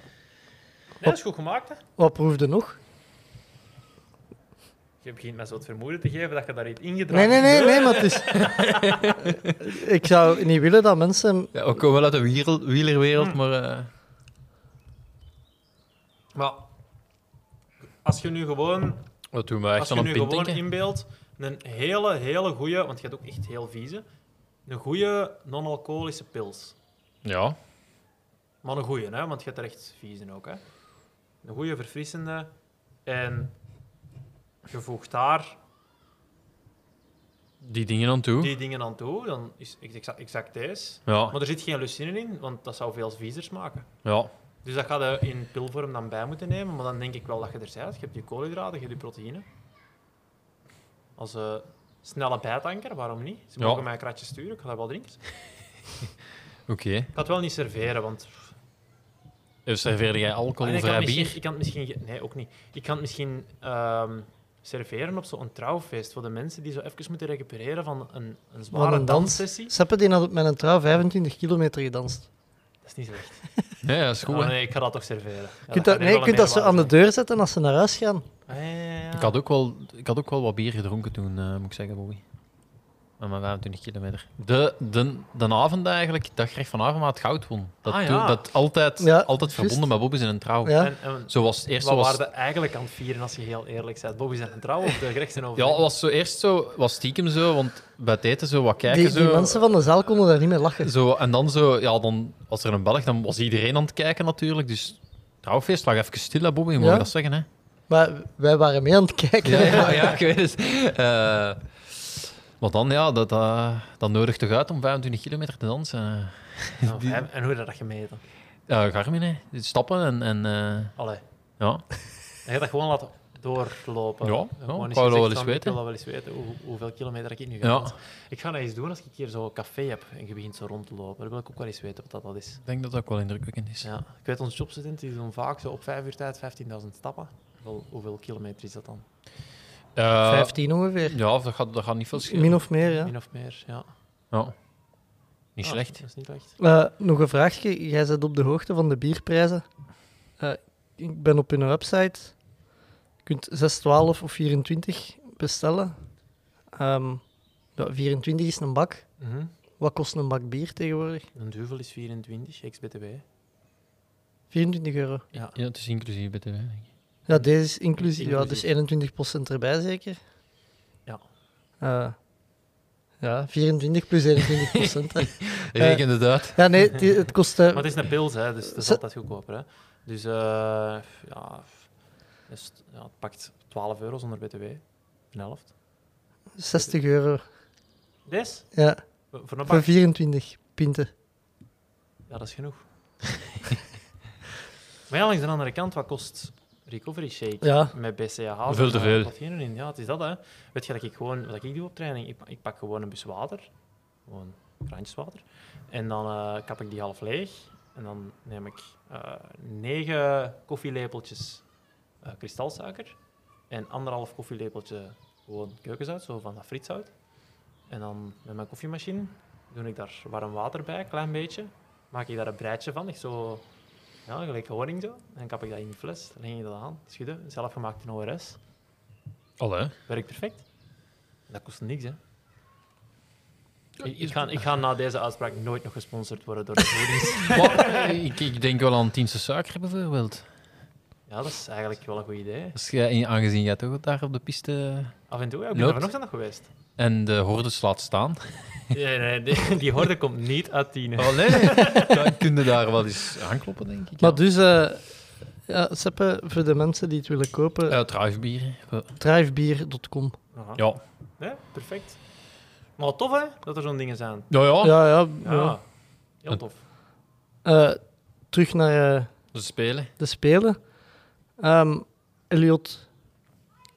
Nee, dat is goed gemaakt, hè.
Wat proefde nog?
Je begint mij zo het vermoeden te geven dat je daar iets
Nee,
ingedragen
nee, nee, nee, maar het is. ik zou niet willen dat mensen.
Ja, ook wel uit de wierel- wielerwereld,
Hmm.
maar... eh,
Maar als je nu gewoon,
dat doen we echt
als je
aan een
nu
pint
gewoon
denken.
inbeeldt, een hele, hele goede, want je hebt ook echt heel vieze, een goede non-alcoholische pils.
Ja.
Maar een goede, hè, want je hebt er echt vieze ook. Hè. Een goede, verfrissende. En je voegt daar
Die dingen aan toe.
die dingen aan toe, dan is exact, exact deze.
Ja,
Maar er zit geen lucine in, want dat zou veel viezer smaken.
ja.
Dus dat ga je in pilvorm dan bij moeten nemen, maar dan denk ik wel dat je er bent. Je hebt je koolhydraten, je hebt je proteïne. Als eh, snelle bijtanker, waarom niet? Ze
Ja.
mogen mij een kratje sturen, ik ga dat wel drinken.
Oké.
Ik ga het wel niet serveren, want...
En Serveerde jij
Ah, nee, ik kan
alcoholvrij
het
bier?
misschien- Ik kan het misschien... ge- Nee, ook niet. Ik kan het misschien ehm, serveren op zo'n trouwfeest voor de mensen die zo even moeten recupereren van een, een
Van
zware
een dans.
danssessie.
Seppe die had op mijn trouw 25 kilometer gedanst.
Dat is niet slecht.
Nee, dat is goed.
Oh,
hè.
nee, ik ga dat toch serveren. Ja,
Je kunt
gaat
dat,
nu
nee, je
wel
kunt
een
dat zo aan de
meerwaarde
deur zetten als ze naar huis gaan.
zijn. Ah, ja, ja, ja.
ik, had ook wel, ik had ook wel wat bier gedronken toen, eh, moet ik zeggen, Bobby. Maar maar 25 kilometer. De, de, de avond eigenlijk, dat gerecht vanavond, maar het goud won. Dat,
Ah, ja.
doe- dat altijd,
Ja,
altijd
juist.
verbonden met Bobby's in een trouw.
Ja.
En- en-
Zo was het eerst
Wat
was,
waren we eigenlijk aan het vieren, als je heel eerlijk bent? Bobby zijn trouw of de gerechten over?
Ja, het was zo eerst zo, was stiekem zo, want bij het eten zo wat kijken
Die,
zo.
die mensen van de zaal konden daar niet meer lachen.
zo. En dan zo, ja, dan was er een Belg, dan was iedereen aan het kijken natuurlijk. Dus trouwfeest lag even stil, hè, Bobby, moet
Ja.
je dat zeggen, hè?
Maar wij waren mee aan het kijken.
Ja, ja, ja, ik weet het. Eh, maar dan, ja, dat, eh, dat nodigt toch uit om 25 kilometer te dansen. eh,
Nou, en, en hoe heb je dat gemeten?
Ja, Garmin, hè. Stappen en... en eh,
Allee,
ja.
je hebt dat gewoon laten... doorlopen.
Ja, ja,
Gewoon
ik wou dat
gezegd
wel eens
van, Ik
weten.
wil dat wel eens weten hoe, hoeveel kilometer ik nu ga.
Ja.
Want Ik ga dat eens doen als ik hier zo'n café heb en je begint zo rond te lopen. Dan wil ik ook wel eens weten wat dat, dat is.
Ik denk dat dat ook wel indrukwekkend is.
Ja. Ik weet, onze jobstudenten die doen vaak zo op vijf uur tijd 15.000 stappen. Wel, hoeveel kilometer is dat dan?
Eh,
15 ongeveer.
Ja, dat gaat, dat gaat niet veel schelen.
Min of meer, ja.
Min of meer, ja.
Ja. Niet
Ah,
slecht.
Dat is niet slecht.
Eh, nog een vraagje. Jij bent op de hoogte van de bierprijzen. Eh, ik ben op hun website. Je kunt 6, 12 of 24 bestellen. Ehm, ja, 24 is een bak.
Mhm.
Wat kost een bak bier tegenwoordig?
Een duvel is 24, ex-BTW.
24 euro.
Ja.
Ja, het is inclusief BTW. denk ik.
Ja, deze is inclusief. Ja, dus
Inclusief.
21% erbij zeker.
Ja.
Eh, ja, 24 plus 21%. hè.
Reken het uit.
ja, nee, het, het kost... eh,
Maar het is een pils, hè, dus het is
Ze-
altijd goedkoper. Hè. Dus eh, ja, dus, ja, het pakt 12 euro zonder BTW. Een helft.
60 euro.
Des?
Ja,
Voor een
voor
bak?
24 pinten.
Ja, dat is genoeg. maar ja, langs de andere kant, wat kost recovery shake
Ja.
met BCAH?
Veel te
Eh,
veel.
wat hier nu in? Ja, het is dat, hè. Weet je dat ik gewoon, wat ik doe op training, ik, ik pak gewoon een bus water, gewoon randjeswater, en dan eh, kap ik die half leeg, en dan neem ik eh, negen koffielepeltjes eh, kristalsuiker en anderhalf koffielepeltje gewoon keukenzout, zo van dat frietzout. En dan met mijn koffiemachine doe ik daar warm water bij, een klein beetje. Maak ik daar een breidje van, echt zo, ja, gelijk honing zo. En kap ik dat in die fles, leg ik dat aan, schudden, zelfgemaakt in ORS.
Allee.
Werkt perfect. Dat kost niks, hè. Ik, ik ga, ik ga na deze uitspraak nooit nog gesponsord worden door de voedings.
Maar, ik, ik denk wel aan Tiense Suiker bijvoorbeeld.
Ja, dat is eigenlijk wel een goed idee.
Als jij, Dus aangezien jij toch daar op de piste
Af en toe, ja, ik ben
Loopt.
er vanochtend nog geweest.
en de hordes laat staan.
Nee, nee, die, die horde komt niet uit Tiene.
Oh nee, dan kun je daar wel eens aankloppen, denk ik.
Maar dus, eh ja, Seppe, voor de mensen die het willen kopen,
Ja, druifbieren.
drivebier.com.
Aha.
Ja.
Nee, perfect. Maar wat tof, hè, dat er zo'n dingen zijn.
Ja, ja.
Ja, ja.
Oh. Ja.
ja.
Heel tof.
Eh, terug naar eh,
Ze spelen.
de Spelen. Ehm Elliot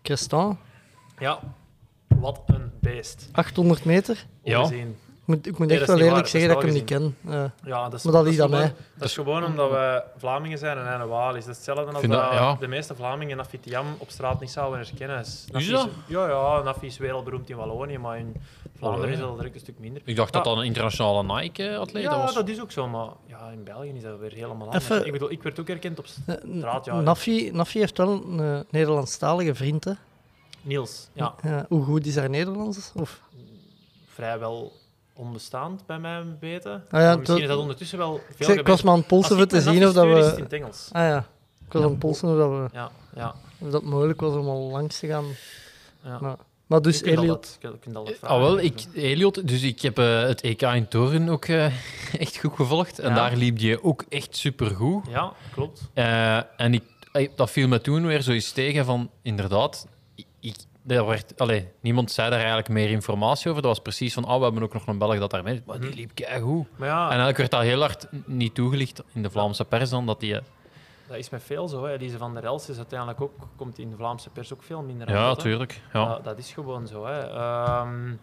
Crestan,
Ja. Wat een beest.
800 meter.
Ja.
Ongezien.
Ik moet, ik moet
Nee,
echt
dat
wel
is niet
eerlijk
waar,
zeggen dat
dat
ik hem
is
niet ken. Eh,
Ja, dat is,
Maar dat is aan
gewoon-
mij.
Dat is gewoon omdat we Vlamingen zijn en hij een Waal is. Dat is hetzelfde als
vind dat-
dat
ja.
de meeste Vlamingen Afitiam op straat niet zouden herkennen. Is Nafi
dat?
Ja, ja, Nafi is wereldberoemd in Wallonië, maar in Vlaanderen
Wallonië.
is dat direct een stuk minder.
Ik dacht dat
Ja.
dat een internationale Nike-atleet
Ja,
was.
dat is ook zo, maar ja, in België is dat weer helemaal anders.
Even-
Ik bedoel, ik werd ook herkend op s-
eh, N-
straat, ja.
Nafi, Nafi heeft wel een eh, Nederlandstalige vriend. Hè.
Niels. Ja,
Ja, hoe goed is haar Nederlands? Of,
vrijwel onbestaand bij mijn weten.
Ah ja,
Maar misschien
dat-
is dat ondertussen wel
ik,
veel
zeg, ik was maar aan het polsen
Als
voor
ik
te
met Nafi
zien of dat
stuur, is het in
we...
het Engels.
Ah ja, ik was aan het polsen of dat, we,
Ja, ja.
of dat het mogelijk was om al langs te gaan.
ja.
Maar, maar dus
Je kunt al
Elliot...
wat- je kunt al wat
Ah,
vragen
wel,
en
ik,
zo.
Elliot, dus ik heb eh, het EK in Toren ook eh, echt goed gevolgd. En
Ja.
daar liep je ook echt supergoed.
Ja, klopt.
Eh, en ik, eh, dat viel me toen weer zo eens tegen van, inderdaad, ik, ik- daar werd, allee, niemand zei daar eigenlijk meer informatie over. Dat was precies van, ah, we hebben ook nog een Belg dat daar mee Maar die liep keigoed.
Maar ja,
En eigenlijk werd dat heel hard n- niet toegelicht in de Vlaamse pers dan, dat die... eh,
dat is met veel zo. Hè. Elise van der Els is uiteindelijk ook, komt in de Vlaamse pers ook veel minder aan
Ja,
bod, hè.
tuurlijk. Ja.
Dat, dat is gewoon zo. Hè. Ehm,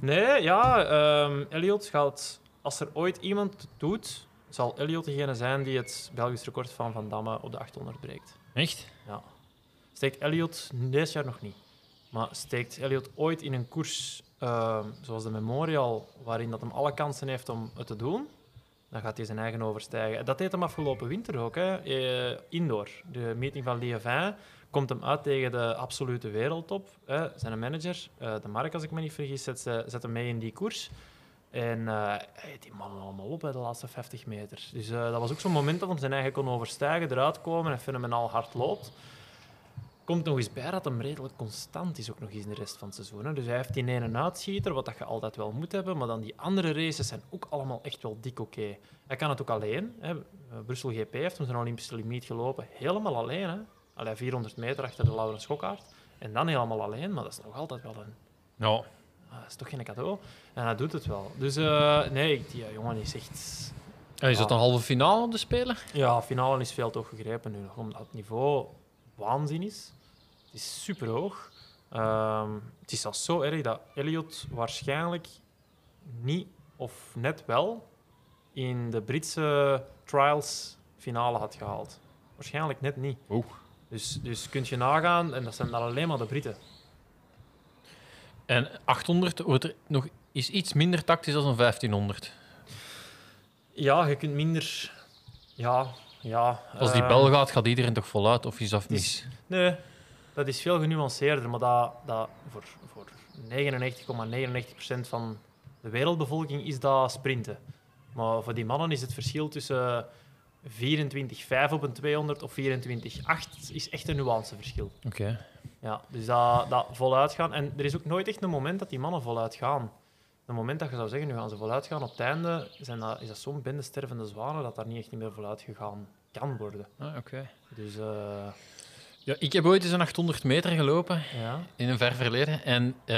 nee, ja, ehm, Elliot gaat... Als er ooit iemand het doet, zal Elliot degene zijn die het Belgisch record van Van Damme op de 800 breekt.
Echt?
Steekt Elliot dit jaar nog niet. Maar steekt Elliot ooit in een koers ehm, zoals de Memorial, waarin dat hem alle kansen heeft om het te doen, dan gaat hij zijn eigen overstijgen. Dat deed hem afgelopen winter ook, hè. eh, indoor. De meeting van Liévin komt hem uit tegen de absolute wereldtop. Hè. Zijn manager, eh, de Mark, als ik me niet vergis, zet, ze- zet hem mee in die koers. En eh, hij heeft die mannen allemaal op bij de laatste 50 meter. Dus eh, dat was ook zo'n moment dat hij zijn eigen kon overstijgen, eruit komen en fenomenaal hard loopt. Komt nog eens bij dat hem redelijk constant is ook nog eens in de rest van het seizoen. Hè. Dus hij heeft die ene uitschieter, wat dat je altijd wel moet hebben. Maar dan die andere races zijn ook allemaal echt wel dik oké. Hij kan het ook alleen. Hè. Eh, Brussel GP heeft hem zijn Olympische limiet gelopen. Helemaal alleen. Hè. Allee, 400 meter achter de Laurens Schokkaard. En dan helemaal alleen. Maar dat is nog altijd wel een...
Ja.
ah, dat is toch geen cadeau? En hij doet het wel. Dus eh, nee, ik- die eh, jongen is echt...
En is dat een halve finale om te spelen?
Ja, finale is veel toch gegrepen nu nog, omdat het niveau waanzin is. Het is super hoog. het is zelfs zo erg dat Elliot waarschijnlijk niet of net wel in de Britse trials finale had gehaald. Waarschijnlijk net niet.
Oeh.
Dus, dus kun je nagaan, en dat zijn dan alleen maar de Britten.
En 800 wordt er nog, is iets minder tactisch dan een 1500.
Ja, je kunt minder. Ja, ja.
Als die
eh,
bel gaat, gaat iedereen toch voluit of is dat
is-
mis?
Dus Nee, dat is veel genuanceerder, maar dat, dat voor, voor 99,99% van de wereldbevolking is dat sprinten. Maar voor die mannen is het verschil tussen 24,5 op een 200 of 24,8 is echt een nuanceverschil.
Oké.
Ja, dus dat, dat voluit gaan. En er is ook nooit echt een moment dat die mannen voluit gaan. Een moment dat je zou zeggen, nu gaan ze voluit gaan, op het einde zijn dat, is dat zo'n bende stervende zwanen dat daar niet echt niet meer voluit gegaan kan worden.
Ah, oké.
Dus eh,
Ja, ik heb ooit eens een 800 meter gelopen
ja.
in een ver verleden. En eh,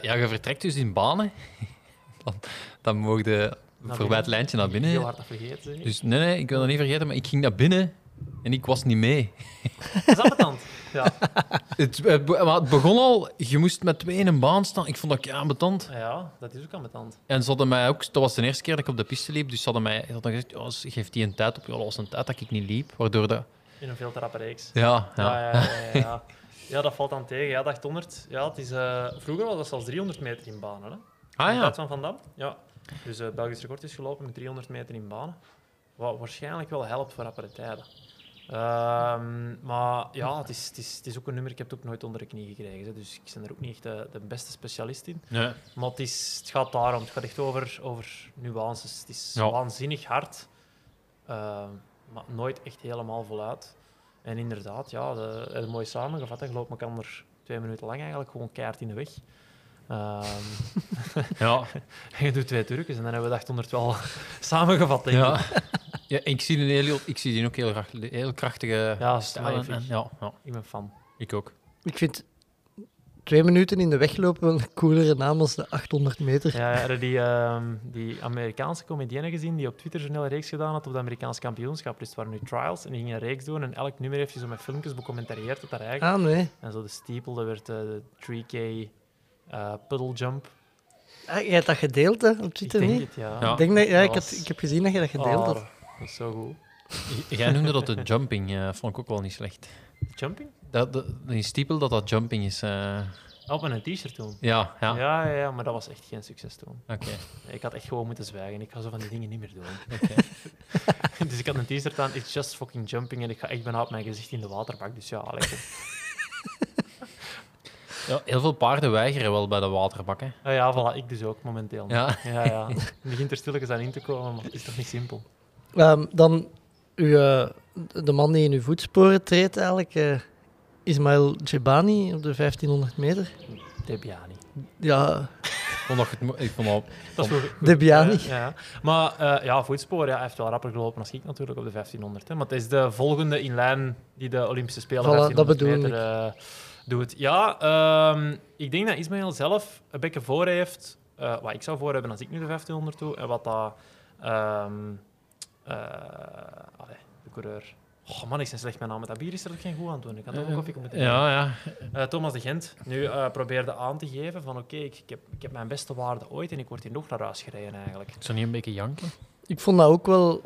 ja, je vertrekt dus in banen. dan, dan mogen de voorbij
binnen.
het lijntje naar
Heel
binnen.
hard dat vergeten. zeg ik.
Dus nee, nee, ik wil dat niet vergeten, maar ik ging naar binnen en ik was niet mee.
Dat is ambetant. Ja.
Het, het be- maar het begon al, je moest met twee in een baan staan. Ik vond dat ja, betant.
Ah, ja, dat is ook ambetant.
En ze hadden mij ook, dat was de eerste keer dat ik op de piste liep, dus ze hadden mij ze hadden gezegd, "Ja, ze geeft die een tijd op. Ja, dat was een tijd dat ik niet liep, waardoor dat...
In een veel te rappe reeks. Ah,
Ja, ja.
Ja, ja, ja, ja. Ja, dat valt dan tegen. Ja, 800. Ja, het is, eh, vroeger was dat zelfs 300 meter in banen. Hè?
Ah
In plaats
ja,
van Van Dam. Ja. Dus het Belgisch record is gelopen met 300 meter in banen. Wat waarschijnlijk wel helpt voor rappere tijden. Ehm, maar ja, het is, het, is, het is ook een nummer. Ik heb het ook nooit onder de knie gekregen. hè. Dus ik ben er ook niet echt de, de beste specialist in.
nee.
Maar het, is, het gaat daarom. Het gaat echt over, over nuances. Het is
Ja.
waanzinnig hard, eh, maar nooit echt helemaal voluit. En inderdaad, ja, de, eh, mooi samengevat. hè. Je loopt elkaar twee minuten lang eigenlijk gewoon keihard in de weg. Ehm,
ja.
je doet twee trucjes en dan hebben we de 800 wel samengevat. Denk ik.
Ja. ja, ik zie een heel, ik zie die ook heel, graag- heel krachtige
Ja,
stijl en-
stijl,
en- ja, ja,
Ik ben fan.
ik ook.
Ik vind twee minuten in de weg lopen wel een coolere naam als de 800 meter.
Ja, hadden die, ehm, die Amerikaanse comedienne gezien die op Twitter een hele reeks gedaan had op het Amerikaans kampioenschap. Dus het waren nu trials en die gingen een reeks doen en elk nummer heeft je zo met filmpjes becommentarieerd op haar eigen.
Ah, nee.
En zo de steeple, dat werd eh, de 3K eh puddle jump.
Ah, jij hebt dat gedeeld, hè, op Twitter
ik denk
niet?
het, ja.
Ja.
Ik, denk dat, ja,
Dat
ik, had,
was-
ik heb gezien dat je dat gedeeld had.
Oh, dat is zo goed.
J- Jij noemde dat de jumping, eh, vond ik ook wel niet slecht.
Jumping?
Dat, dat, die stiepel dat dat jumping is. eh,
Op met een t-shirt toen.
ja, ja.
Ja. Ja, ja, maar dat was echt geen succes toen.
Oké.
Ik had echt gewoon moeten zwijgen. Ik ga zo van die dingen niet meer doen.
oké.
dus ik had een t-shirt aan, it's just fucking jumping. En ik ga echt bijna op mijn gezicht in de waterbak. Dus ja, lekker.
ja, heel veel paarden weigeren wel bij de waterbakken.
Ah ja, voilà, ik dus ook momenteel.
Ja.
ja. ja. Het begint er stilletjes aan in te komen, maar het is toch niet simpel.
Ehm, dan uw, eh, de man die in uw voetsporen treedt, eigenlijk, eh, Ismail Djebani op de 1500 meter.
Debiani.
Ja,
Ik vond dat het mo- ik vond dat-
Dat is goed.
Debiani.
Ja, ja. Maar eh, ja, voetsporen, ja, hij heeft wel rapper gelopen als ik natuurlijk op de 1500. Hè. Maar het is de volgende in lijn die de Olympische Spelen
Voilà, dat
1500
bedoel
meter eh, doet. Ja, ehm, ik denk dat Ismaël zelf een beetje voor heeft eh, wat ik zou voor hebben als ik nu de 1500 doe. En wat dat... ehm, eh, allee, de coureur... Oh man, ik ben slecht met naam. Met dat bier is er ook geen goed aan het doen. Ik had ook een koffie moeten drinken.
Ja, ja.
Eh, Thomas de Gent nu eh, probeerde aan te geven van oké, ik, ik, heb, ik heb mijn beste waarde ooit en ik word hier nog naar huis gereden eigenlijk.
Ik zou niet een beetje janken.
ik vond dat ook wel...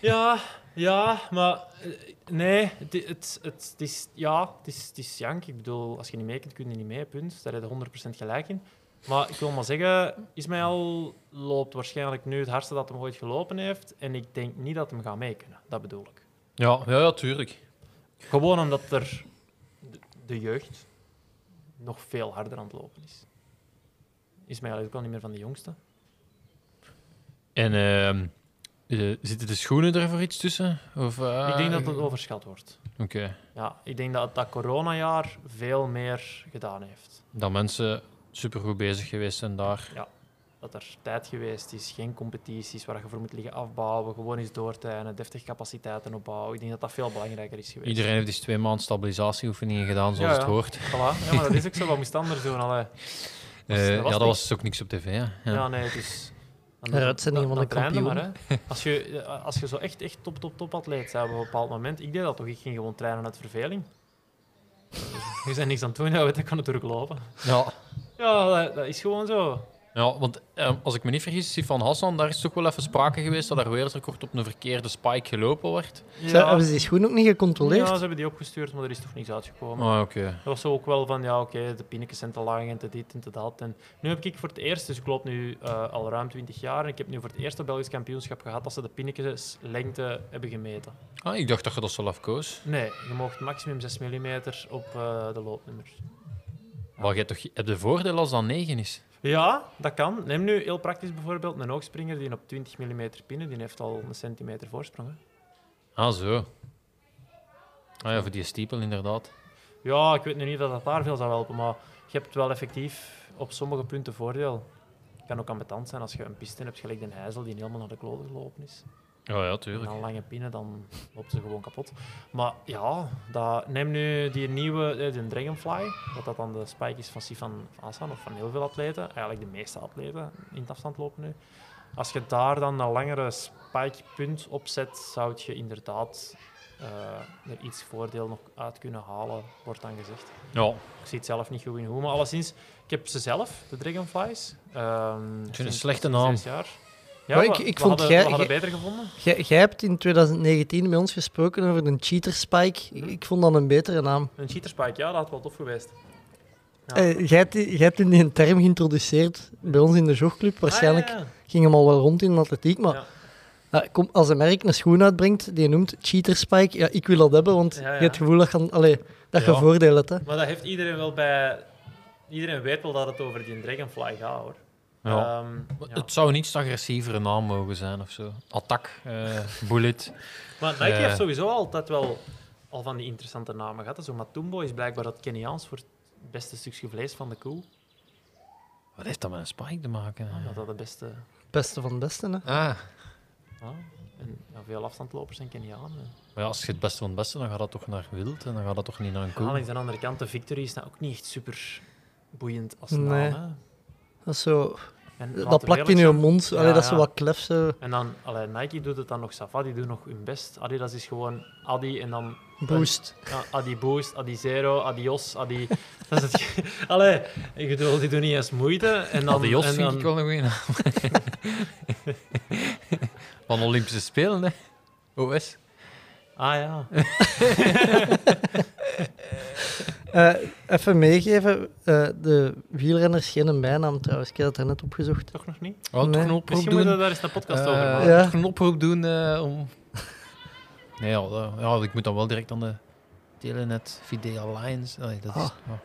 Ja, ja, maar eh, nee, het, i- het, het, het is, ja, het is, het is jank. Ik bedoel, als je niet mee kunt, kun je niet mee, punt. Daar heb je 100% gelijk in. Maar ik wil maar zeggen, Ismaël loopt waarschijnlijk nu het hardste dat hem ooit gelopen heeft. En ik denk niet dat hem gaat mee kunnen, dat bedoel ik.
Ja, ja, ja, tuurlijk.
Gewoon omdat er de, de jeugd nog veel harder aan het lopen is. Ismaël is ook al niet meer van de jongste.
En ehm, eh, zitten de schoenen er voor iets tussen? Of, eh,
ik denk dat het overschat wordt.
Oké.
Ja, ik denk dat dat coronajaar veel meer gedaan heeft.
Dat mensen supergoed bezig geweest zijn daar.
dat er tijd geweest is, geen competities waar je voor moet liggen afbouwen, gewoon eens doortijden, deftig capaciteiten opbouwen. Ik denk dat dat veel belangrijker is geweest.
Iedereen heeft dus twee maanden stabilisatieoefeningen gedaan, zoals
Ja, ja.
het hoort.
Voilà. Ja, maar dat is ook zo. Wat moest anders doen? Allee.
Eh,
er was
ja, dat
niks.
was dus ook niks op tv. Hè? Ja.
Ja. nee, het is... Dan,
Ja, het zijn
dan-
niet
dan
helemaal de
train je maar, hè. Als je, eh, als je zo echt, echt top, top, top atleet bent op een bepaald moment... Ik deed dat toch, ik ging gewoon trainen uit verveling. Je bent niks aan het doen, ja, weet, je, dan kan het teruglopen.
Ja.
Ja, dat, dat is gewoon zo.
Ja, want ehm, als ik me niet vergis, Sifan Hassan, daar is toch wel even sprake geweest dat er wereldrecord op een verkeerde spike gelopen werd.
Zij- Hebben ze die schoen ook niet
ja,
gecontroleerd?
ze hebben die opgestuurd, maar er is toch niks uitgekomen.
Ah, oké.
Dat was zo ook wel van, ja, oké, de pinnetjes zijn te lang en te dit en te dat. En nu heb ik voor het eerst, dus ik loop nu eh, al ruim 20 jaar, en ik heb nu voor het eerst een Belgisch kampioenschap gehad dat ze de pinnetjeslengte hebben gemeten.
Ah, ik dacht dat je dat zelf koos.
Nee, je mocht maximum 6 mm op eh, de loopnummers.
Maar jij toch, heb je voordeel als dat 9 is?
Ja, dat kan. Neem nu heel praktisch bijvoorbeeld een hoogspringer die op 20 mm pinnen, die heeft al een centimeter voorsprong. hè.
Ah, zo. Ah ja, voor die stiepel inderdaad.
Ja, ik weet nu niet of dat daar veel zou helpen, maar je hebt wel effectief op sommige punten voordeel. Het kan ook ambetant zijn als je een piste hebt, gelijk de hijzel, die helemaal naar de kloot gelopen is.
Oh ja,
En
tuurlijk.
dan lange pinnen, dan loopt ze gewoon kapot. Maar ja, dat, neem nu die nieuwe, eh, de Dragonfly, dat dat dan de spike is van Sifan Hassan of van heel veel atleten, eigenlijk de meeste atleten in het afstand lopen nu. Als je daar dan een langere spikepunt op zet, zou je inderdaad eh, er iets voordeel nog uit kunnen halen, wordt dan gezegd.
Ja,
Ik zie het zelf niet goed in hoe, maar alleszins, ik heb ze zelf, de Dragonflies. Ehm,
een
sinds-
slechte
sinds
naam.
zes jaar. Ja,
Maar ik-
we-
ik
we
vond
hadden,
jij-
we hadden
jij-
beter gevonden.
Jij, jij hebt in 2019 met ons gesproken over de cheater spike.
Mhm.
Ik vond dat een betere naam.
Een cheaterspike, ja, dat had wel tof geweest. Ja.
Eh, jij, hebt die- jij hebt in die een term geïntroduceerd bij ons in de jogclub. Waarschijnlijk
Ah, ja, ja.
ging hem al wel rond in de atletiek. Maar
Ja.
eh, kom, als een merk een schoen uitbrengt die je noemt cheater spike, ja, ik wil dat hebben, want
Ja,
je
ja.
hebt het gevoel dat je, allee, dat je
Ja.
voordeel hebt. Hè.
Maar dat heeft iedereen wel bij... Iedereen weet wel dat het over die Dragonfly gaat, hoor.
ja.
Ehm, ja.
Het zou een iets agressievere naam mogen zijn of zo. Attack, eh, Bullet.
Maar Nike
Ja.
Eh.
heeft sowieso altijd wel al van die interessante namen gehad. hè. Zo Matumbo is blijkbaar dat Keniaans voor het beste stukje vlees van de koe.
Wat heeft dat met een spike te maken?
Ah,
Ja, dat de beste...
Beste van het beste. Hè.
Ah,
ja. En ja, veel afstandlopers zijn Kenianen.
maar ja, als je het beste van het beste, dan gaat dat toch naar wild en dan gaat dat toch niet naar een koe.
Aan de andere kant, de Victory is nou ook niet echt super boeiend als naam.
Nee.
hè.
Dat, is zo,
En laten
dat
we
plakt in
eerlijk
je
zijn,
mond. Allee,
Ja,
dat is zo
ja.
wat klef. Zo.
En dan, allee, Nike doet het dan nog Safa, die doen nog hun best. Adidas is gewoon Adi en dan
Boost.
Ja, Adi Boost, Adi Zero, Adios, Adi... Dat is het... ge- Allee, ik bedoel, die doen niet eens moeite. En dan,
Adios
en
vind
dan-
ik wel een goede naam. Van Olympische Spelen, hè? OS.
Ah ja.
Eh, even meegeven, eh, de wielrenners geen een bijnaam trouwens. Ik heb dat daarnet opgezocht.
Toch nog niet?
Oh,
Nee.
toch een oproep
Misschien moeten we
doen.
daar eens een podcast
Eh,
over maken.
Ja.
Toch een oproep doen eh, om... Nee, ja, dat- ja, ik moet dan wel direct aan de Telenet Fidea Alliance. Nee, dat is...
Ah.
ja.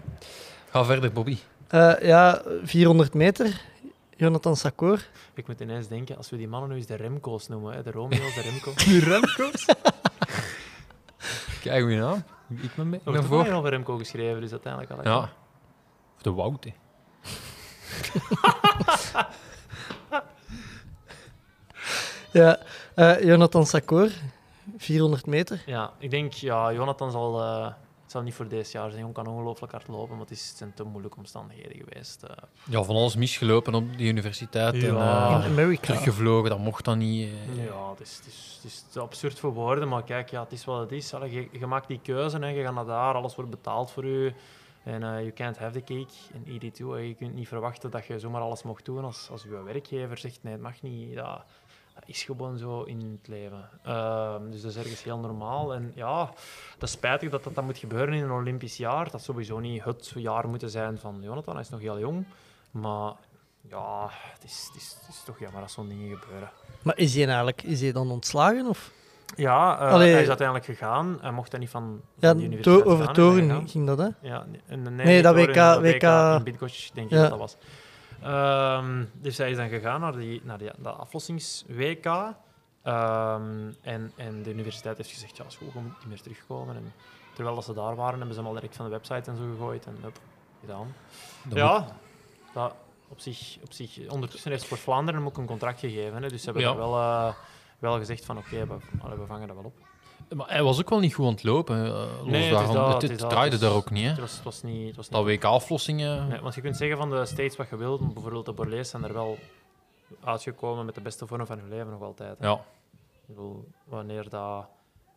Ga verder, Bobby.
Eh, ja, 400 meter. Jonathan Sakor.
Ik moet ineens denken, als we die mannen nu eens de Remco's noemen, hè, de Romeo's, de Remco.
Remco's? Kijk, goeie naam. Ik ben, mee,
Er
ben
wordt
voor.
ook nog over Remco geschreven, dus uiteindelijk al.
Ja. Of de Wout, hè.
Ja, eh, Jonathan Sakor. 400 meter.
Ja, ik denk, ja, Jonathan zal... eh, het zal niet voor deze jaar zijn. Hij kan ongelooflijk hard lopen, maar het, is, het zijn te moeilijke omstandigheden geweest. eh.
Ja, van alles misgelopen op de universiteit. En,
Ja.
eh,
In Amerika.
teruggevlogen, dat mocht dan niet. eh.
Ja, het is, het, is, het is te absurd voor woorden, maar kijk, ja, het is wat het is. Allee, je, je maakt die keuze, hè. je gaat naar daar, alles wordt betaald voor je. En eh you can't have the cake E en eat it too. En Je kunt niet verwachten dat je zomaar alles mocht doen als, als je werkgever zegt nee, het mag niet. Dat, dat is gewoon zo in het leven. Ehm, dus dat is ergens heel normaal. En ja, dat is spijtig dat dat, dan moet gebeuren in een Olympisch jaar. Dat sowieso niet het jaar moeten zijn van Jonathan, hij is nog heel jong. Maar ja, het is, het is, het is toch jammer als zo'n dingen gebeuren.
Maar is hij eigenlijk is hij dan ontslagen? Of?
Ja, eh,
Allee.
hij is uiteindelijk gegaan. Hij mocht daar niet van,
Ja,
van
to-
die universiteit
over
gaan, hij is
Toren
daar gegaan.
ging dat, hè?
Ja, nee, en- nee,
Nee,
niet
dat
Toren,
WK WK.
dat in Bidgoch, denk ik
Ja.
dat dat was. Ehm, dus hij is dan gegaan naar, die, naar die, dat aflossings-WK. Ehm, en, en de universiteit heeft gezegd, ja, is goed, je moet niet meer terugkomen. En terwijl dat ze daar waren, hebben ze hem al direct van de website en zo gegooid. En hup, gedaan.
Dat
ja, dat op zich, op zich. Ondertussen heeft Sport Vlaanderen hem ook een contract gegeven. Hè, dus ze hebben
Ja.
daar wel, eh, wel gezegd van, oké, we- allee, we vangen dat wel op.
moet- Maar hij was ook wel niet goed aan het lopen. eh, los
Nee, het is
daarvan.
dat,
het,
het is
het
dat,
draaide
het is-
daar ook niet. Hè.
Het was, het was niet. Het was niet
Dat WK-aflossingen.
Nee, want je kunt zeggen van de States wat je wilt, maar bijvoorbeeld de Borlees zijn er wel uitgekomen met de beste vorm van hun leven nog altijd. hè.
Ja.
Ik bedoel, wanneer dat,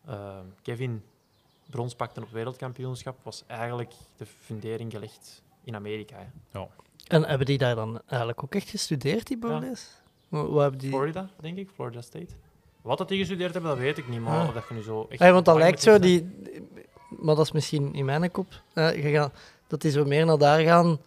eh, ehm, Kevin brons pakten op wereldkampioenschap, was eigenlijk de fundering gelegd in Amerika. hè.
En hebben die daar dan eigenlijk ook echt gestudeerd, die Burlees? Wa- Wat hebben die...
Florida, denk ik, Florida State. Wat dat die gestudeerd hebben, dat weet ik niet, maar
Ah.
of dat je nu zo echt...
Hey, want dat
bang
lijkt
moet
zo,
zijn.
die, maar dat is misschien in mijn kop, eh, je gaat- dat die zo meer naar daar gaan.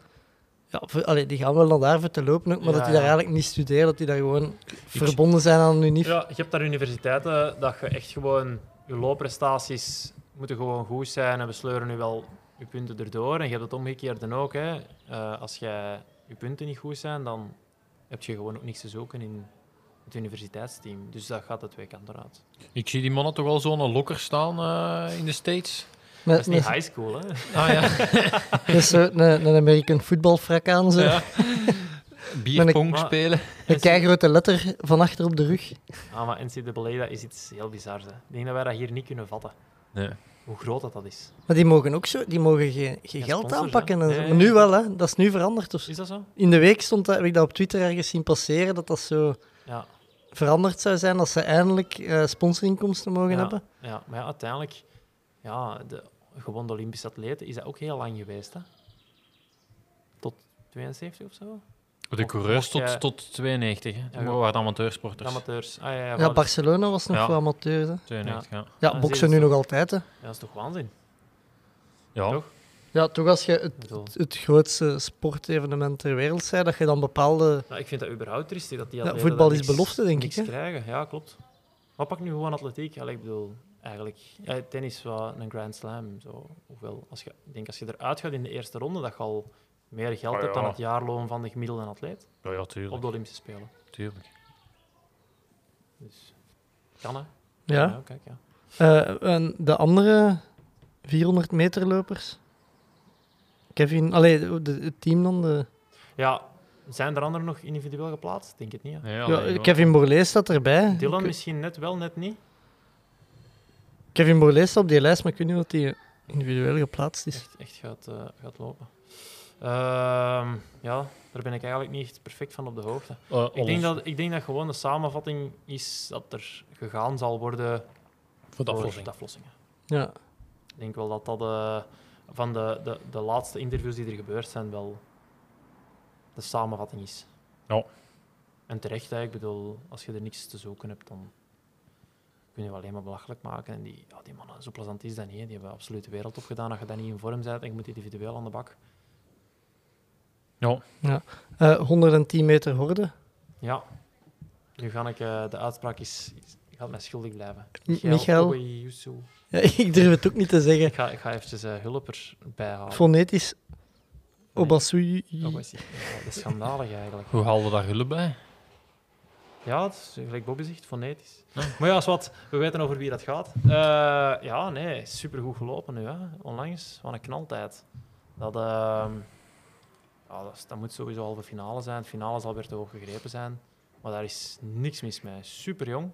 Ja, voor- allee, die gaan wel naar daar voor te lopen, ook, maar
Ja,
dat die daar
ja.
eigenlijk niet studeren, dat die daar gewoon verbonden zijn aan hun niveau.
Ja, je hebt daar universiteiten dat je echt gewoon... Je loopprestaties moeten gewoon goed zijn en we sleuren nu wel je punten erdoor. En je hebt het omgekeerde ook. Hè. Eh, als jij je punten niet goed zijn, dan heb je gewoon ook niks te zoeken in het universiteitsteam. Dus dat gaat de twee kanten uit.
Ik zie die mannen toch wel zo'n lokker staan eh, in de States.
Dat
Met,
is niet
met,
high school, hè?
Ah ja,
met zo'n Dus, eh, een, een American voetbalfrak aan, zo.
Ja. bierpong
Maar-
spelen.
een keigrote letter van achter op de rug.
Ah, maar NCAA, dat is iets heel bizars. Hè. Ik denk dat wij dat hier niet kunnen vatten.
Nee.
Hoe groot dat, dat is.
Maar die mogen ook zo, die mogen geen, geen geld
sponsors,
aanpakken.
hè?
en zo.
Nee,
maar nu
ja.
wel, hè? dat is nu veranderd. of zo.
Is dat zo?
In de week stond dat, heb ik dat op Twitter ergens zien passeren, dat dat zo
Ja.
veranderd zou zijn als ze eindelijk eh, sponsorinkomsten mogen
ja,
hebben.
Ja, maar ja, uiteindelijk, ja, de, gewoon de Olympische atleten, is dat ook heel lang geweest, hè? Tot 72 of
Dus-
zo?
De coureurs
Mocht jij-
tot, tot 92, hè.
Ja, ja.
We waren amateursporters.
Amateurs. Ah, ja, ja,
Ja,
voilà.
Barcelona was nog
Ja.
voor amateurs. hè.
92, ja.
Ja,
Ah,
boksen
zie je
nu nog altijd. Hè.
Ja, dat is toch waanzin?
Ja,
Toch?
Ja, toch als je het,
Ik bedoel,
het grootste sportevenement ter wereld zei, dat je dan bepaalde...
ja, nou, ik vind dat überhaupt triest, dat die
Ja,
atleten
voetbal
daar
is
niks-
belofte, denk
niks
ik, hè?
krijgen, ja, klopt. Maar pak nu gewoon atletiek. Allee, ik bedoel, eigenlijk, ja, tennis was een grand slam. Zo. Hoewel, als je, ik denk als je eruit gaat in de eerste ronde, dat je al meer geld
Ah,
hebt dan
ja.
het jaarloon van de gemiddelde atleet
ja, ja
op
tuurlijk.
de Olympische Spelen.
tuurlijk.
Dus, kan hè?
Ja.
kijk, ja.
Eh, en de andere 400 meterlopers? Kevin... Allee, de- de- het team dan? De,
Ja, zijn er anderen nog individueel geplaatst? Denk het niet. Hè?
Ja,
Ja,
nee, joh.
Kevin Borlees staat erbij.
Dylan
Ik-
misschien net wel, net niet.
Kevin Borlees staat op die lijst, maar ik weet niet of hij individueel geplaatst is.
Echt, echt gaat, eh, gaat lopen. Ehm, ja, daar ben ik eigenlijk niet echt perfect van op de hoogte.
Eh,
Ik denk,
Olaf,
dat, ik denk dat gewoon de samenvatting is dat er gegaan zal worden
voor de
voor
aflossing.
de aflossingen.
Ja.
Ik denk wel dat dat eh, van de, de, de laatste interviews die er gebeurd zijn wel de samenvatting is.
Ja.
En terecht, hè. ik bedoel, als je er niks te zoeken hebt, dan kun je het alleen maar belachelijk maken. En die, ja, die mannen, zo plezant is dat niet. hè. Die hebben absoluut de wereld opgedaan. Als je daar niet in vorm bent en je moet individueel aan de bak.
Eh, 110 meter horde.
Ja. Nu ga ik, eh, de uitspraak is, is- gaat mij schuldig blijven.
M- Michael?
Owoyesu.
Ja, ik durf het ook niet te zeggen.
Ik ga, ik ga eventjes eh, hulp erbij halen.
Fonetisch.
Nee.
Obasui.
Owoyesu. Ja, eh, dat is schandalig eigenlijk.
Hoe haalde daar hulp bij?
Ja, het is gelijk Bobby zegt, fonetisch. Maar ja, is wat, we weten over wie dat gaat. Eh, ja, nee, supergoed gelopen nu. Hè. Onlangs, wat een knaltijd. Dat, ehm, ja, dat, is- dat moet sowieso halve finale zijn. Het finale zal weer te hoog gegrepen zijn. Maar daar is niks mis mee. Super jong.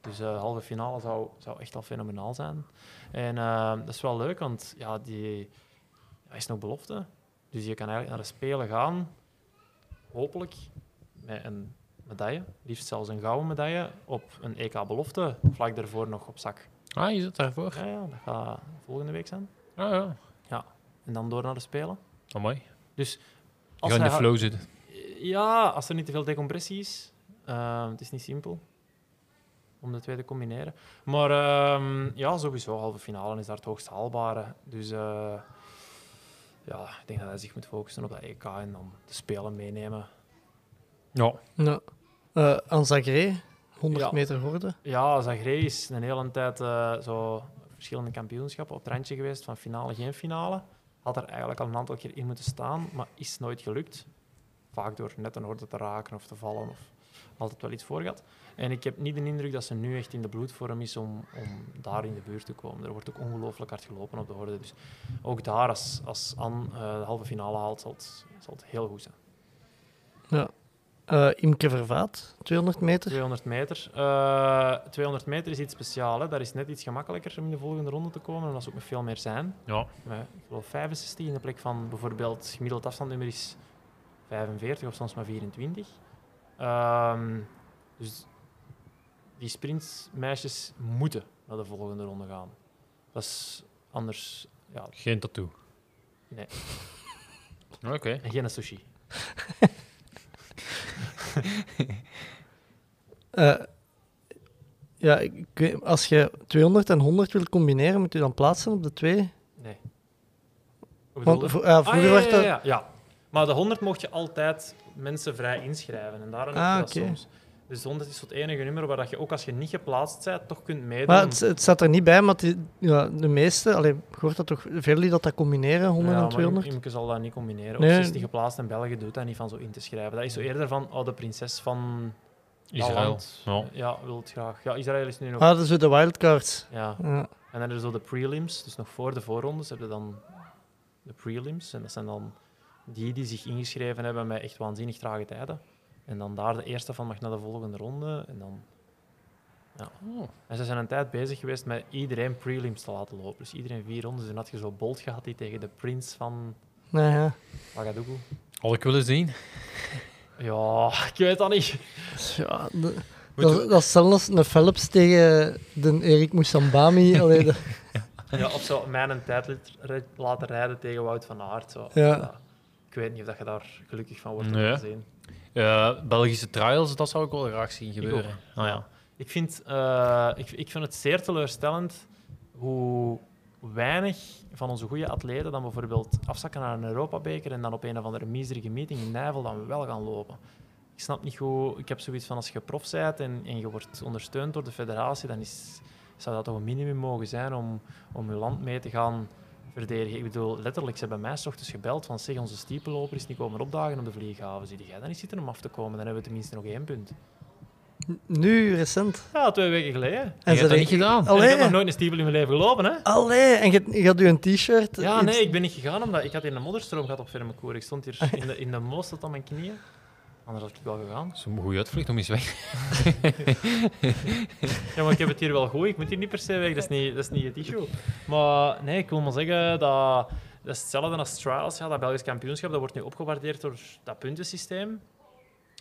Dus eh halve finale zou, zou echt al fenomenaal zijn. En eh, dat is wel leuk, want ja, die hij is nog belofte. Dus je kan eigenlijk naar de Spelen gaan, hopelijk, met een medaille, liefst zelfs een gouden medaille, op een EK-belofte, vlak daarvoor nog op zak.
Ah, je zit daarvoor.
Ja, ja, dat gaat volgende week zijn.
Ah ja,
En dan door naar de Spelen.
mooi. Je
Als
gaat in de
hij ha-
flow zitten.
Ja, als er niet te veel decompressie is. Ehm, het is niet simpel om de twee te combineren. Maar ehm, ja, sowieso, halve finale is daar het hoogst haalbare. Dus eh, ja, ik denk dat hij zich moet focussen op dat EK en dan de Spelen meenemen.
Ja.
Ja. Eh, Anzagré, 100
Ja.
meter horde.
Ja, Zagreb is een hele tijd eh, zo verschillende kampioenschappen op het randje geweest, van finale geen finale. Had er eigenlijk al een aantal keer in moeten staan, maar is nooit gelukt. Vaak door net een horde te raken of te vallen of altijd wel iets voor gehad. En ik heb niet de indruk dat ze nu echt in de bloedvorm is om, om daar in de buurt te komen. Er wordt ook ongelooflijk hard gelopen op de horde. Dus ook daar, als, als Anne eh, de halve finale haalt, zal het, zal het heel goed zijn.
Eh, Imke Vervaat, 200 meter.
200 meter. Eh, 200 meter is iets speciaals. Hè. Daar is net iets gemakkelijker om in de volgende ronde te komen, omdat ze ook met veel meer zijn.
Ja.
Maar ik geloof 65 in de plek van bijvoorbeeld gemiddeld afstandnummer is 45 of soms maar 24. Ehm, dus die sprintmeisjes moeten naar de volgende ronde gaan. Dat is Anders, ja,
Geen tattoo.
Nee.
Oké.
en geen sushi.
Eh, ja, ik ik weet- als je 200 en 100 wilt combineren, moet je dan plaatsen op de twee?
Nee. Hoe bedoel je?
Want vo- ja,
Ah,
vroeger
ja,
werd
ja, ja,
dat...
ja, ja. Maar de 100 mocht je altijd mensen vrij inschrijven. En daarom
Ah,
heb je dat
oké.
soms. Dus 100 is het enige nummer waar dat je ook als je niet geplaatst bent, toch kunt meedoen.
Maar het, het staat er niet bij, maar die- ja, de meeste... Allee, je hoort dat toch veel die dat, dat combineren, 100 en
Ja, maar
200?
Imke zal dat niet combineren.
Nee.
Op 16 geplaatst en België doet dat niet van zo in te schrijven. Dat is zo eerder van, oh, de prinses van dat
Israël.
land,
Ja.
Ja, wil het graag. Ja, Israël is nu nog...
Ah, dat is zo de wildcards.
Ja.
Ja.
En dan is er zo de prelims, dus nog voor de voorrondes heb je dan de prelims. En dat zijn dan die die zich ingeschreven hebben met echt waanzinnig trage tijden. En dan daar de eerste van mag naar de volgende ronde. En, dan, ja. en ze zijn een tijd bezig geweest met iedereen prelims te laten lopen. Dus iedereen vier rondes. En dan had je zo Bolt gehad die tegen de prins van
Nou ja,
Ouagadougou.
Al ik willen zien.
Ja, ik weet dat niet.
ja de- dat, dat is zelfs als een Philips tegen de Erik Moussambami. Allee, dat-
Ja, of zo mijn een tijd lit- ri- laten rijden tegen Wout van Aert. Zo.
Ja.
Ik weet niet of dat je daar gelukkig van wordt om
Nee.
te zien.
Eh, Belgische trials, dat zou ik wel graag zien gebeuren.
ook.
Ah, ja.
Ik vind, eh, ik, ik vind het zeer teleurstellend hoe weinig van onze goede atleten dan bijvoorbeeld afzakken naar een Europabeker en dan op een of andere miserige meeting in Nijvel dan wel gaan lopen. Ik snap niet hoe... Ik heb zoiets van als je prof bent en, en je wordt ondersteund door de federatie, dan is, zou dat toch een minimum mogen zijn om, om je land mee te gaan verdedigen. Ik bedoel, letterlijk, ze hebben mij 's ochtends gebeld van zeg, onze stiepeloper is niet komen opdagen op de vlieghaven. Zie jij dan niet zitten om af te komen? Dan hebben we tenminste nog één punt.
nu, recent.
Ja, twee weken geleden.
En je hebt dat
zei-
niet gedaan.
En Ik heb
Allee,
nog nooit een stiebel in mijn leven gelopen, hè?
allee, en je, je had je een t-shirt.
Ja,
iets-
nee, ik ben niet gegaan omdat ik had in de modderstroom gehad op Vermekoer. Ik stond hier in de, in de moos tot aan mijn knieën. Anders had ik wel gegaan.
Dat is een goede uitvlucht om eens weg.
Ja, maar ik heb het hier wel goed. Ik moet hier niet per se weg. Dat is niet, dat is niet het issue. Maar nee, ik wil maar zeggen dat... Dat is hetzelfde als trials. Ja, dat Belgisch kampioenschap dat wordt nu opgewaardeerd door dat puntensysteem.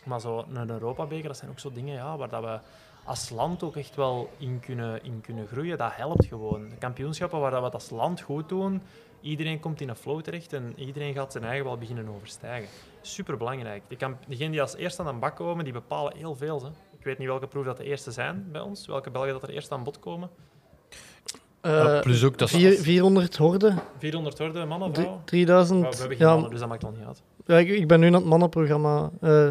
Maar zo een Europa-beker, dat zijn ook zo dingen ja, waar dat we als land ook echt wel in kunnen, in kunnen groeien. Dat helpt gewoon. De kampioenschappen waar dat we het als land goed doen, iedereen komt in een flow terecht en iedereen gaat zijn eigen wel beginnen overstijgen. Superbelangrijk. De kamp- Degenen die als eerste aan de bak komen, die bepalen heel veel. Hè. Ik weet niet welke proef dat de eerste zijn bij ons, welke Belgen dat er eerst aan bod komen.
eh,
Eh, plus ook dat
vier- 400 horden,
400 orde, man of
drie-
vrouw? Vrouw, we
3000.
hebben geen
Ja,
mannen, dus dat maakt al niet uit.
ja, ik, ik ben nu aan het mannenprogramma. eh,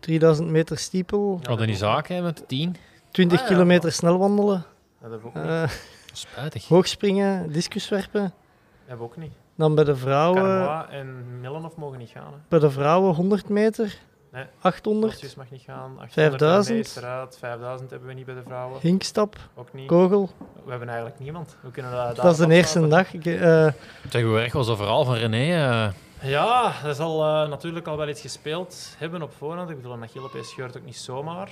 3000 meter stiepel,
Hadden die zaak hè, met tien.
20
Ah, ja.
kilometer snel wandelen,
Dat hebben we ook niet.
eh,
Spijtig.
hoogspringen, discuswerpen.
Hebben we ook niet.
Dan bij de vrouwen,
Carmois en Milanov mogen niet gaan. Hè.
bij de vrouwen 100 meter,
Nee.
800,
Matthews mag niet gaan. 800
5000.
Mees eruit, 5000 hebben we niet bij de vrouwen.
hinkstap,
Ook niet.
kogel.
We hebben eigenlijk niemand. We kunnen dat,
Dat is de eerste
afsluiten.
dag. Ik, eh,
Tegenwoordig was dat verhaal van René. eh,
Ja, dat zal eh, natuurlijk al wel iets gespeeld hebben op voorhand. Ik bedoel, een Achillepees scheurt ook niet zomaar.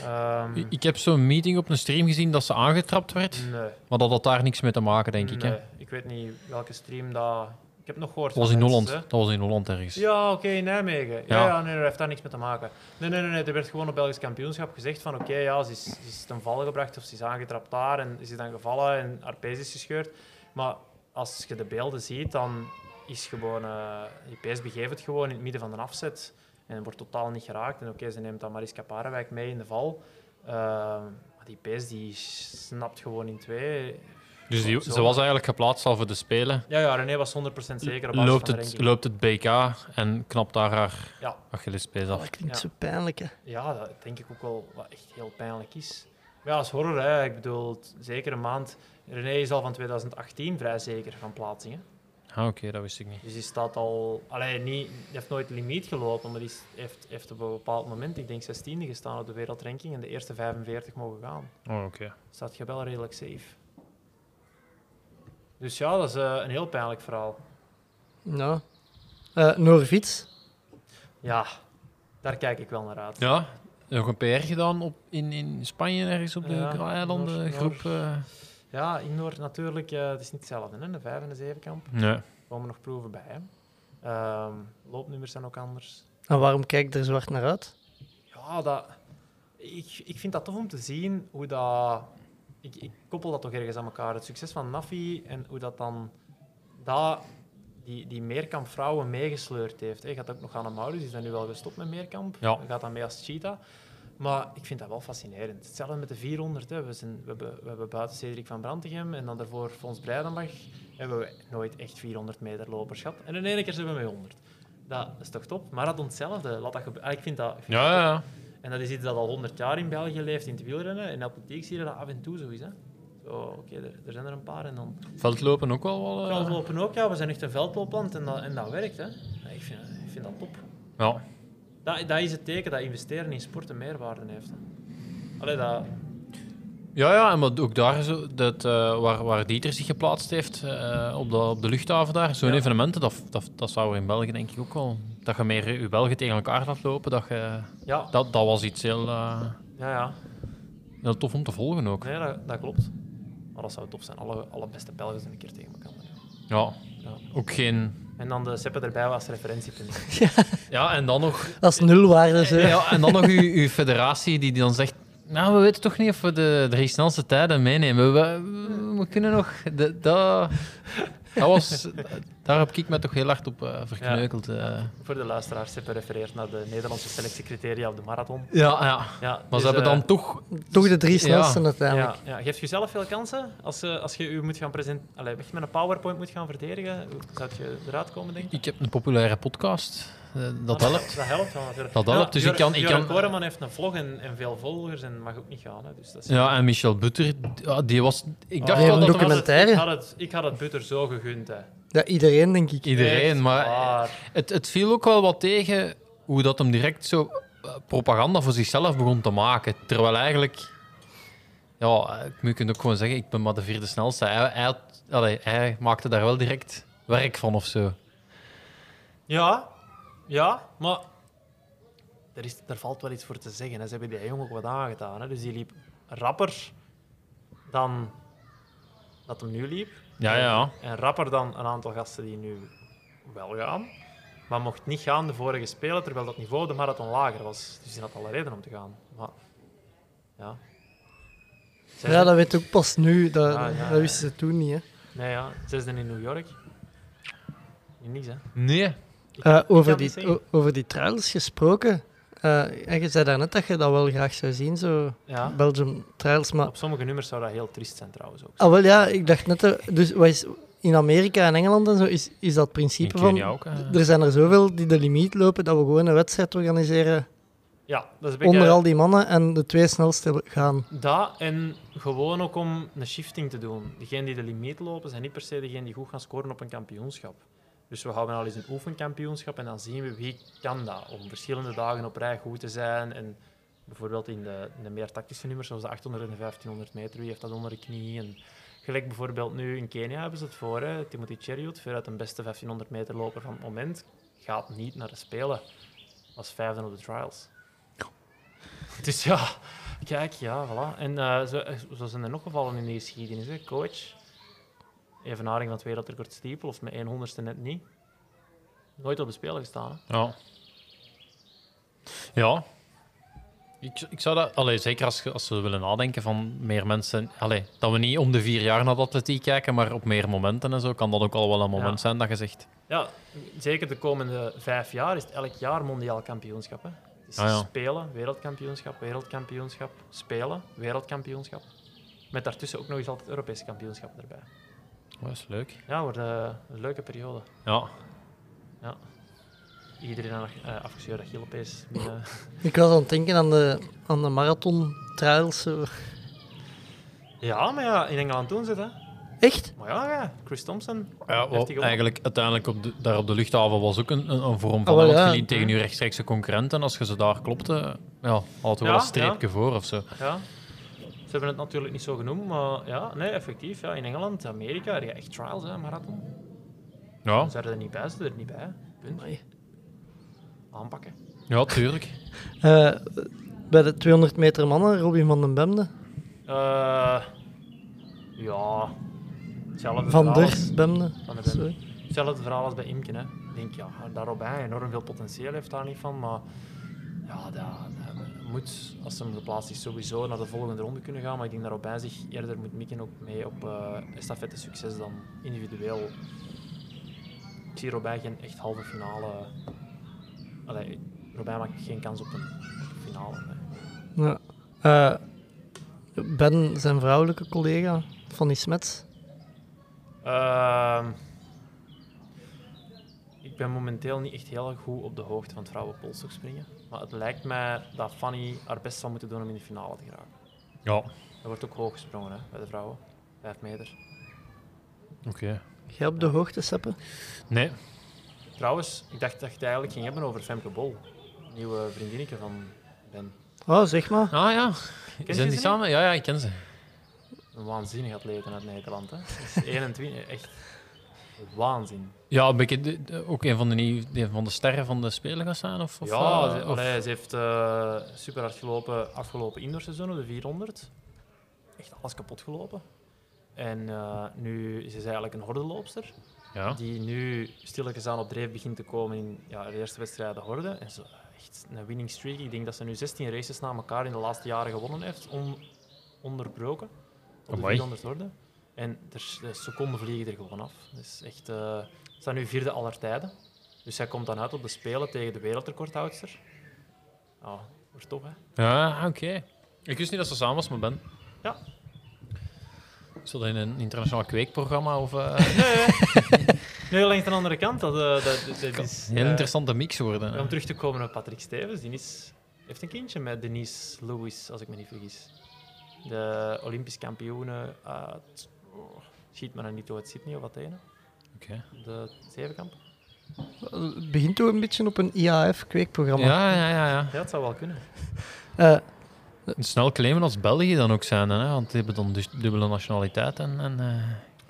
Ehm,
ik- ik heb zo'n meeting op een stream gezien dat ze aangetrapt werd.
nee,
Maar dat had daar niks mee te maken, denk ik. Hè.
nee. Ik weet niet welke stream dat... Ik heb nog gehoord
Dat was
van
in
mensen,
Holland.
hè.
Dat was in Holland ergens.
Ja, oké, in Nijmegen. Ja,
Ja.
ja. nee, dat heeft daar niks mee te maken. Nee, nee, nee, nee, er werd gewoon op Belgisch kampioenschap gezegd van oké, ja, ze is, ze is ten val gebracht of ze is aangetrapt daar en ze is dan gevallen en haar pees is gescheurd. Maar als je de beelden ziet, dan is gewoon, eh die pees begeeft het gewoon in het midden van de afzet en wordt totaal niet geraakt. En oké, ze neemt dan Mariska Parenwijk mee in de val. Ehm, maar die pees die snapt gewoon in twee.
Dus die,
Zo.
ze was eigenlijk geplaatst al voor de Spelen.
Ja, ja, René was 100% zeker op basis
Loopt
van de
het,
ranking.
loopt het BK en knapt daar haar
Ja.
Achillespees
oh,
af.
dat klinkt
Ja.
zo pijnlijk. Hè.
Ja, dat denk ik ook wel wat echt heel pijnlijk is. Maar ja, dat is horror, hè. Ik bedoel, het- zeker een maand. René is al van 2018 vrij zeker van plaatsingen.
Ah, Oké, dat wist ik niet.
Dus die staat al... Allee, niet, die heeft nooit limiet gelopen, maar die is- heeft, heeft op een bepaald moment, ik denk 16e gestaan op de wereldranking en de eerste 45 mogen gaan.
Oh, Oké.
Staat je wel redelijk safe. Dus ja, dat is eh, een heel pijnlijk verhaal.
Ja. Eh, Noorfiets,
Ja, daar kijk ik wel naar uit.
Ja, nog een PR gedaan op, in, in Spanje ergens op de
Ja,
eilanden
Noors-
groep. eh.
Ja, indoor natuurlijk, eh, het is niet hetzelfde, hè. De 5 en de 7 kamp.
Nee.
komen nog proeven bij hem. Ehm, loopnummers zijn ook anders.
en waarom kijk ik er zwart naar uit?
Ja, dat, ik, ik vind dat tof om te zien hoe dat ik, ik koppel dat toch ergens aan elkaar. Het succes van Nafi en hoe dat dan dat, die, die meerkamp vrouwen meegesleurd heeft. Hij gaat ook nog aan hem houden, dus is dan nu wel gestopt met meerkamp.
Ja.
Gaat dan mee als cheetah. Maar ik vind dat wel fascinerend. Hetzelfde met de 400. Hè. We, zijn, we, hebben, we hebben buiten Cedric van Brantegem en dan daarvoor Fons Breidenbach hebben we nooit echt 400 meter lopers gehad. En in één keer zijn we met 100. Dat is toch top? Marathon hetzelfde. Laat dat gebe- ah, ik vind dat, ik vind
Ja,
dat
ja, ja.
en dat is iets dat al 100 jaar in België leeft in het wielrennen. In de apotheek zie je dat af en toe zo is. Hè? Zo, Oké, er, er zijn er een paar. En dan
Veldlopen ook wel. wel eh,
veldlopen ook. Ja, we zijn echt een veldloopland en dat, en dat werkt. Hè? Ja, ik, vind, ik vind dat top.
ja.
Dat, dat is het teken dat investeren in sport een meerwaarde heeft. Allee, dat,
Ja, ja, en wat ook daar, zo, dat, eh, waar, waar Dieter zich geplaatst heeft, eh, op, de, op de luchthaven daar, zo'n
Ja.
evenementen, dat, dat, dat zou er in België denk ik ook wel. Dat je meer je Belgen tegen elkaar laat lopen, dat, je,
ja,
dat, dat was iets heel, eh,
ja, ja.
heel tof om te volgen ook.
Nee, dat, dat klopt. Maar dat zou top zijn. Alle, alle beste Belgen zijn een keer tegen elkaar.
Ja. Ook geen...
En dan de Seppen erbij als referentiepunt.
Ja, en dan nog,
Dat is nulwaarde, zeg.
ja, en dan nog uw, uw federatie die, die dan zegt, nou, we weten toch niet of we de drie snelste tijden meenemen. We, we, we kunnen nog... de- Dat... Dat was, daar heb ik me toch heel hard op eh, verkneukeld. eh.
Voor de luisteraar, Seppen refereert naar de Nederlandse selectiecriteria op de marathon.
Ja, ja.
Ja,
Maar
dus,
ze hebben
eh,
dan toch...
Toch de drie
Ja.
snelsten uiteindelijk.
Ja, ja, geeft jezelf veel kansen als, je als je u moet gaan presenteren. Allee, als je met een PowerPoint moet gaan verdedigen, hoe zou je eruit komen, denk ik?
Ik heb een populaire podcast. Eh, Dat
Maar
helpt.
Dat helpt wel natuurlijk.
Dat helpt, dus ik kan- ik kan-
Koreman heeft een vlog en, en veel volgers en mag ook niet gaan. Hè, dus dat is...
Ja, en Michel Butter, ja, die was... Ik dacht
die
wel
hebben
dat er
documentaire.
was...
Ik had het- Ik had, het, ik had het Butter zo gegund. Hè.
Ja, iedereen, denk ik.
Echt
Iedereen, maar
waar.
het, het viel ook wel wat tegen hoe dat hem direct zo eh, propaganda voor zichzelf begon te maken. Terwijl eigenlijk... Ja, eh, ik moet ook gewoon zeggen, ik ben maar de vierde snelste. Hij, hij, had- allee, hij maakte daar wel direct werk van of zo.
Ja, ja, maar er, is, er valt wel iets voor te zeggen. Hè. Ze hebben die jongen ook wat aangedaan. Hè. Dus die liep rapper dan dat hem nu liep.
Ja, ja.
En rapper dan een aantal gasten die nu wel gaan. Maar mocht niet gaan de vorige spelen, terwijl dat niveau de marathon lager was. Dus die had alle reden om te gaan. Maar, ja. Zesde-
Ja, dat weet ik ook pas nu. Dat,
Ah, ja,
dat wisten ze toen niet. Hè.
Nee, ja. Zesde in New York. Niks, hè.
Nee.
Ik-
Eh,
ik kan
over,
niet
die,
zeggen.
o- over die trials gesproken. eh, en je zei daarnet dat je dat wel graag zou zien, zo
Ja.
Belgium trials. Maar
Op sommige nummers zou dat heel triest zijn, trouwens ook.
ah, wel, ja, ik dacht net. eh, Dus wat is, in Amerika en Engeland en zo is, is dat
In
principe van.
Kenia ook. eh.
Er zijn er zoveel die de limiet lopen dat we gewoon een wedstrijd organiseren
Ja, dat is een beetje...
onder al die mannen en de twee snelste gaan.
Dat en gewoon ook om een shifting te doen. Degenen die de limiet lopen, zijn niet per se degenen die goed gaan scoren op een kampioenschap. Dus we houden al eens een oefenkampioenschap en dan zien we wie kan dat. Om verschillende dagen op rij goed te zijn. En bijvoorbeeld in de, in de meer tactische nummers, zoals de 800 en de 1500 meter, wie heeft dat onder de knie? En gelijk bijvoorbeeld nu in Kenia hebben ze het voor. Hè? Timothy Cheriot, veruit de beste 1500 meter loper van het moment, gaat niet naar de Spelen. Was vijfde op de trials. Dus ja, Kijk, ja, voilà. En eh, zo, zo zijn er nog gevallen in de geschiedenis, hè, coach. Evenaring van het wereldrecord stiepel, of met 100ste net niet. Nooit op de spelen gestaan. hè.
Ja. Ja. Ik, ik zou dat... Allee, zeker als, ge- als we willen nadenken van meer mensen... Allee, dat we niet om de vier jaar naar de atletiek kijken, maar op meer momenten en zo, kan dat ook al wel een moment
Ja.
zijn dat je zegt...
Ja, zeker de komende vijf jaar is het elk jaar mondiaal kampioenschap. Hè. Het is
Ah, ja.
spelen, wereldkampioenschap, wereldkampioenschap, spelen, wereldkampioenschap. Met daartussen ook nog eens altijd Europese kampioenschappen erbij.
Dat "Oh, is leuk.
Ja, wordt eh, een leuke periode.
Ja.
Iedereen aan uh, afgescheurd Achillepees. binnen-
Ik was aan het denken aan de, aan de marathon trials. zo.
Ja, maar ja, in Engeland doen ze het, hè.
Echt?
Maar ja, ja, Chris Thompson.
ja
Heeft hij
wel,
gewonnen?
eigenlijk, uiteindelijk op de, daar op de luchthaven was ook een, een, een vorm
Ah,
van...
wel,
want je
ja.
liep tegen je rechtstreekse concurrenten, als je ze daar klopte, ja, had er
Ja,
wel een streepje voor of zo.
Ja. Ze hebben het natuurlijk niet zo genoemd, maar ja, nee, effectief. Ja. In Engeland, Amerika, er gaan echt trials, hè, marathon.
Ja,
Ze zijn er niet bij, ze zijn er niet bij. Punt. Aanpakken.
ja tuurlijk.
Eh, bij de 200 meter mannen, Robin van den Bemde.
Eh, ja, hetzelfde
Van
verhaal
der
als-
Bemde.
Van der
Sorry.
Bende. Hetzelfde verhaal als bij Imken. Hè. Ik denk, ja, daar Robijn enorm veel potentieel heeft daar niet van, maar ja, dat, dat- moet, als ze hem geplaatst is, sowieso naar de volgende ronde kunnen gaan. Maar ik denk dat Robijn zich eerder moet mikken op mee op eh estafette succes dan individueel. Ik zie Robijn geen echt halve finale. Allee, Robijn maakt geen kans op een, op een finale. nee.
Ja. Eh, ben zijn vrouwelijke collega, Fanny Smets.
Ehm, ik ben momenteel niet echt heel goed op de hoogte van het vrouwen polsstokspringen. Maar het lijkt mij dat Fanny haar best zal moeten doen om in de finale te geraken.
Ja, oké.
Er wordt ook hoog gesprongen hè, bij de vrouwen. Vijf meter.
Jij op de hoogte, Seppe?
Nee,
Trouwens, ik dacht dat je het eigenlijk ging hebben over Femke Bol. Nieuwe vriendinnetje van Ben.
Oh, zeg maar.
Ah ja,
je
zijn
ze
die
niet?
samen? Ja, ja, ik ken ze.
Een waanzinnig atleet uit Nederland. Hè. Ze is 21, echt waanzin.
Ja, een beetje de- de- ook een van de, nieuw, de- van de sterren van de Spelen gaan staan? Of, of,
ja,
eh,
ze,
of-
allee, ze heeft eh, super hard gelopen afgelopen indoorseizoen op de 400. Echt alles kapot gelopen. En eh, nu is ze eigenlijk een hordenloopster.
ja.
Die nu stilletjes aan op dreef begint te komen in ja, de eerste wedstrijd de horde. En ze echt een winning streak. Ik denk dat ze nu 16 races na elkaar in de laatste jaren gewonnen heeft. on- onderbroken. Op de
Amai.
400 horde. En er, de seconden vliegen er gewoon af. Dus echt, eh ze staat nu vierde aller tijden. Dus zij komt dan uit op de Spelen tegen de wereldrecordhoudster. Ja, wordt tof, hè?
ja oké. Ik wist niet dat ze samen was, maar ben.
Ja.
Is dat in een internationaal kweekprogramma? Of, eh,
Nu langs de andere kant. Dat, eh, dat, dat, dat is
een heel
eh,
interessante mix worden.
Ja, Om
hè.
terug te komen op Patrick Stevens, die is, heeft een kindje met Denise Lewis, als ik me niet vergis. De Olympisch kampioene uit. oh, schiet me dan niet door het Sydney of Athene.
Oké.
De zevenkamp.
Het Eh, begint toch een beetje op een IAF-kweekprogramma.
Ja, ja, ja, ja.
Ja, dat zou wel kunnen.
Eh,
Snel claimen als België dan ook zijn, hè? want die hebben dan dus dubbele nationaliteit. En, en, eh,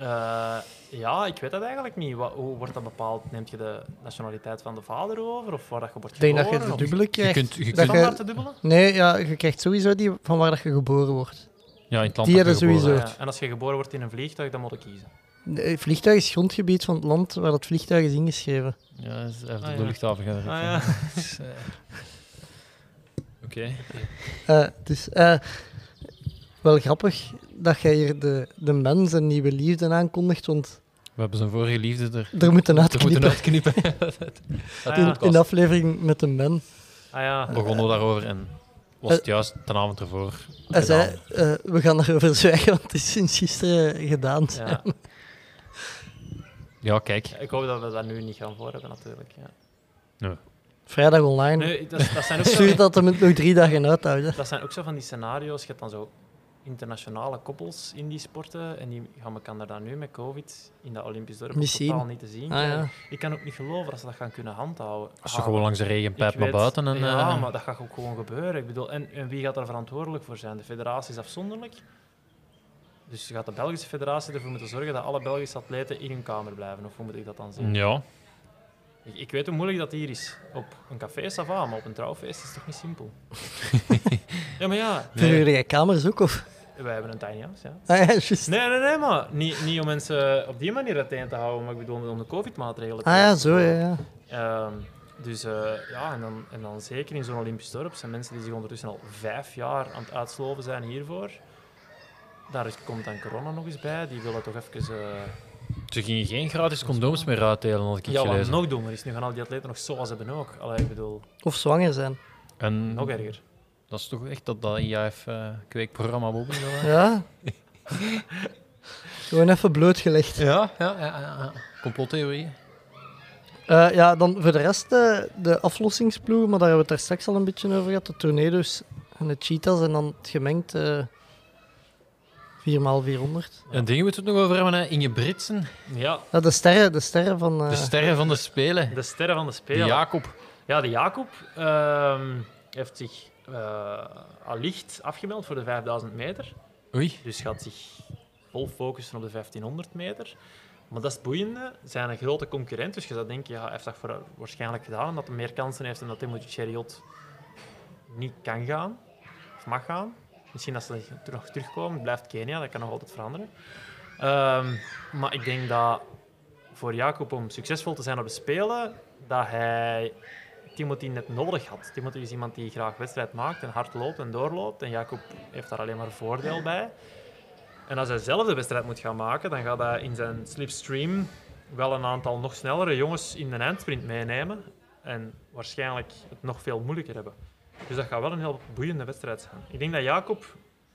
Eh, ja, ik weet dat eigenlijk niet. Wat, hoe wordt dat bepaald? Neemt je de nationaliteit van de vader over? Of waar dat je wordt
ik denk
geboren?
dat je het
of
dubbele
je
krijgt.
kunt, je
Dat
kunt,
je-
standaard te dubbelen?
Nee, ja, je krijgt sowieso die van waar dat je geboren wordt.
ja, in
Die
het land dat je
hebben
geboren
sowieso.
bent.
Ja, en als je geboren wordt in een vliegtuig, dan moet je kiezen.
Nee, Eh, vliegtuig is grondgebied van het land waar dat vliegtuig is ingeschreven.
Ja, hij heeft
Ah,
op
ja.
de luchthaven gaan zitten.
Ah, ja.
Dus, eh, Oké.
Eh, dus eh, wel grappig dat jij hier de, de mens een nieuwe liefde aankondigt, want
We hebben zijn vorige liefde er
er moet een
er moeten
uitknippen
uitknippen.
Ah,
in,
ja.
in de aflevering met een man.
Ah, ja.
Begonnen we daarover en was
Eh.
het juist de avond ervoor.
Hij zei,
gedaan.
eh, we gaan daarover zwijgen, want het is sinds gisteren eh, gedaan.
Ja.
Ja, kijk.
Ik hoop dat we dat nu niet gaan voor hebben, natuurlijk. Ja.
Vrijdag online.
Nee, dat, dat zijn ook zo-
Stuur dat hem het nog drie dagen uithouden.
Dat zijn ook zo van die scenario's. Je hebt dan zo internationale koppels in die sporten. En die gaan elkaar dan nu met COVID in dat Olympisch dorp
Niet
totaal
zien.
niet te zien.
Ah, ja.
krijgen. Ik kan ook niet geloven dat ze dat gaan kunnen handhouden.
Als ze gewoon langs de regenpijp
Ah, Ik
naar
weet-
buiten. En,
ja,
eh,
maar dat gaat ook gewoon gebeuren. Ik bedoel, en, en wie gaat daar verantwoordelijk voor zijn? De federatie is afzonderlijk. Dus gaat de Belgische federatie ervoor moeten zorgen dat alle Belgische atleten in hun kamer blijven? Of hoe moet ik dat dan zien?
ja.
Ik, ik weet hoe moeilijk dat hier is. Op een café, ça va, maar op een trouwfeest is het toch niet simpel? ja, maar ja,
Verhuur jij kamers ook? Of?
wij hebben een tiny house, ja.
Ah ja, juist.
Nee, nee, nee, maar niet, niet om mensen op die manier uiteen te houden, maar ik bedoel om de COVID-maatregelen te
Ah ja,
houden.
zo, ja. ja.
Ehm, dus eh, ja, en dan, en dan zeker in zo'n Olympisch dorp zijn mensen die zich ondertussen al vijf jaar aan het uitsloven zijn hiervoor. Daar is- komt dan corona nog eens bij, die willen toch even... eh,
Ze gingen geen gratis condooms meer uitdelen, had ik
ja, wat
gelezen.
nog doen er is. Nu gaan al die atleten nog zoals hebben ook. Allee, ik bedoel,
Of zwanger zijn.
En
nog erger.
dat is toch echt dat, dat eh, IAF-kweekprogramma boven is, hè?
Ja. Gewoon even blootgelegd.
Ja, ja, ja. ja. Complottheorieën.
Eh, ja, dan voor de rest eh, de aflossingsploegen, maar daar hebben we het daar straks al een beetje over gehad. De tornado's en de cheetahs en dan het gemengd eh 4x400.
En dingen moeten we het nog over hebben, hè. Inge Britsen.
Ja,
Ja, de sterren, de sterren van... eh,
De sterren van de Spelen.
de sterren van de
De
Spelen.
Jacob.
Ja, de Jacob ehm, heeft zich eh allicht afgemeld voor de 5000 meter.
Oei.
Dus gaat zich vol focussen op de 1500 meter. Maar dat is het boeiende. Zijn een grote concurrent. Dus je zou denken, ja, hij heeft dat voor, waarschijnlijk gedaan. Dat hij meer kansen heeft en dat Timothy Cheriot niet kan gaan. Of mag gaan. Misschien als ze ter- nog terugkomen. Het blijft Kenia, dat kan nog altijd veranderen. Ehm, maar ik denk dat voor Jacob om succesvol te zijn op de Spelen, dat hij Timothy net nodig had. Timothy is iemand die graag wedstrijd maakt en hard loopt en doorloopt. En Jacob heeft daar alleen maar voordeel bij. En als hij zelf de wedstrijd moet gaan maken, dan gaat hij in zijn slipstream wel een aantal nog snellere jongens in de eindsprint meenemen. En waarschijnlijk het nog veel moeilijker hebben. Dus dat gaat wel een heel boeiende wedstrijd zijn. Ik denk dat Jacob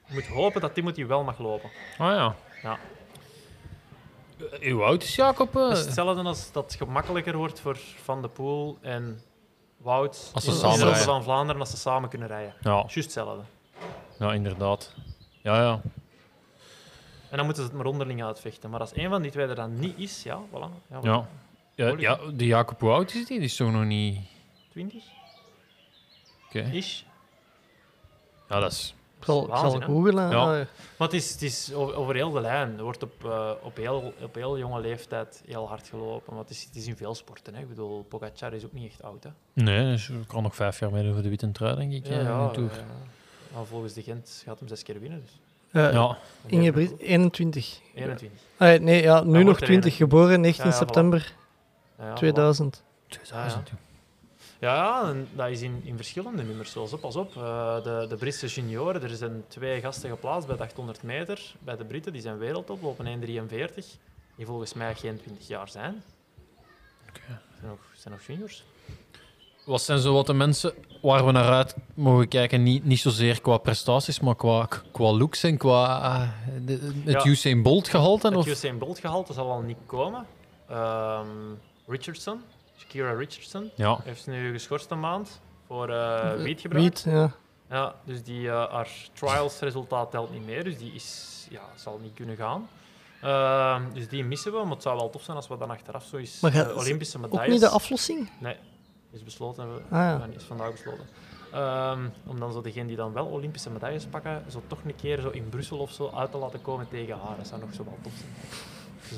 moet hopen dat Timothy wel mag lopen.
Oh ja.
Ja.
Eh, Hoe oud is Jacob? eh?
Het is hetzelfde als dat het gemakkelijker wordt voor Van de Poel en Wout.
Als ze
in de
samen
Ronde
rijden.
van Vlaanderen als ze samen kunnen rijden.
Ja,
Juist hetzelfde.
ja, inderdaad. Ja, ja.
En dan moeten ze het maar onderling uitvechten. Maar als één van die twee er dan niet is, ja, voilà. Ja,
Ja. Ja, ja, de Jacob, hoe oud is die? Die is toch nog niet...
20
Oké.
is.
Ja, dat is...
Ik zal, ik zal
Waanzin, hè?
googlen.
Ja.
eh,
Maar het is, het is o- over heel de lijn. Er wordt op, eh, op, heel, op heel jonge leeftijd heel hard gelopen. Want het is, het is in veel sporten. Hè. Ik bedoel, Pogacar is ook niet echt oud. Hè.
Nee, dus ik kan nog vijf jaar meedoen voor de witte trui, denk ik. Ja, ja,
eh, maar volgens de Gent gaat hem zes keer winnen. Dus.
eh,
ja.
Ingebrigt, 21.
21.
Ah, ja, nee, ja, nu
wordt
nog
er
21. Geboren 19
Ja, ja, voilà.
september
Ja, ja, voilà.
2000.
Dus, ah,
Ja, Ja, ja, en dat is in, in verschillende nummers. Zoals op, pas op. eh, de, de Britse junioren, er zijn twee gasten geplaatst bij de 800 meter. Bij de Britten, die zijn wereldtop, lopen 1,43. Die volgens mij geen 20 jaar zijn. Zijn nog, zijn nog juniors.
Wat zijn zo wat de mensen waar we naar uit mogen kijken? Niet, niet zozeer qua prestaties, maar qua, qua looks en qua eh, de- het
Ja.
Usain Bolt gehalte?
Het
Of?
Usain Bolt gehalte zal al niet komen. Ehm, Richardson, Shakira Richardson,
Ja.
heeft nu geschorst een maand voor eh wiet gebruikt.
Wiet, ja.
Ja, dus die, eh, haar trials-resultaat telt niet meer, dus die is, ja, zal niet kunnen gaan. Ehm, dus die missen we, maar het zou wel tof zijn als we dan achteraf zo eens
Maar gaat-
eh, Olympische
Ook
medailles...
niet de aflossing?
Nee, is besloten. We,
Ah, ja.
ja, Is vandaag besloten. Ehm, om dan zo degene die dan wel Olympische medailles pakken, zo toch een keer zo in Brussel of zo uit te laten komen tegen haar. Dat zou nog zo wel tof zijn.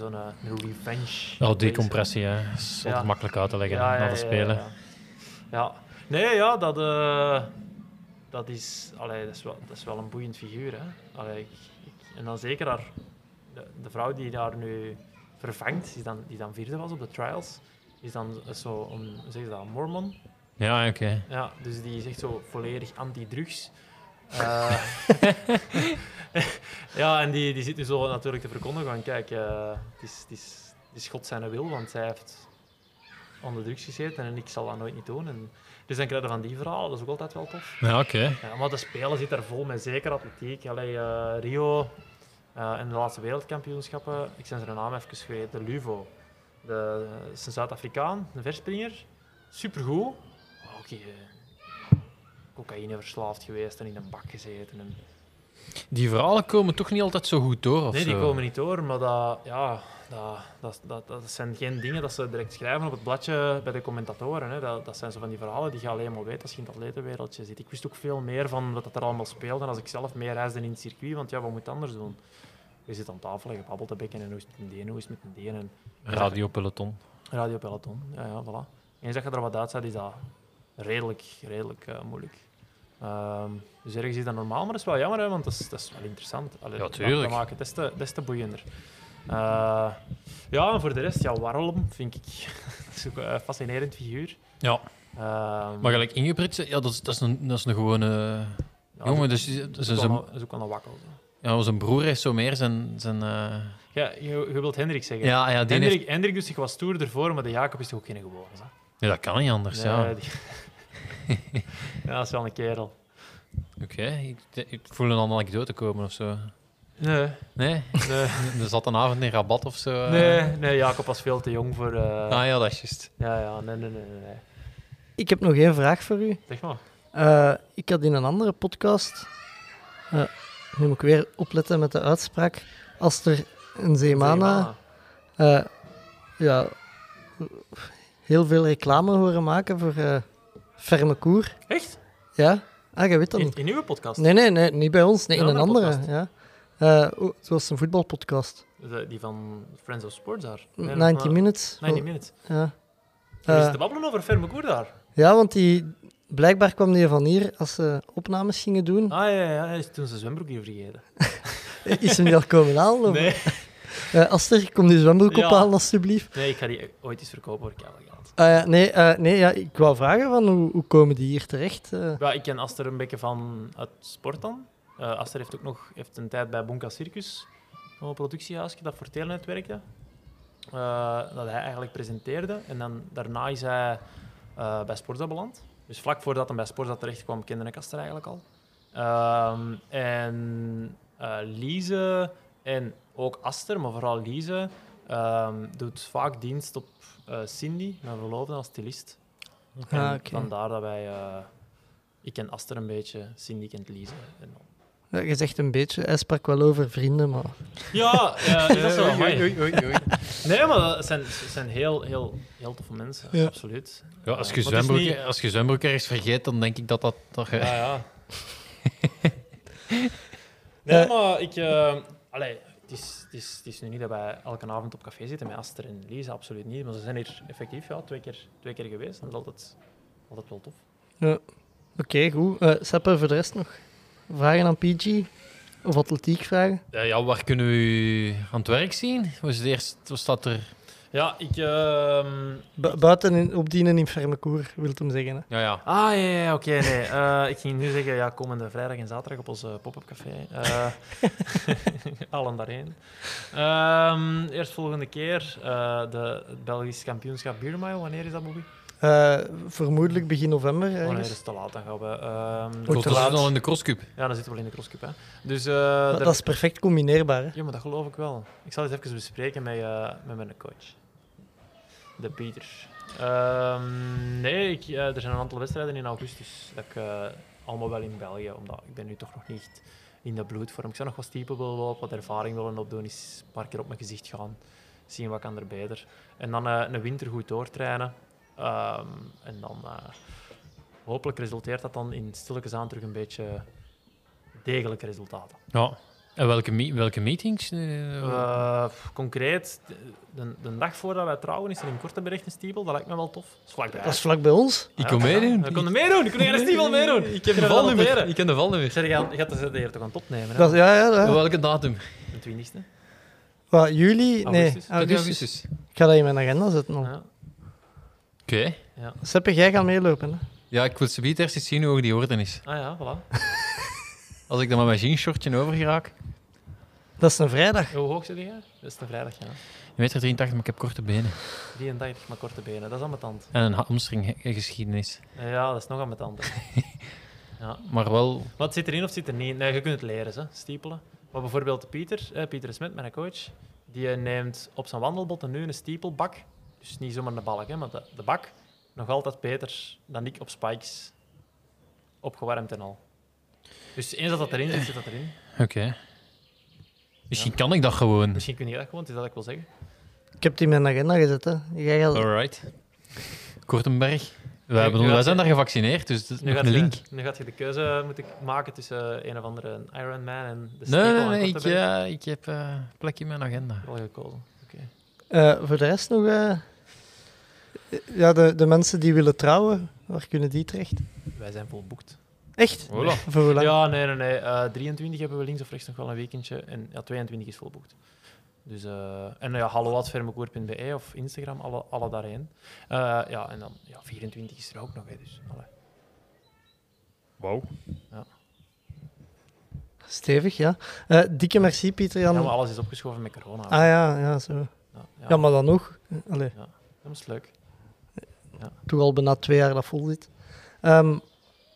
Zo'n eh, een revenge.
Oh, decompressie, hè. Dat is altijd
Ja.
makkelijk uit te leggen hè, na de spelen.
Ja, Ja. nee, ja, dat, eh, dat, is, allee, dat, is wel, dat is wel een boeiend figuur. Hè? Allee, ik- ik- en dan zeker haar, de, de vrouw die daar nu vervangt, die dan, die dan vierde was op de trials, is dan zo, een, hoe zeg je dat, een mormon.
Ja, oké.
Ja, dus die is echt zo volledig anti-drugs. Eh, ja, en die, die zit nu zo natuurlijk te verkondigen van kijk, eh, het, is, het, is, het is God zijn wil, want zij heeft onder drugs gezeten en ik zal dat nooit niet doen. En, dus dan krijg je van die verhalen, dat is ook altijd wel tof.
Ja, oké.
Ja, maar de Spelen zit er vol met, zeker atletiek. Allee, eh, Rio eh, en de laatste wereldkampioenschappen, ik zijn zijn naam even vergeten, de Luvo. De, dat is een Zuid-Afrikaan, een verspringer. Supergoed. Maar ook eh, cocaïne verslaafd geweest en in een bak gezeten. En...
Die verhalen komen toch niet altijd zo goed door, of
Nee, die
zo?
komen niet door, maar dat, ja, dat, dat, dat, dat zijn geen dingen dat ze direct schrijven op het bladje bij de commentatoren. Hè. Dat, dat zijn zo van die verhalen die je alleen maar weet als je in het atletenwereldje zit. Ik wist ook veel meer van wat dat er allemaal speelde als ik zelf meer reisde in het circuit, want ja, wat moet je anders doen? Je zit aan tafel en je babbelt een beetje en hoe is het met een deen, hoe is het met een deen en
Radio Peloton.
radio peloton. Ja, ja, voilà. En als je er wat uit staat, is dat redelijk, redelijk eh, moeilijk. Ehm, dus ergens is dat normaal, maar dat is wel jammer, hè, want dat is, dat is wel interessant. Allee,
Ja,
dat-
tuurlijk.
Dat maakt het des te, des te boeiender. Eh, ja, en voor de rest, ja, Warholm vind ik dat is ook een fascinerend figuur.
Ja.
Ehm,
Maar gelijk Ingebritsen, ja, dat is, dat is, een, dat is een gewone...
ja,
jongen,
dat
dus ze,
is
ze,
ook wel
ze,
een- dat is ook wel een wakkel. zo.
ja, zijn broer heeft zo meer zijn... zijn eh,
Ja, je, je wilt Hendrik zeggen.
Ja, ja, die
Hendrik,
heeft-
Hendrik doet zich wat stoerder voor, maar de Jacob is toch ook geen gewone. hè?
Nee, dat kan niet anders, ja.
Nee, die- ja, dat is wel een kerel.
Oké, ik, ik voel een anekdote komen of zo.
Nee.
Nee?
Nee.
Er zat een avond in Rabat of zo. eh.
Nee, nee, Jacob was veel te jong voor. eh,
Ah ja, dat is juist.
Ja, ja, nee, nee, nee, nee, nee.
Ik heb nog één vraag voor u.
Zeg maar.
Eh, ik had in een andere podcast. eh, nu moet ik weer opletten met de uitspraak. Als er een Zemana. eh, ja, heel veel reclame horen maken voor eh ferme koer.
Echt?
Ja? Ah, je weet dat
In,
niet.
in uw podcast?
Nee, nee, nee, niet bij ons. Nee,
Ja,
in een
een
andere.
podcast.
Ja. Eh, oh, zoals een voetbalpodcast.
De- die van Friends of Sports daar? Nee, dat is
90
maar-
Minutes. Oh, Eh.
90 Minutes.
Ja.
Er is
Eh,
te babbelen over Ferme Koer daar.
ja, want die, blijkbaar kwam die van hier als ze opnames gingen doen.
Ah ja, ja, hij is toen zijn zwembroek hier vergeten.
Oh. Is hem niet al komen halen? of-
Nee.
Eh, Aster, kom die zwembroek
Ja.
ophalen, alstublieft.
Nee, ik ga die ooit eens verkopen voor keihard geld.
Ah ja, nee, eh, nee ja, ik wou vragen van hoe, hoe komen die hier terecht? Eh,
Ja, ik ken Aster een beetje van het sport dan. Eh, Aster heeft ook nog heeft een tijd bij Bonka Circus, een productiehuisje dat voor Telenet werkte. eh, dat hij eigenlijk presenteerde. En dan, daarna is hij eh, bij Sporza beland. Dus vlak voordat hij bij Sporza terecht kwam, kende ik Aster eigenlijk al. Ehm, en eh Lize en ook Aster, maar vooral Lize, ehm, doet vaak dienst op eh, Cindy, mijn verloofde, als stylist. En
Ah, oké.
Vandaar dat wij... eh, ik ken Aster een beetje, Cindy kent Lize. En dan-
ja, je zegt een beetje, hij sprak wel over vrienden, maar...
Ja, eh, is dat zo?
Oei,
Amai.
oei, oei, oei.
Nee, maar dat zijn, zijn heel, heel, heel toffe mensen,
Ja.
absoluut.
Ja, als, je
Eh, maar het is
zwembroek,
niet-
als je zwembroek ergens vergeet, dan denk ik dat dat... dat je-
Ja, Ah, ja. nee,
Eh.
maar ik... eh, allee, het is, het, is, het is nu niet dat wij elke avond op café zitten met Aster en Lisa, absoluut niet. Maar ze zijn hier effectief ja, twee, keer, twee keer geweest. En dat is altijd, altijd wel tof.
Oké, goed. Eh Seppe, voor de rest nog vragen aan PG? Of atletiek vragen?
Eh, ja, waar kunnen we u aan het werk zien? Was het eerst, was dat er...
Ja, ik... ehm,
Bu- buiten in, op die in infirme koer, wil het hem zeggen. Hè.
Ja, ja.
Ah, ja, ja, ja, oké, nee. Eh, ik ging nu zeggen, ja, komende vrijdag en zaterdag op ons eh, pop-up café. Eh allen daarheen. Ehm, eerst volgende keer, eh, de, het Belgisch kampioenschap Biermile. Wanneer is dat, Bobby?
Eh, vermoedelijk begin november.
Oh nee, dat
Ergens.
is te laat. Dan gaan we... ehm, de-
Goed,
Tot
te
we
laat.
zitten al in de crosscup.
ja, dan zitten we al in de crosscup, hè. Dus... eh,
Dat-
daar-
dat is perfect combineerbaar. Hè?
Ja, maar dat geloof ik wel. Ik zal dit even bespreken met, eh, met mijn coach. De Pieter. Ehm, nee, ik, eh, er zijn een aantal wedstrijden in augustus. Dat ik, eh, allemaal wel in België, omdat ik ben nu toch nog niet in de bloedvorm. Ik zou nog wat stiepen willen lopen, wat ervaring willen opdoen, eens een paar keer op mijn gezicht gaan. Zien wat kan er beter. En dan eh, een winter goed doortrainen. Ehm, en dan eh, hopelijk resulteert dat dan in stilletjes aan terug een beetje degelijke resultaten.
Ja. En welke, me- welke meetings? eh,
Eh, pff, concreet, de, de, de dag voordat wij trouwen is er in Kortenberg een stiebel. Dat lijkt me wel tof. Dat is vlakbij.
Dat is vlak bij ons.
ik kom meedoen.
Ik kon er meedoen. Ik kon er een stiebel meedoen. Ik heb
de valnummer. Ik ken de valnummer.
Zeg, je gaat- je gaat de ZDR toch aan het opnemen, hè?
Dat, ja, ja. ja.
Welke datum?
De 20e.
Wat, juli?
Augustus.
Nee, augustus.
augustus.
Ik ga dat in mijn agenda zetten. Dan.
Ja.
Oké.
Seppe, jij gaat meelopen. Hè?
Ja, ik wil ze eerst eens zien hoe hoog die orde is.
Ah ja, voilà.
Als ik dan met mijn jeansshortje over geraak.
Dat is een vrijdag.
Hoe hoog zit je? Dat is een vrijdag, ja.
Een meter 83, maar ik heb korte benen.
83, maar korte benen. Dat is ambetant.
En een hamstringgeschiedenis.
Ja, dat is nog ambetant. hè. ja.
Maar wel...
Maar het zit erin of het zit er niet in? Nee, je kunt het leren, hè, stiepelen. Maar bijvoorbeeld de Pieter, eh, Pieter Smit, mijn coach, die eh, neemt op zijn wandelbotten nu een stiepelbak. Dus niet zomaar de balk, hè, maar de, de bak. Nog altijd beter dan ik op spikes. Opgewarmd en al. Dus eens dat dat erin zit, zit dat erin.
Oké. Misschien kan ik dat gewoon.
Misschien kun je dat gewoon, het is dat ik wil zeggen.
Ik heb het in mijn agenda gezet. Hè. Jij gaat...
Alright. Kortenberg.
Nu-
Wij, hebben-
nu
wij
gaat-
zijn daar gevaccineerd, dus dat is nog een
je,
link.
nu gaat je de keuze moeten maken tussen eh, een of andere Ironman en de stiepel.
Nee, nee,
aan
nee. Ik,
Kortenberg.
ja, ik heb eh plek in mijn agenda.
Wel gekozen. Oké.
Eh, voor de rest nog... eh, Ja, de, de mensen die willen trouwen, waar kunnen die terecht?
Wij zijn volboekt.
Echt?
Voilà.
Voor hoe lang?
Ja, nee, nee, nee. Eh, 23 hebben we links of rechts nog wel een weekendje. En ja, 22 is volboekt. Dus, eh, en ja, hallo.fermekoer.be of Instagram, alle, alle daarheen. Eh, ja, en dan ja, 24 is er ook nog, hè, dus allee.
Stevig, ja. Eh, dikke merci, Pieter Jan.
Ja, maar alles is opgeschoven met corona.
Ah ja, ja, zo.
ja, ja.
Ja, maar dan nog. Allee,
Dat is leuk.
toch al bijna twee jaar dat vol zit. Ehm,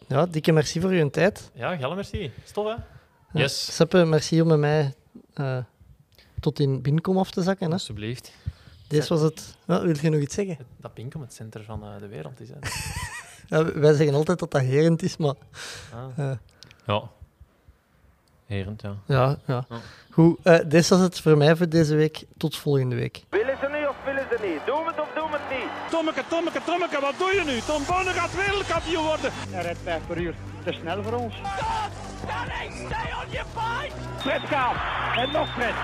ja, dikke merci voor uw tijd.
Ja, gelle merci. Stof, hè?
Ja.
Yes.
Seppe, merci om met mij eh, tot in binnenkom af te zakken. Hè.
Alsjeblieft.
Dit was het. Ja, wil je nog iets zeggen?
Het- Dat Pinkom het centrum van eh, de wereld is, hè.
Ja, wij zeggen altijd dat dat herend is, maar
Ah.
Ja. Herend, ja.
ja. ja.
Ja.
Goed, eh, dit was het voor mij voor deze week. Tot volgende week.
Willen ze niet of willen ze niet? Doen we het of doen we het niet?
Tommeke, Tommeke, Tommeke, wat doe je nu? Tom Bonne gaat wereldkampioen worden.
Hij rijdt 5 per uur. Te snel voor ons.
Fred gaat. En nog Fred.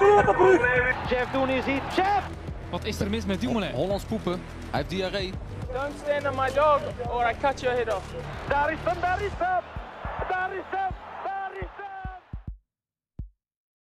Doe op de broek. Jeff Doen is hier. Jeff!
Wat is er mis met Dumoulin? Hollands poepen. Hij heeft diarree.
Don't stand on my dog or I cut your head off.
Daar is hem, daar is hem. Daar is hem,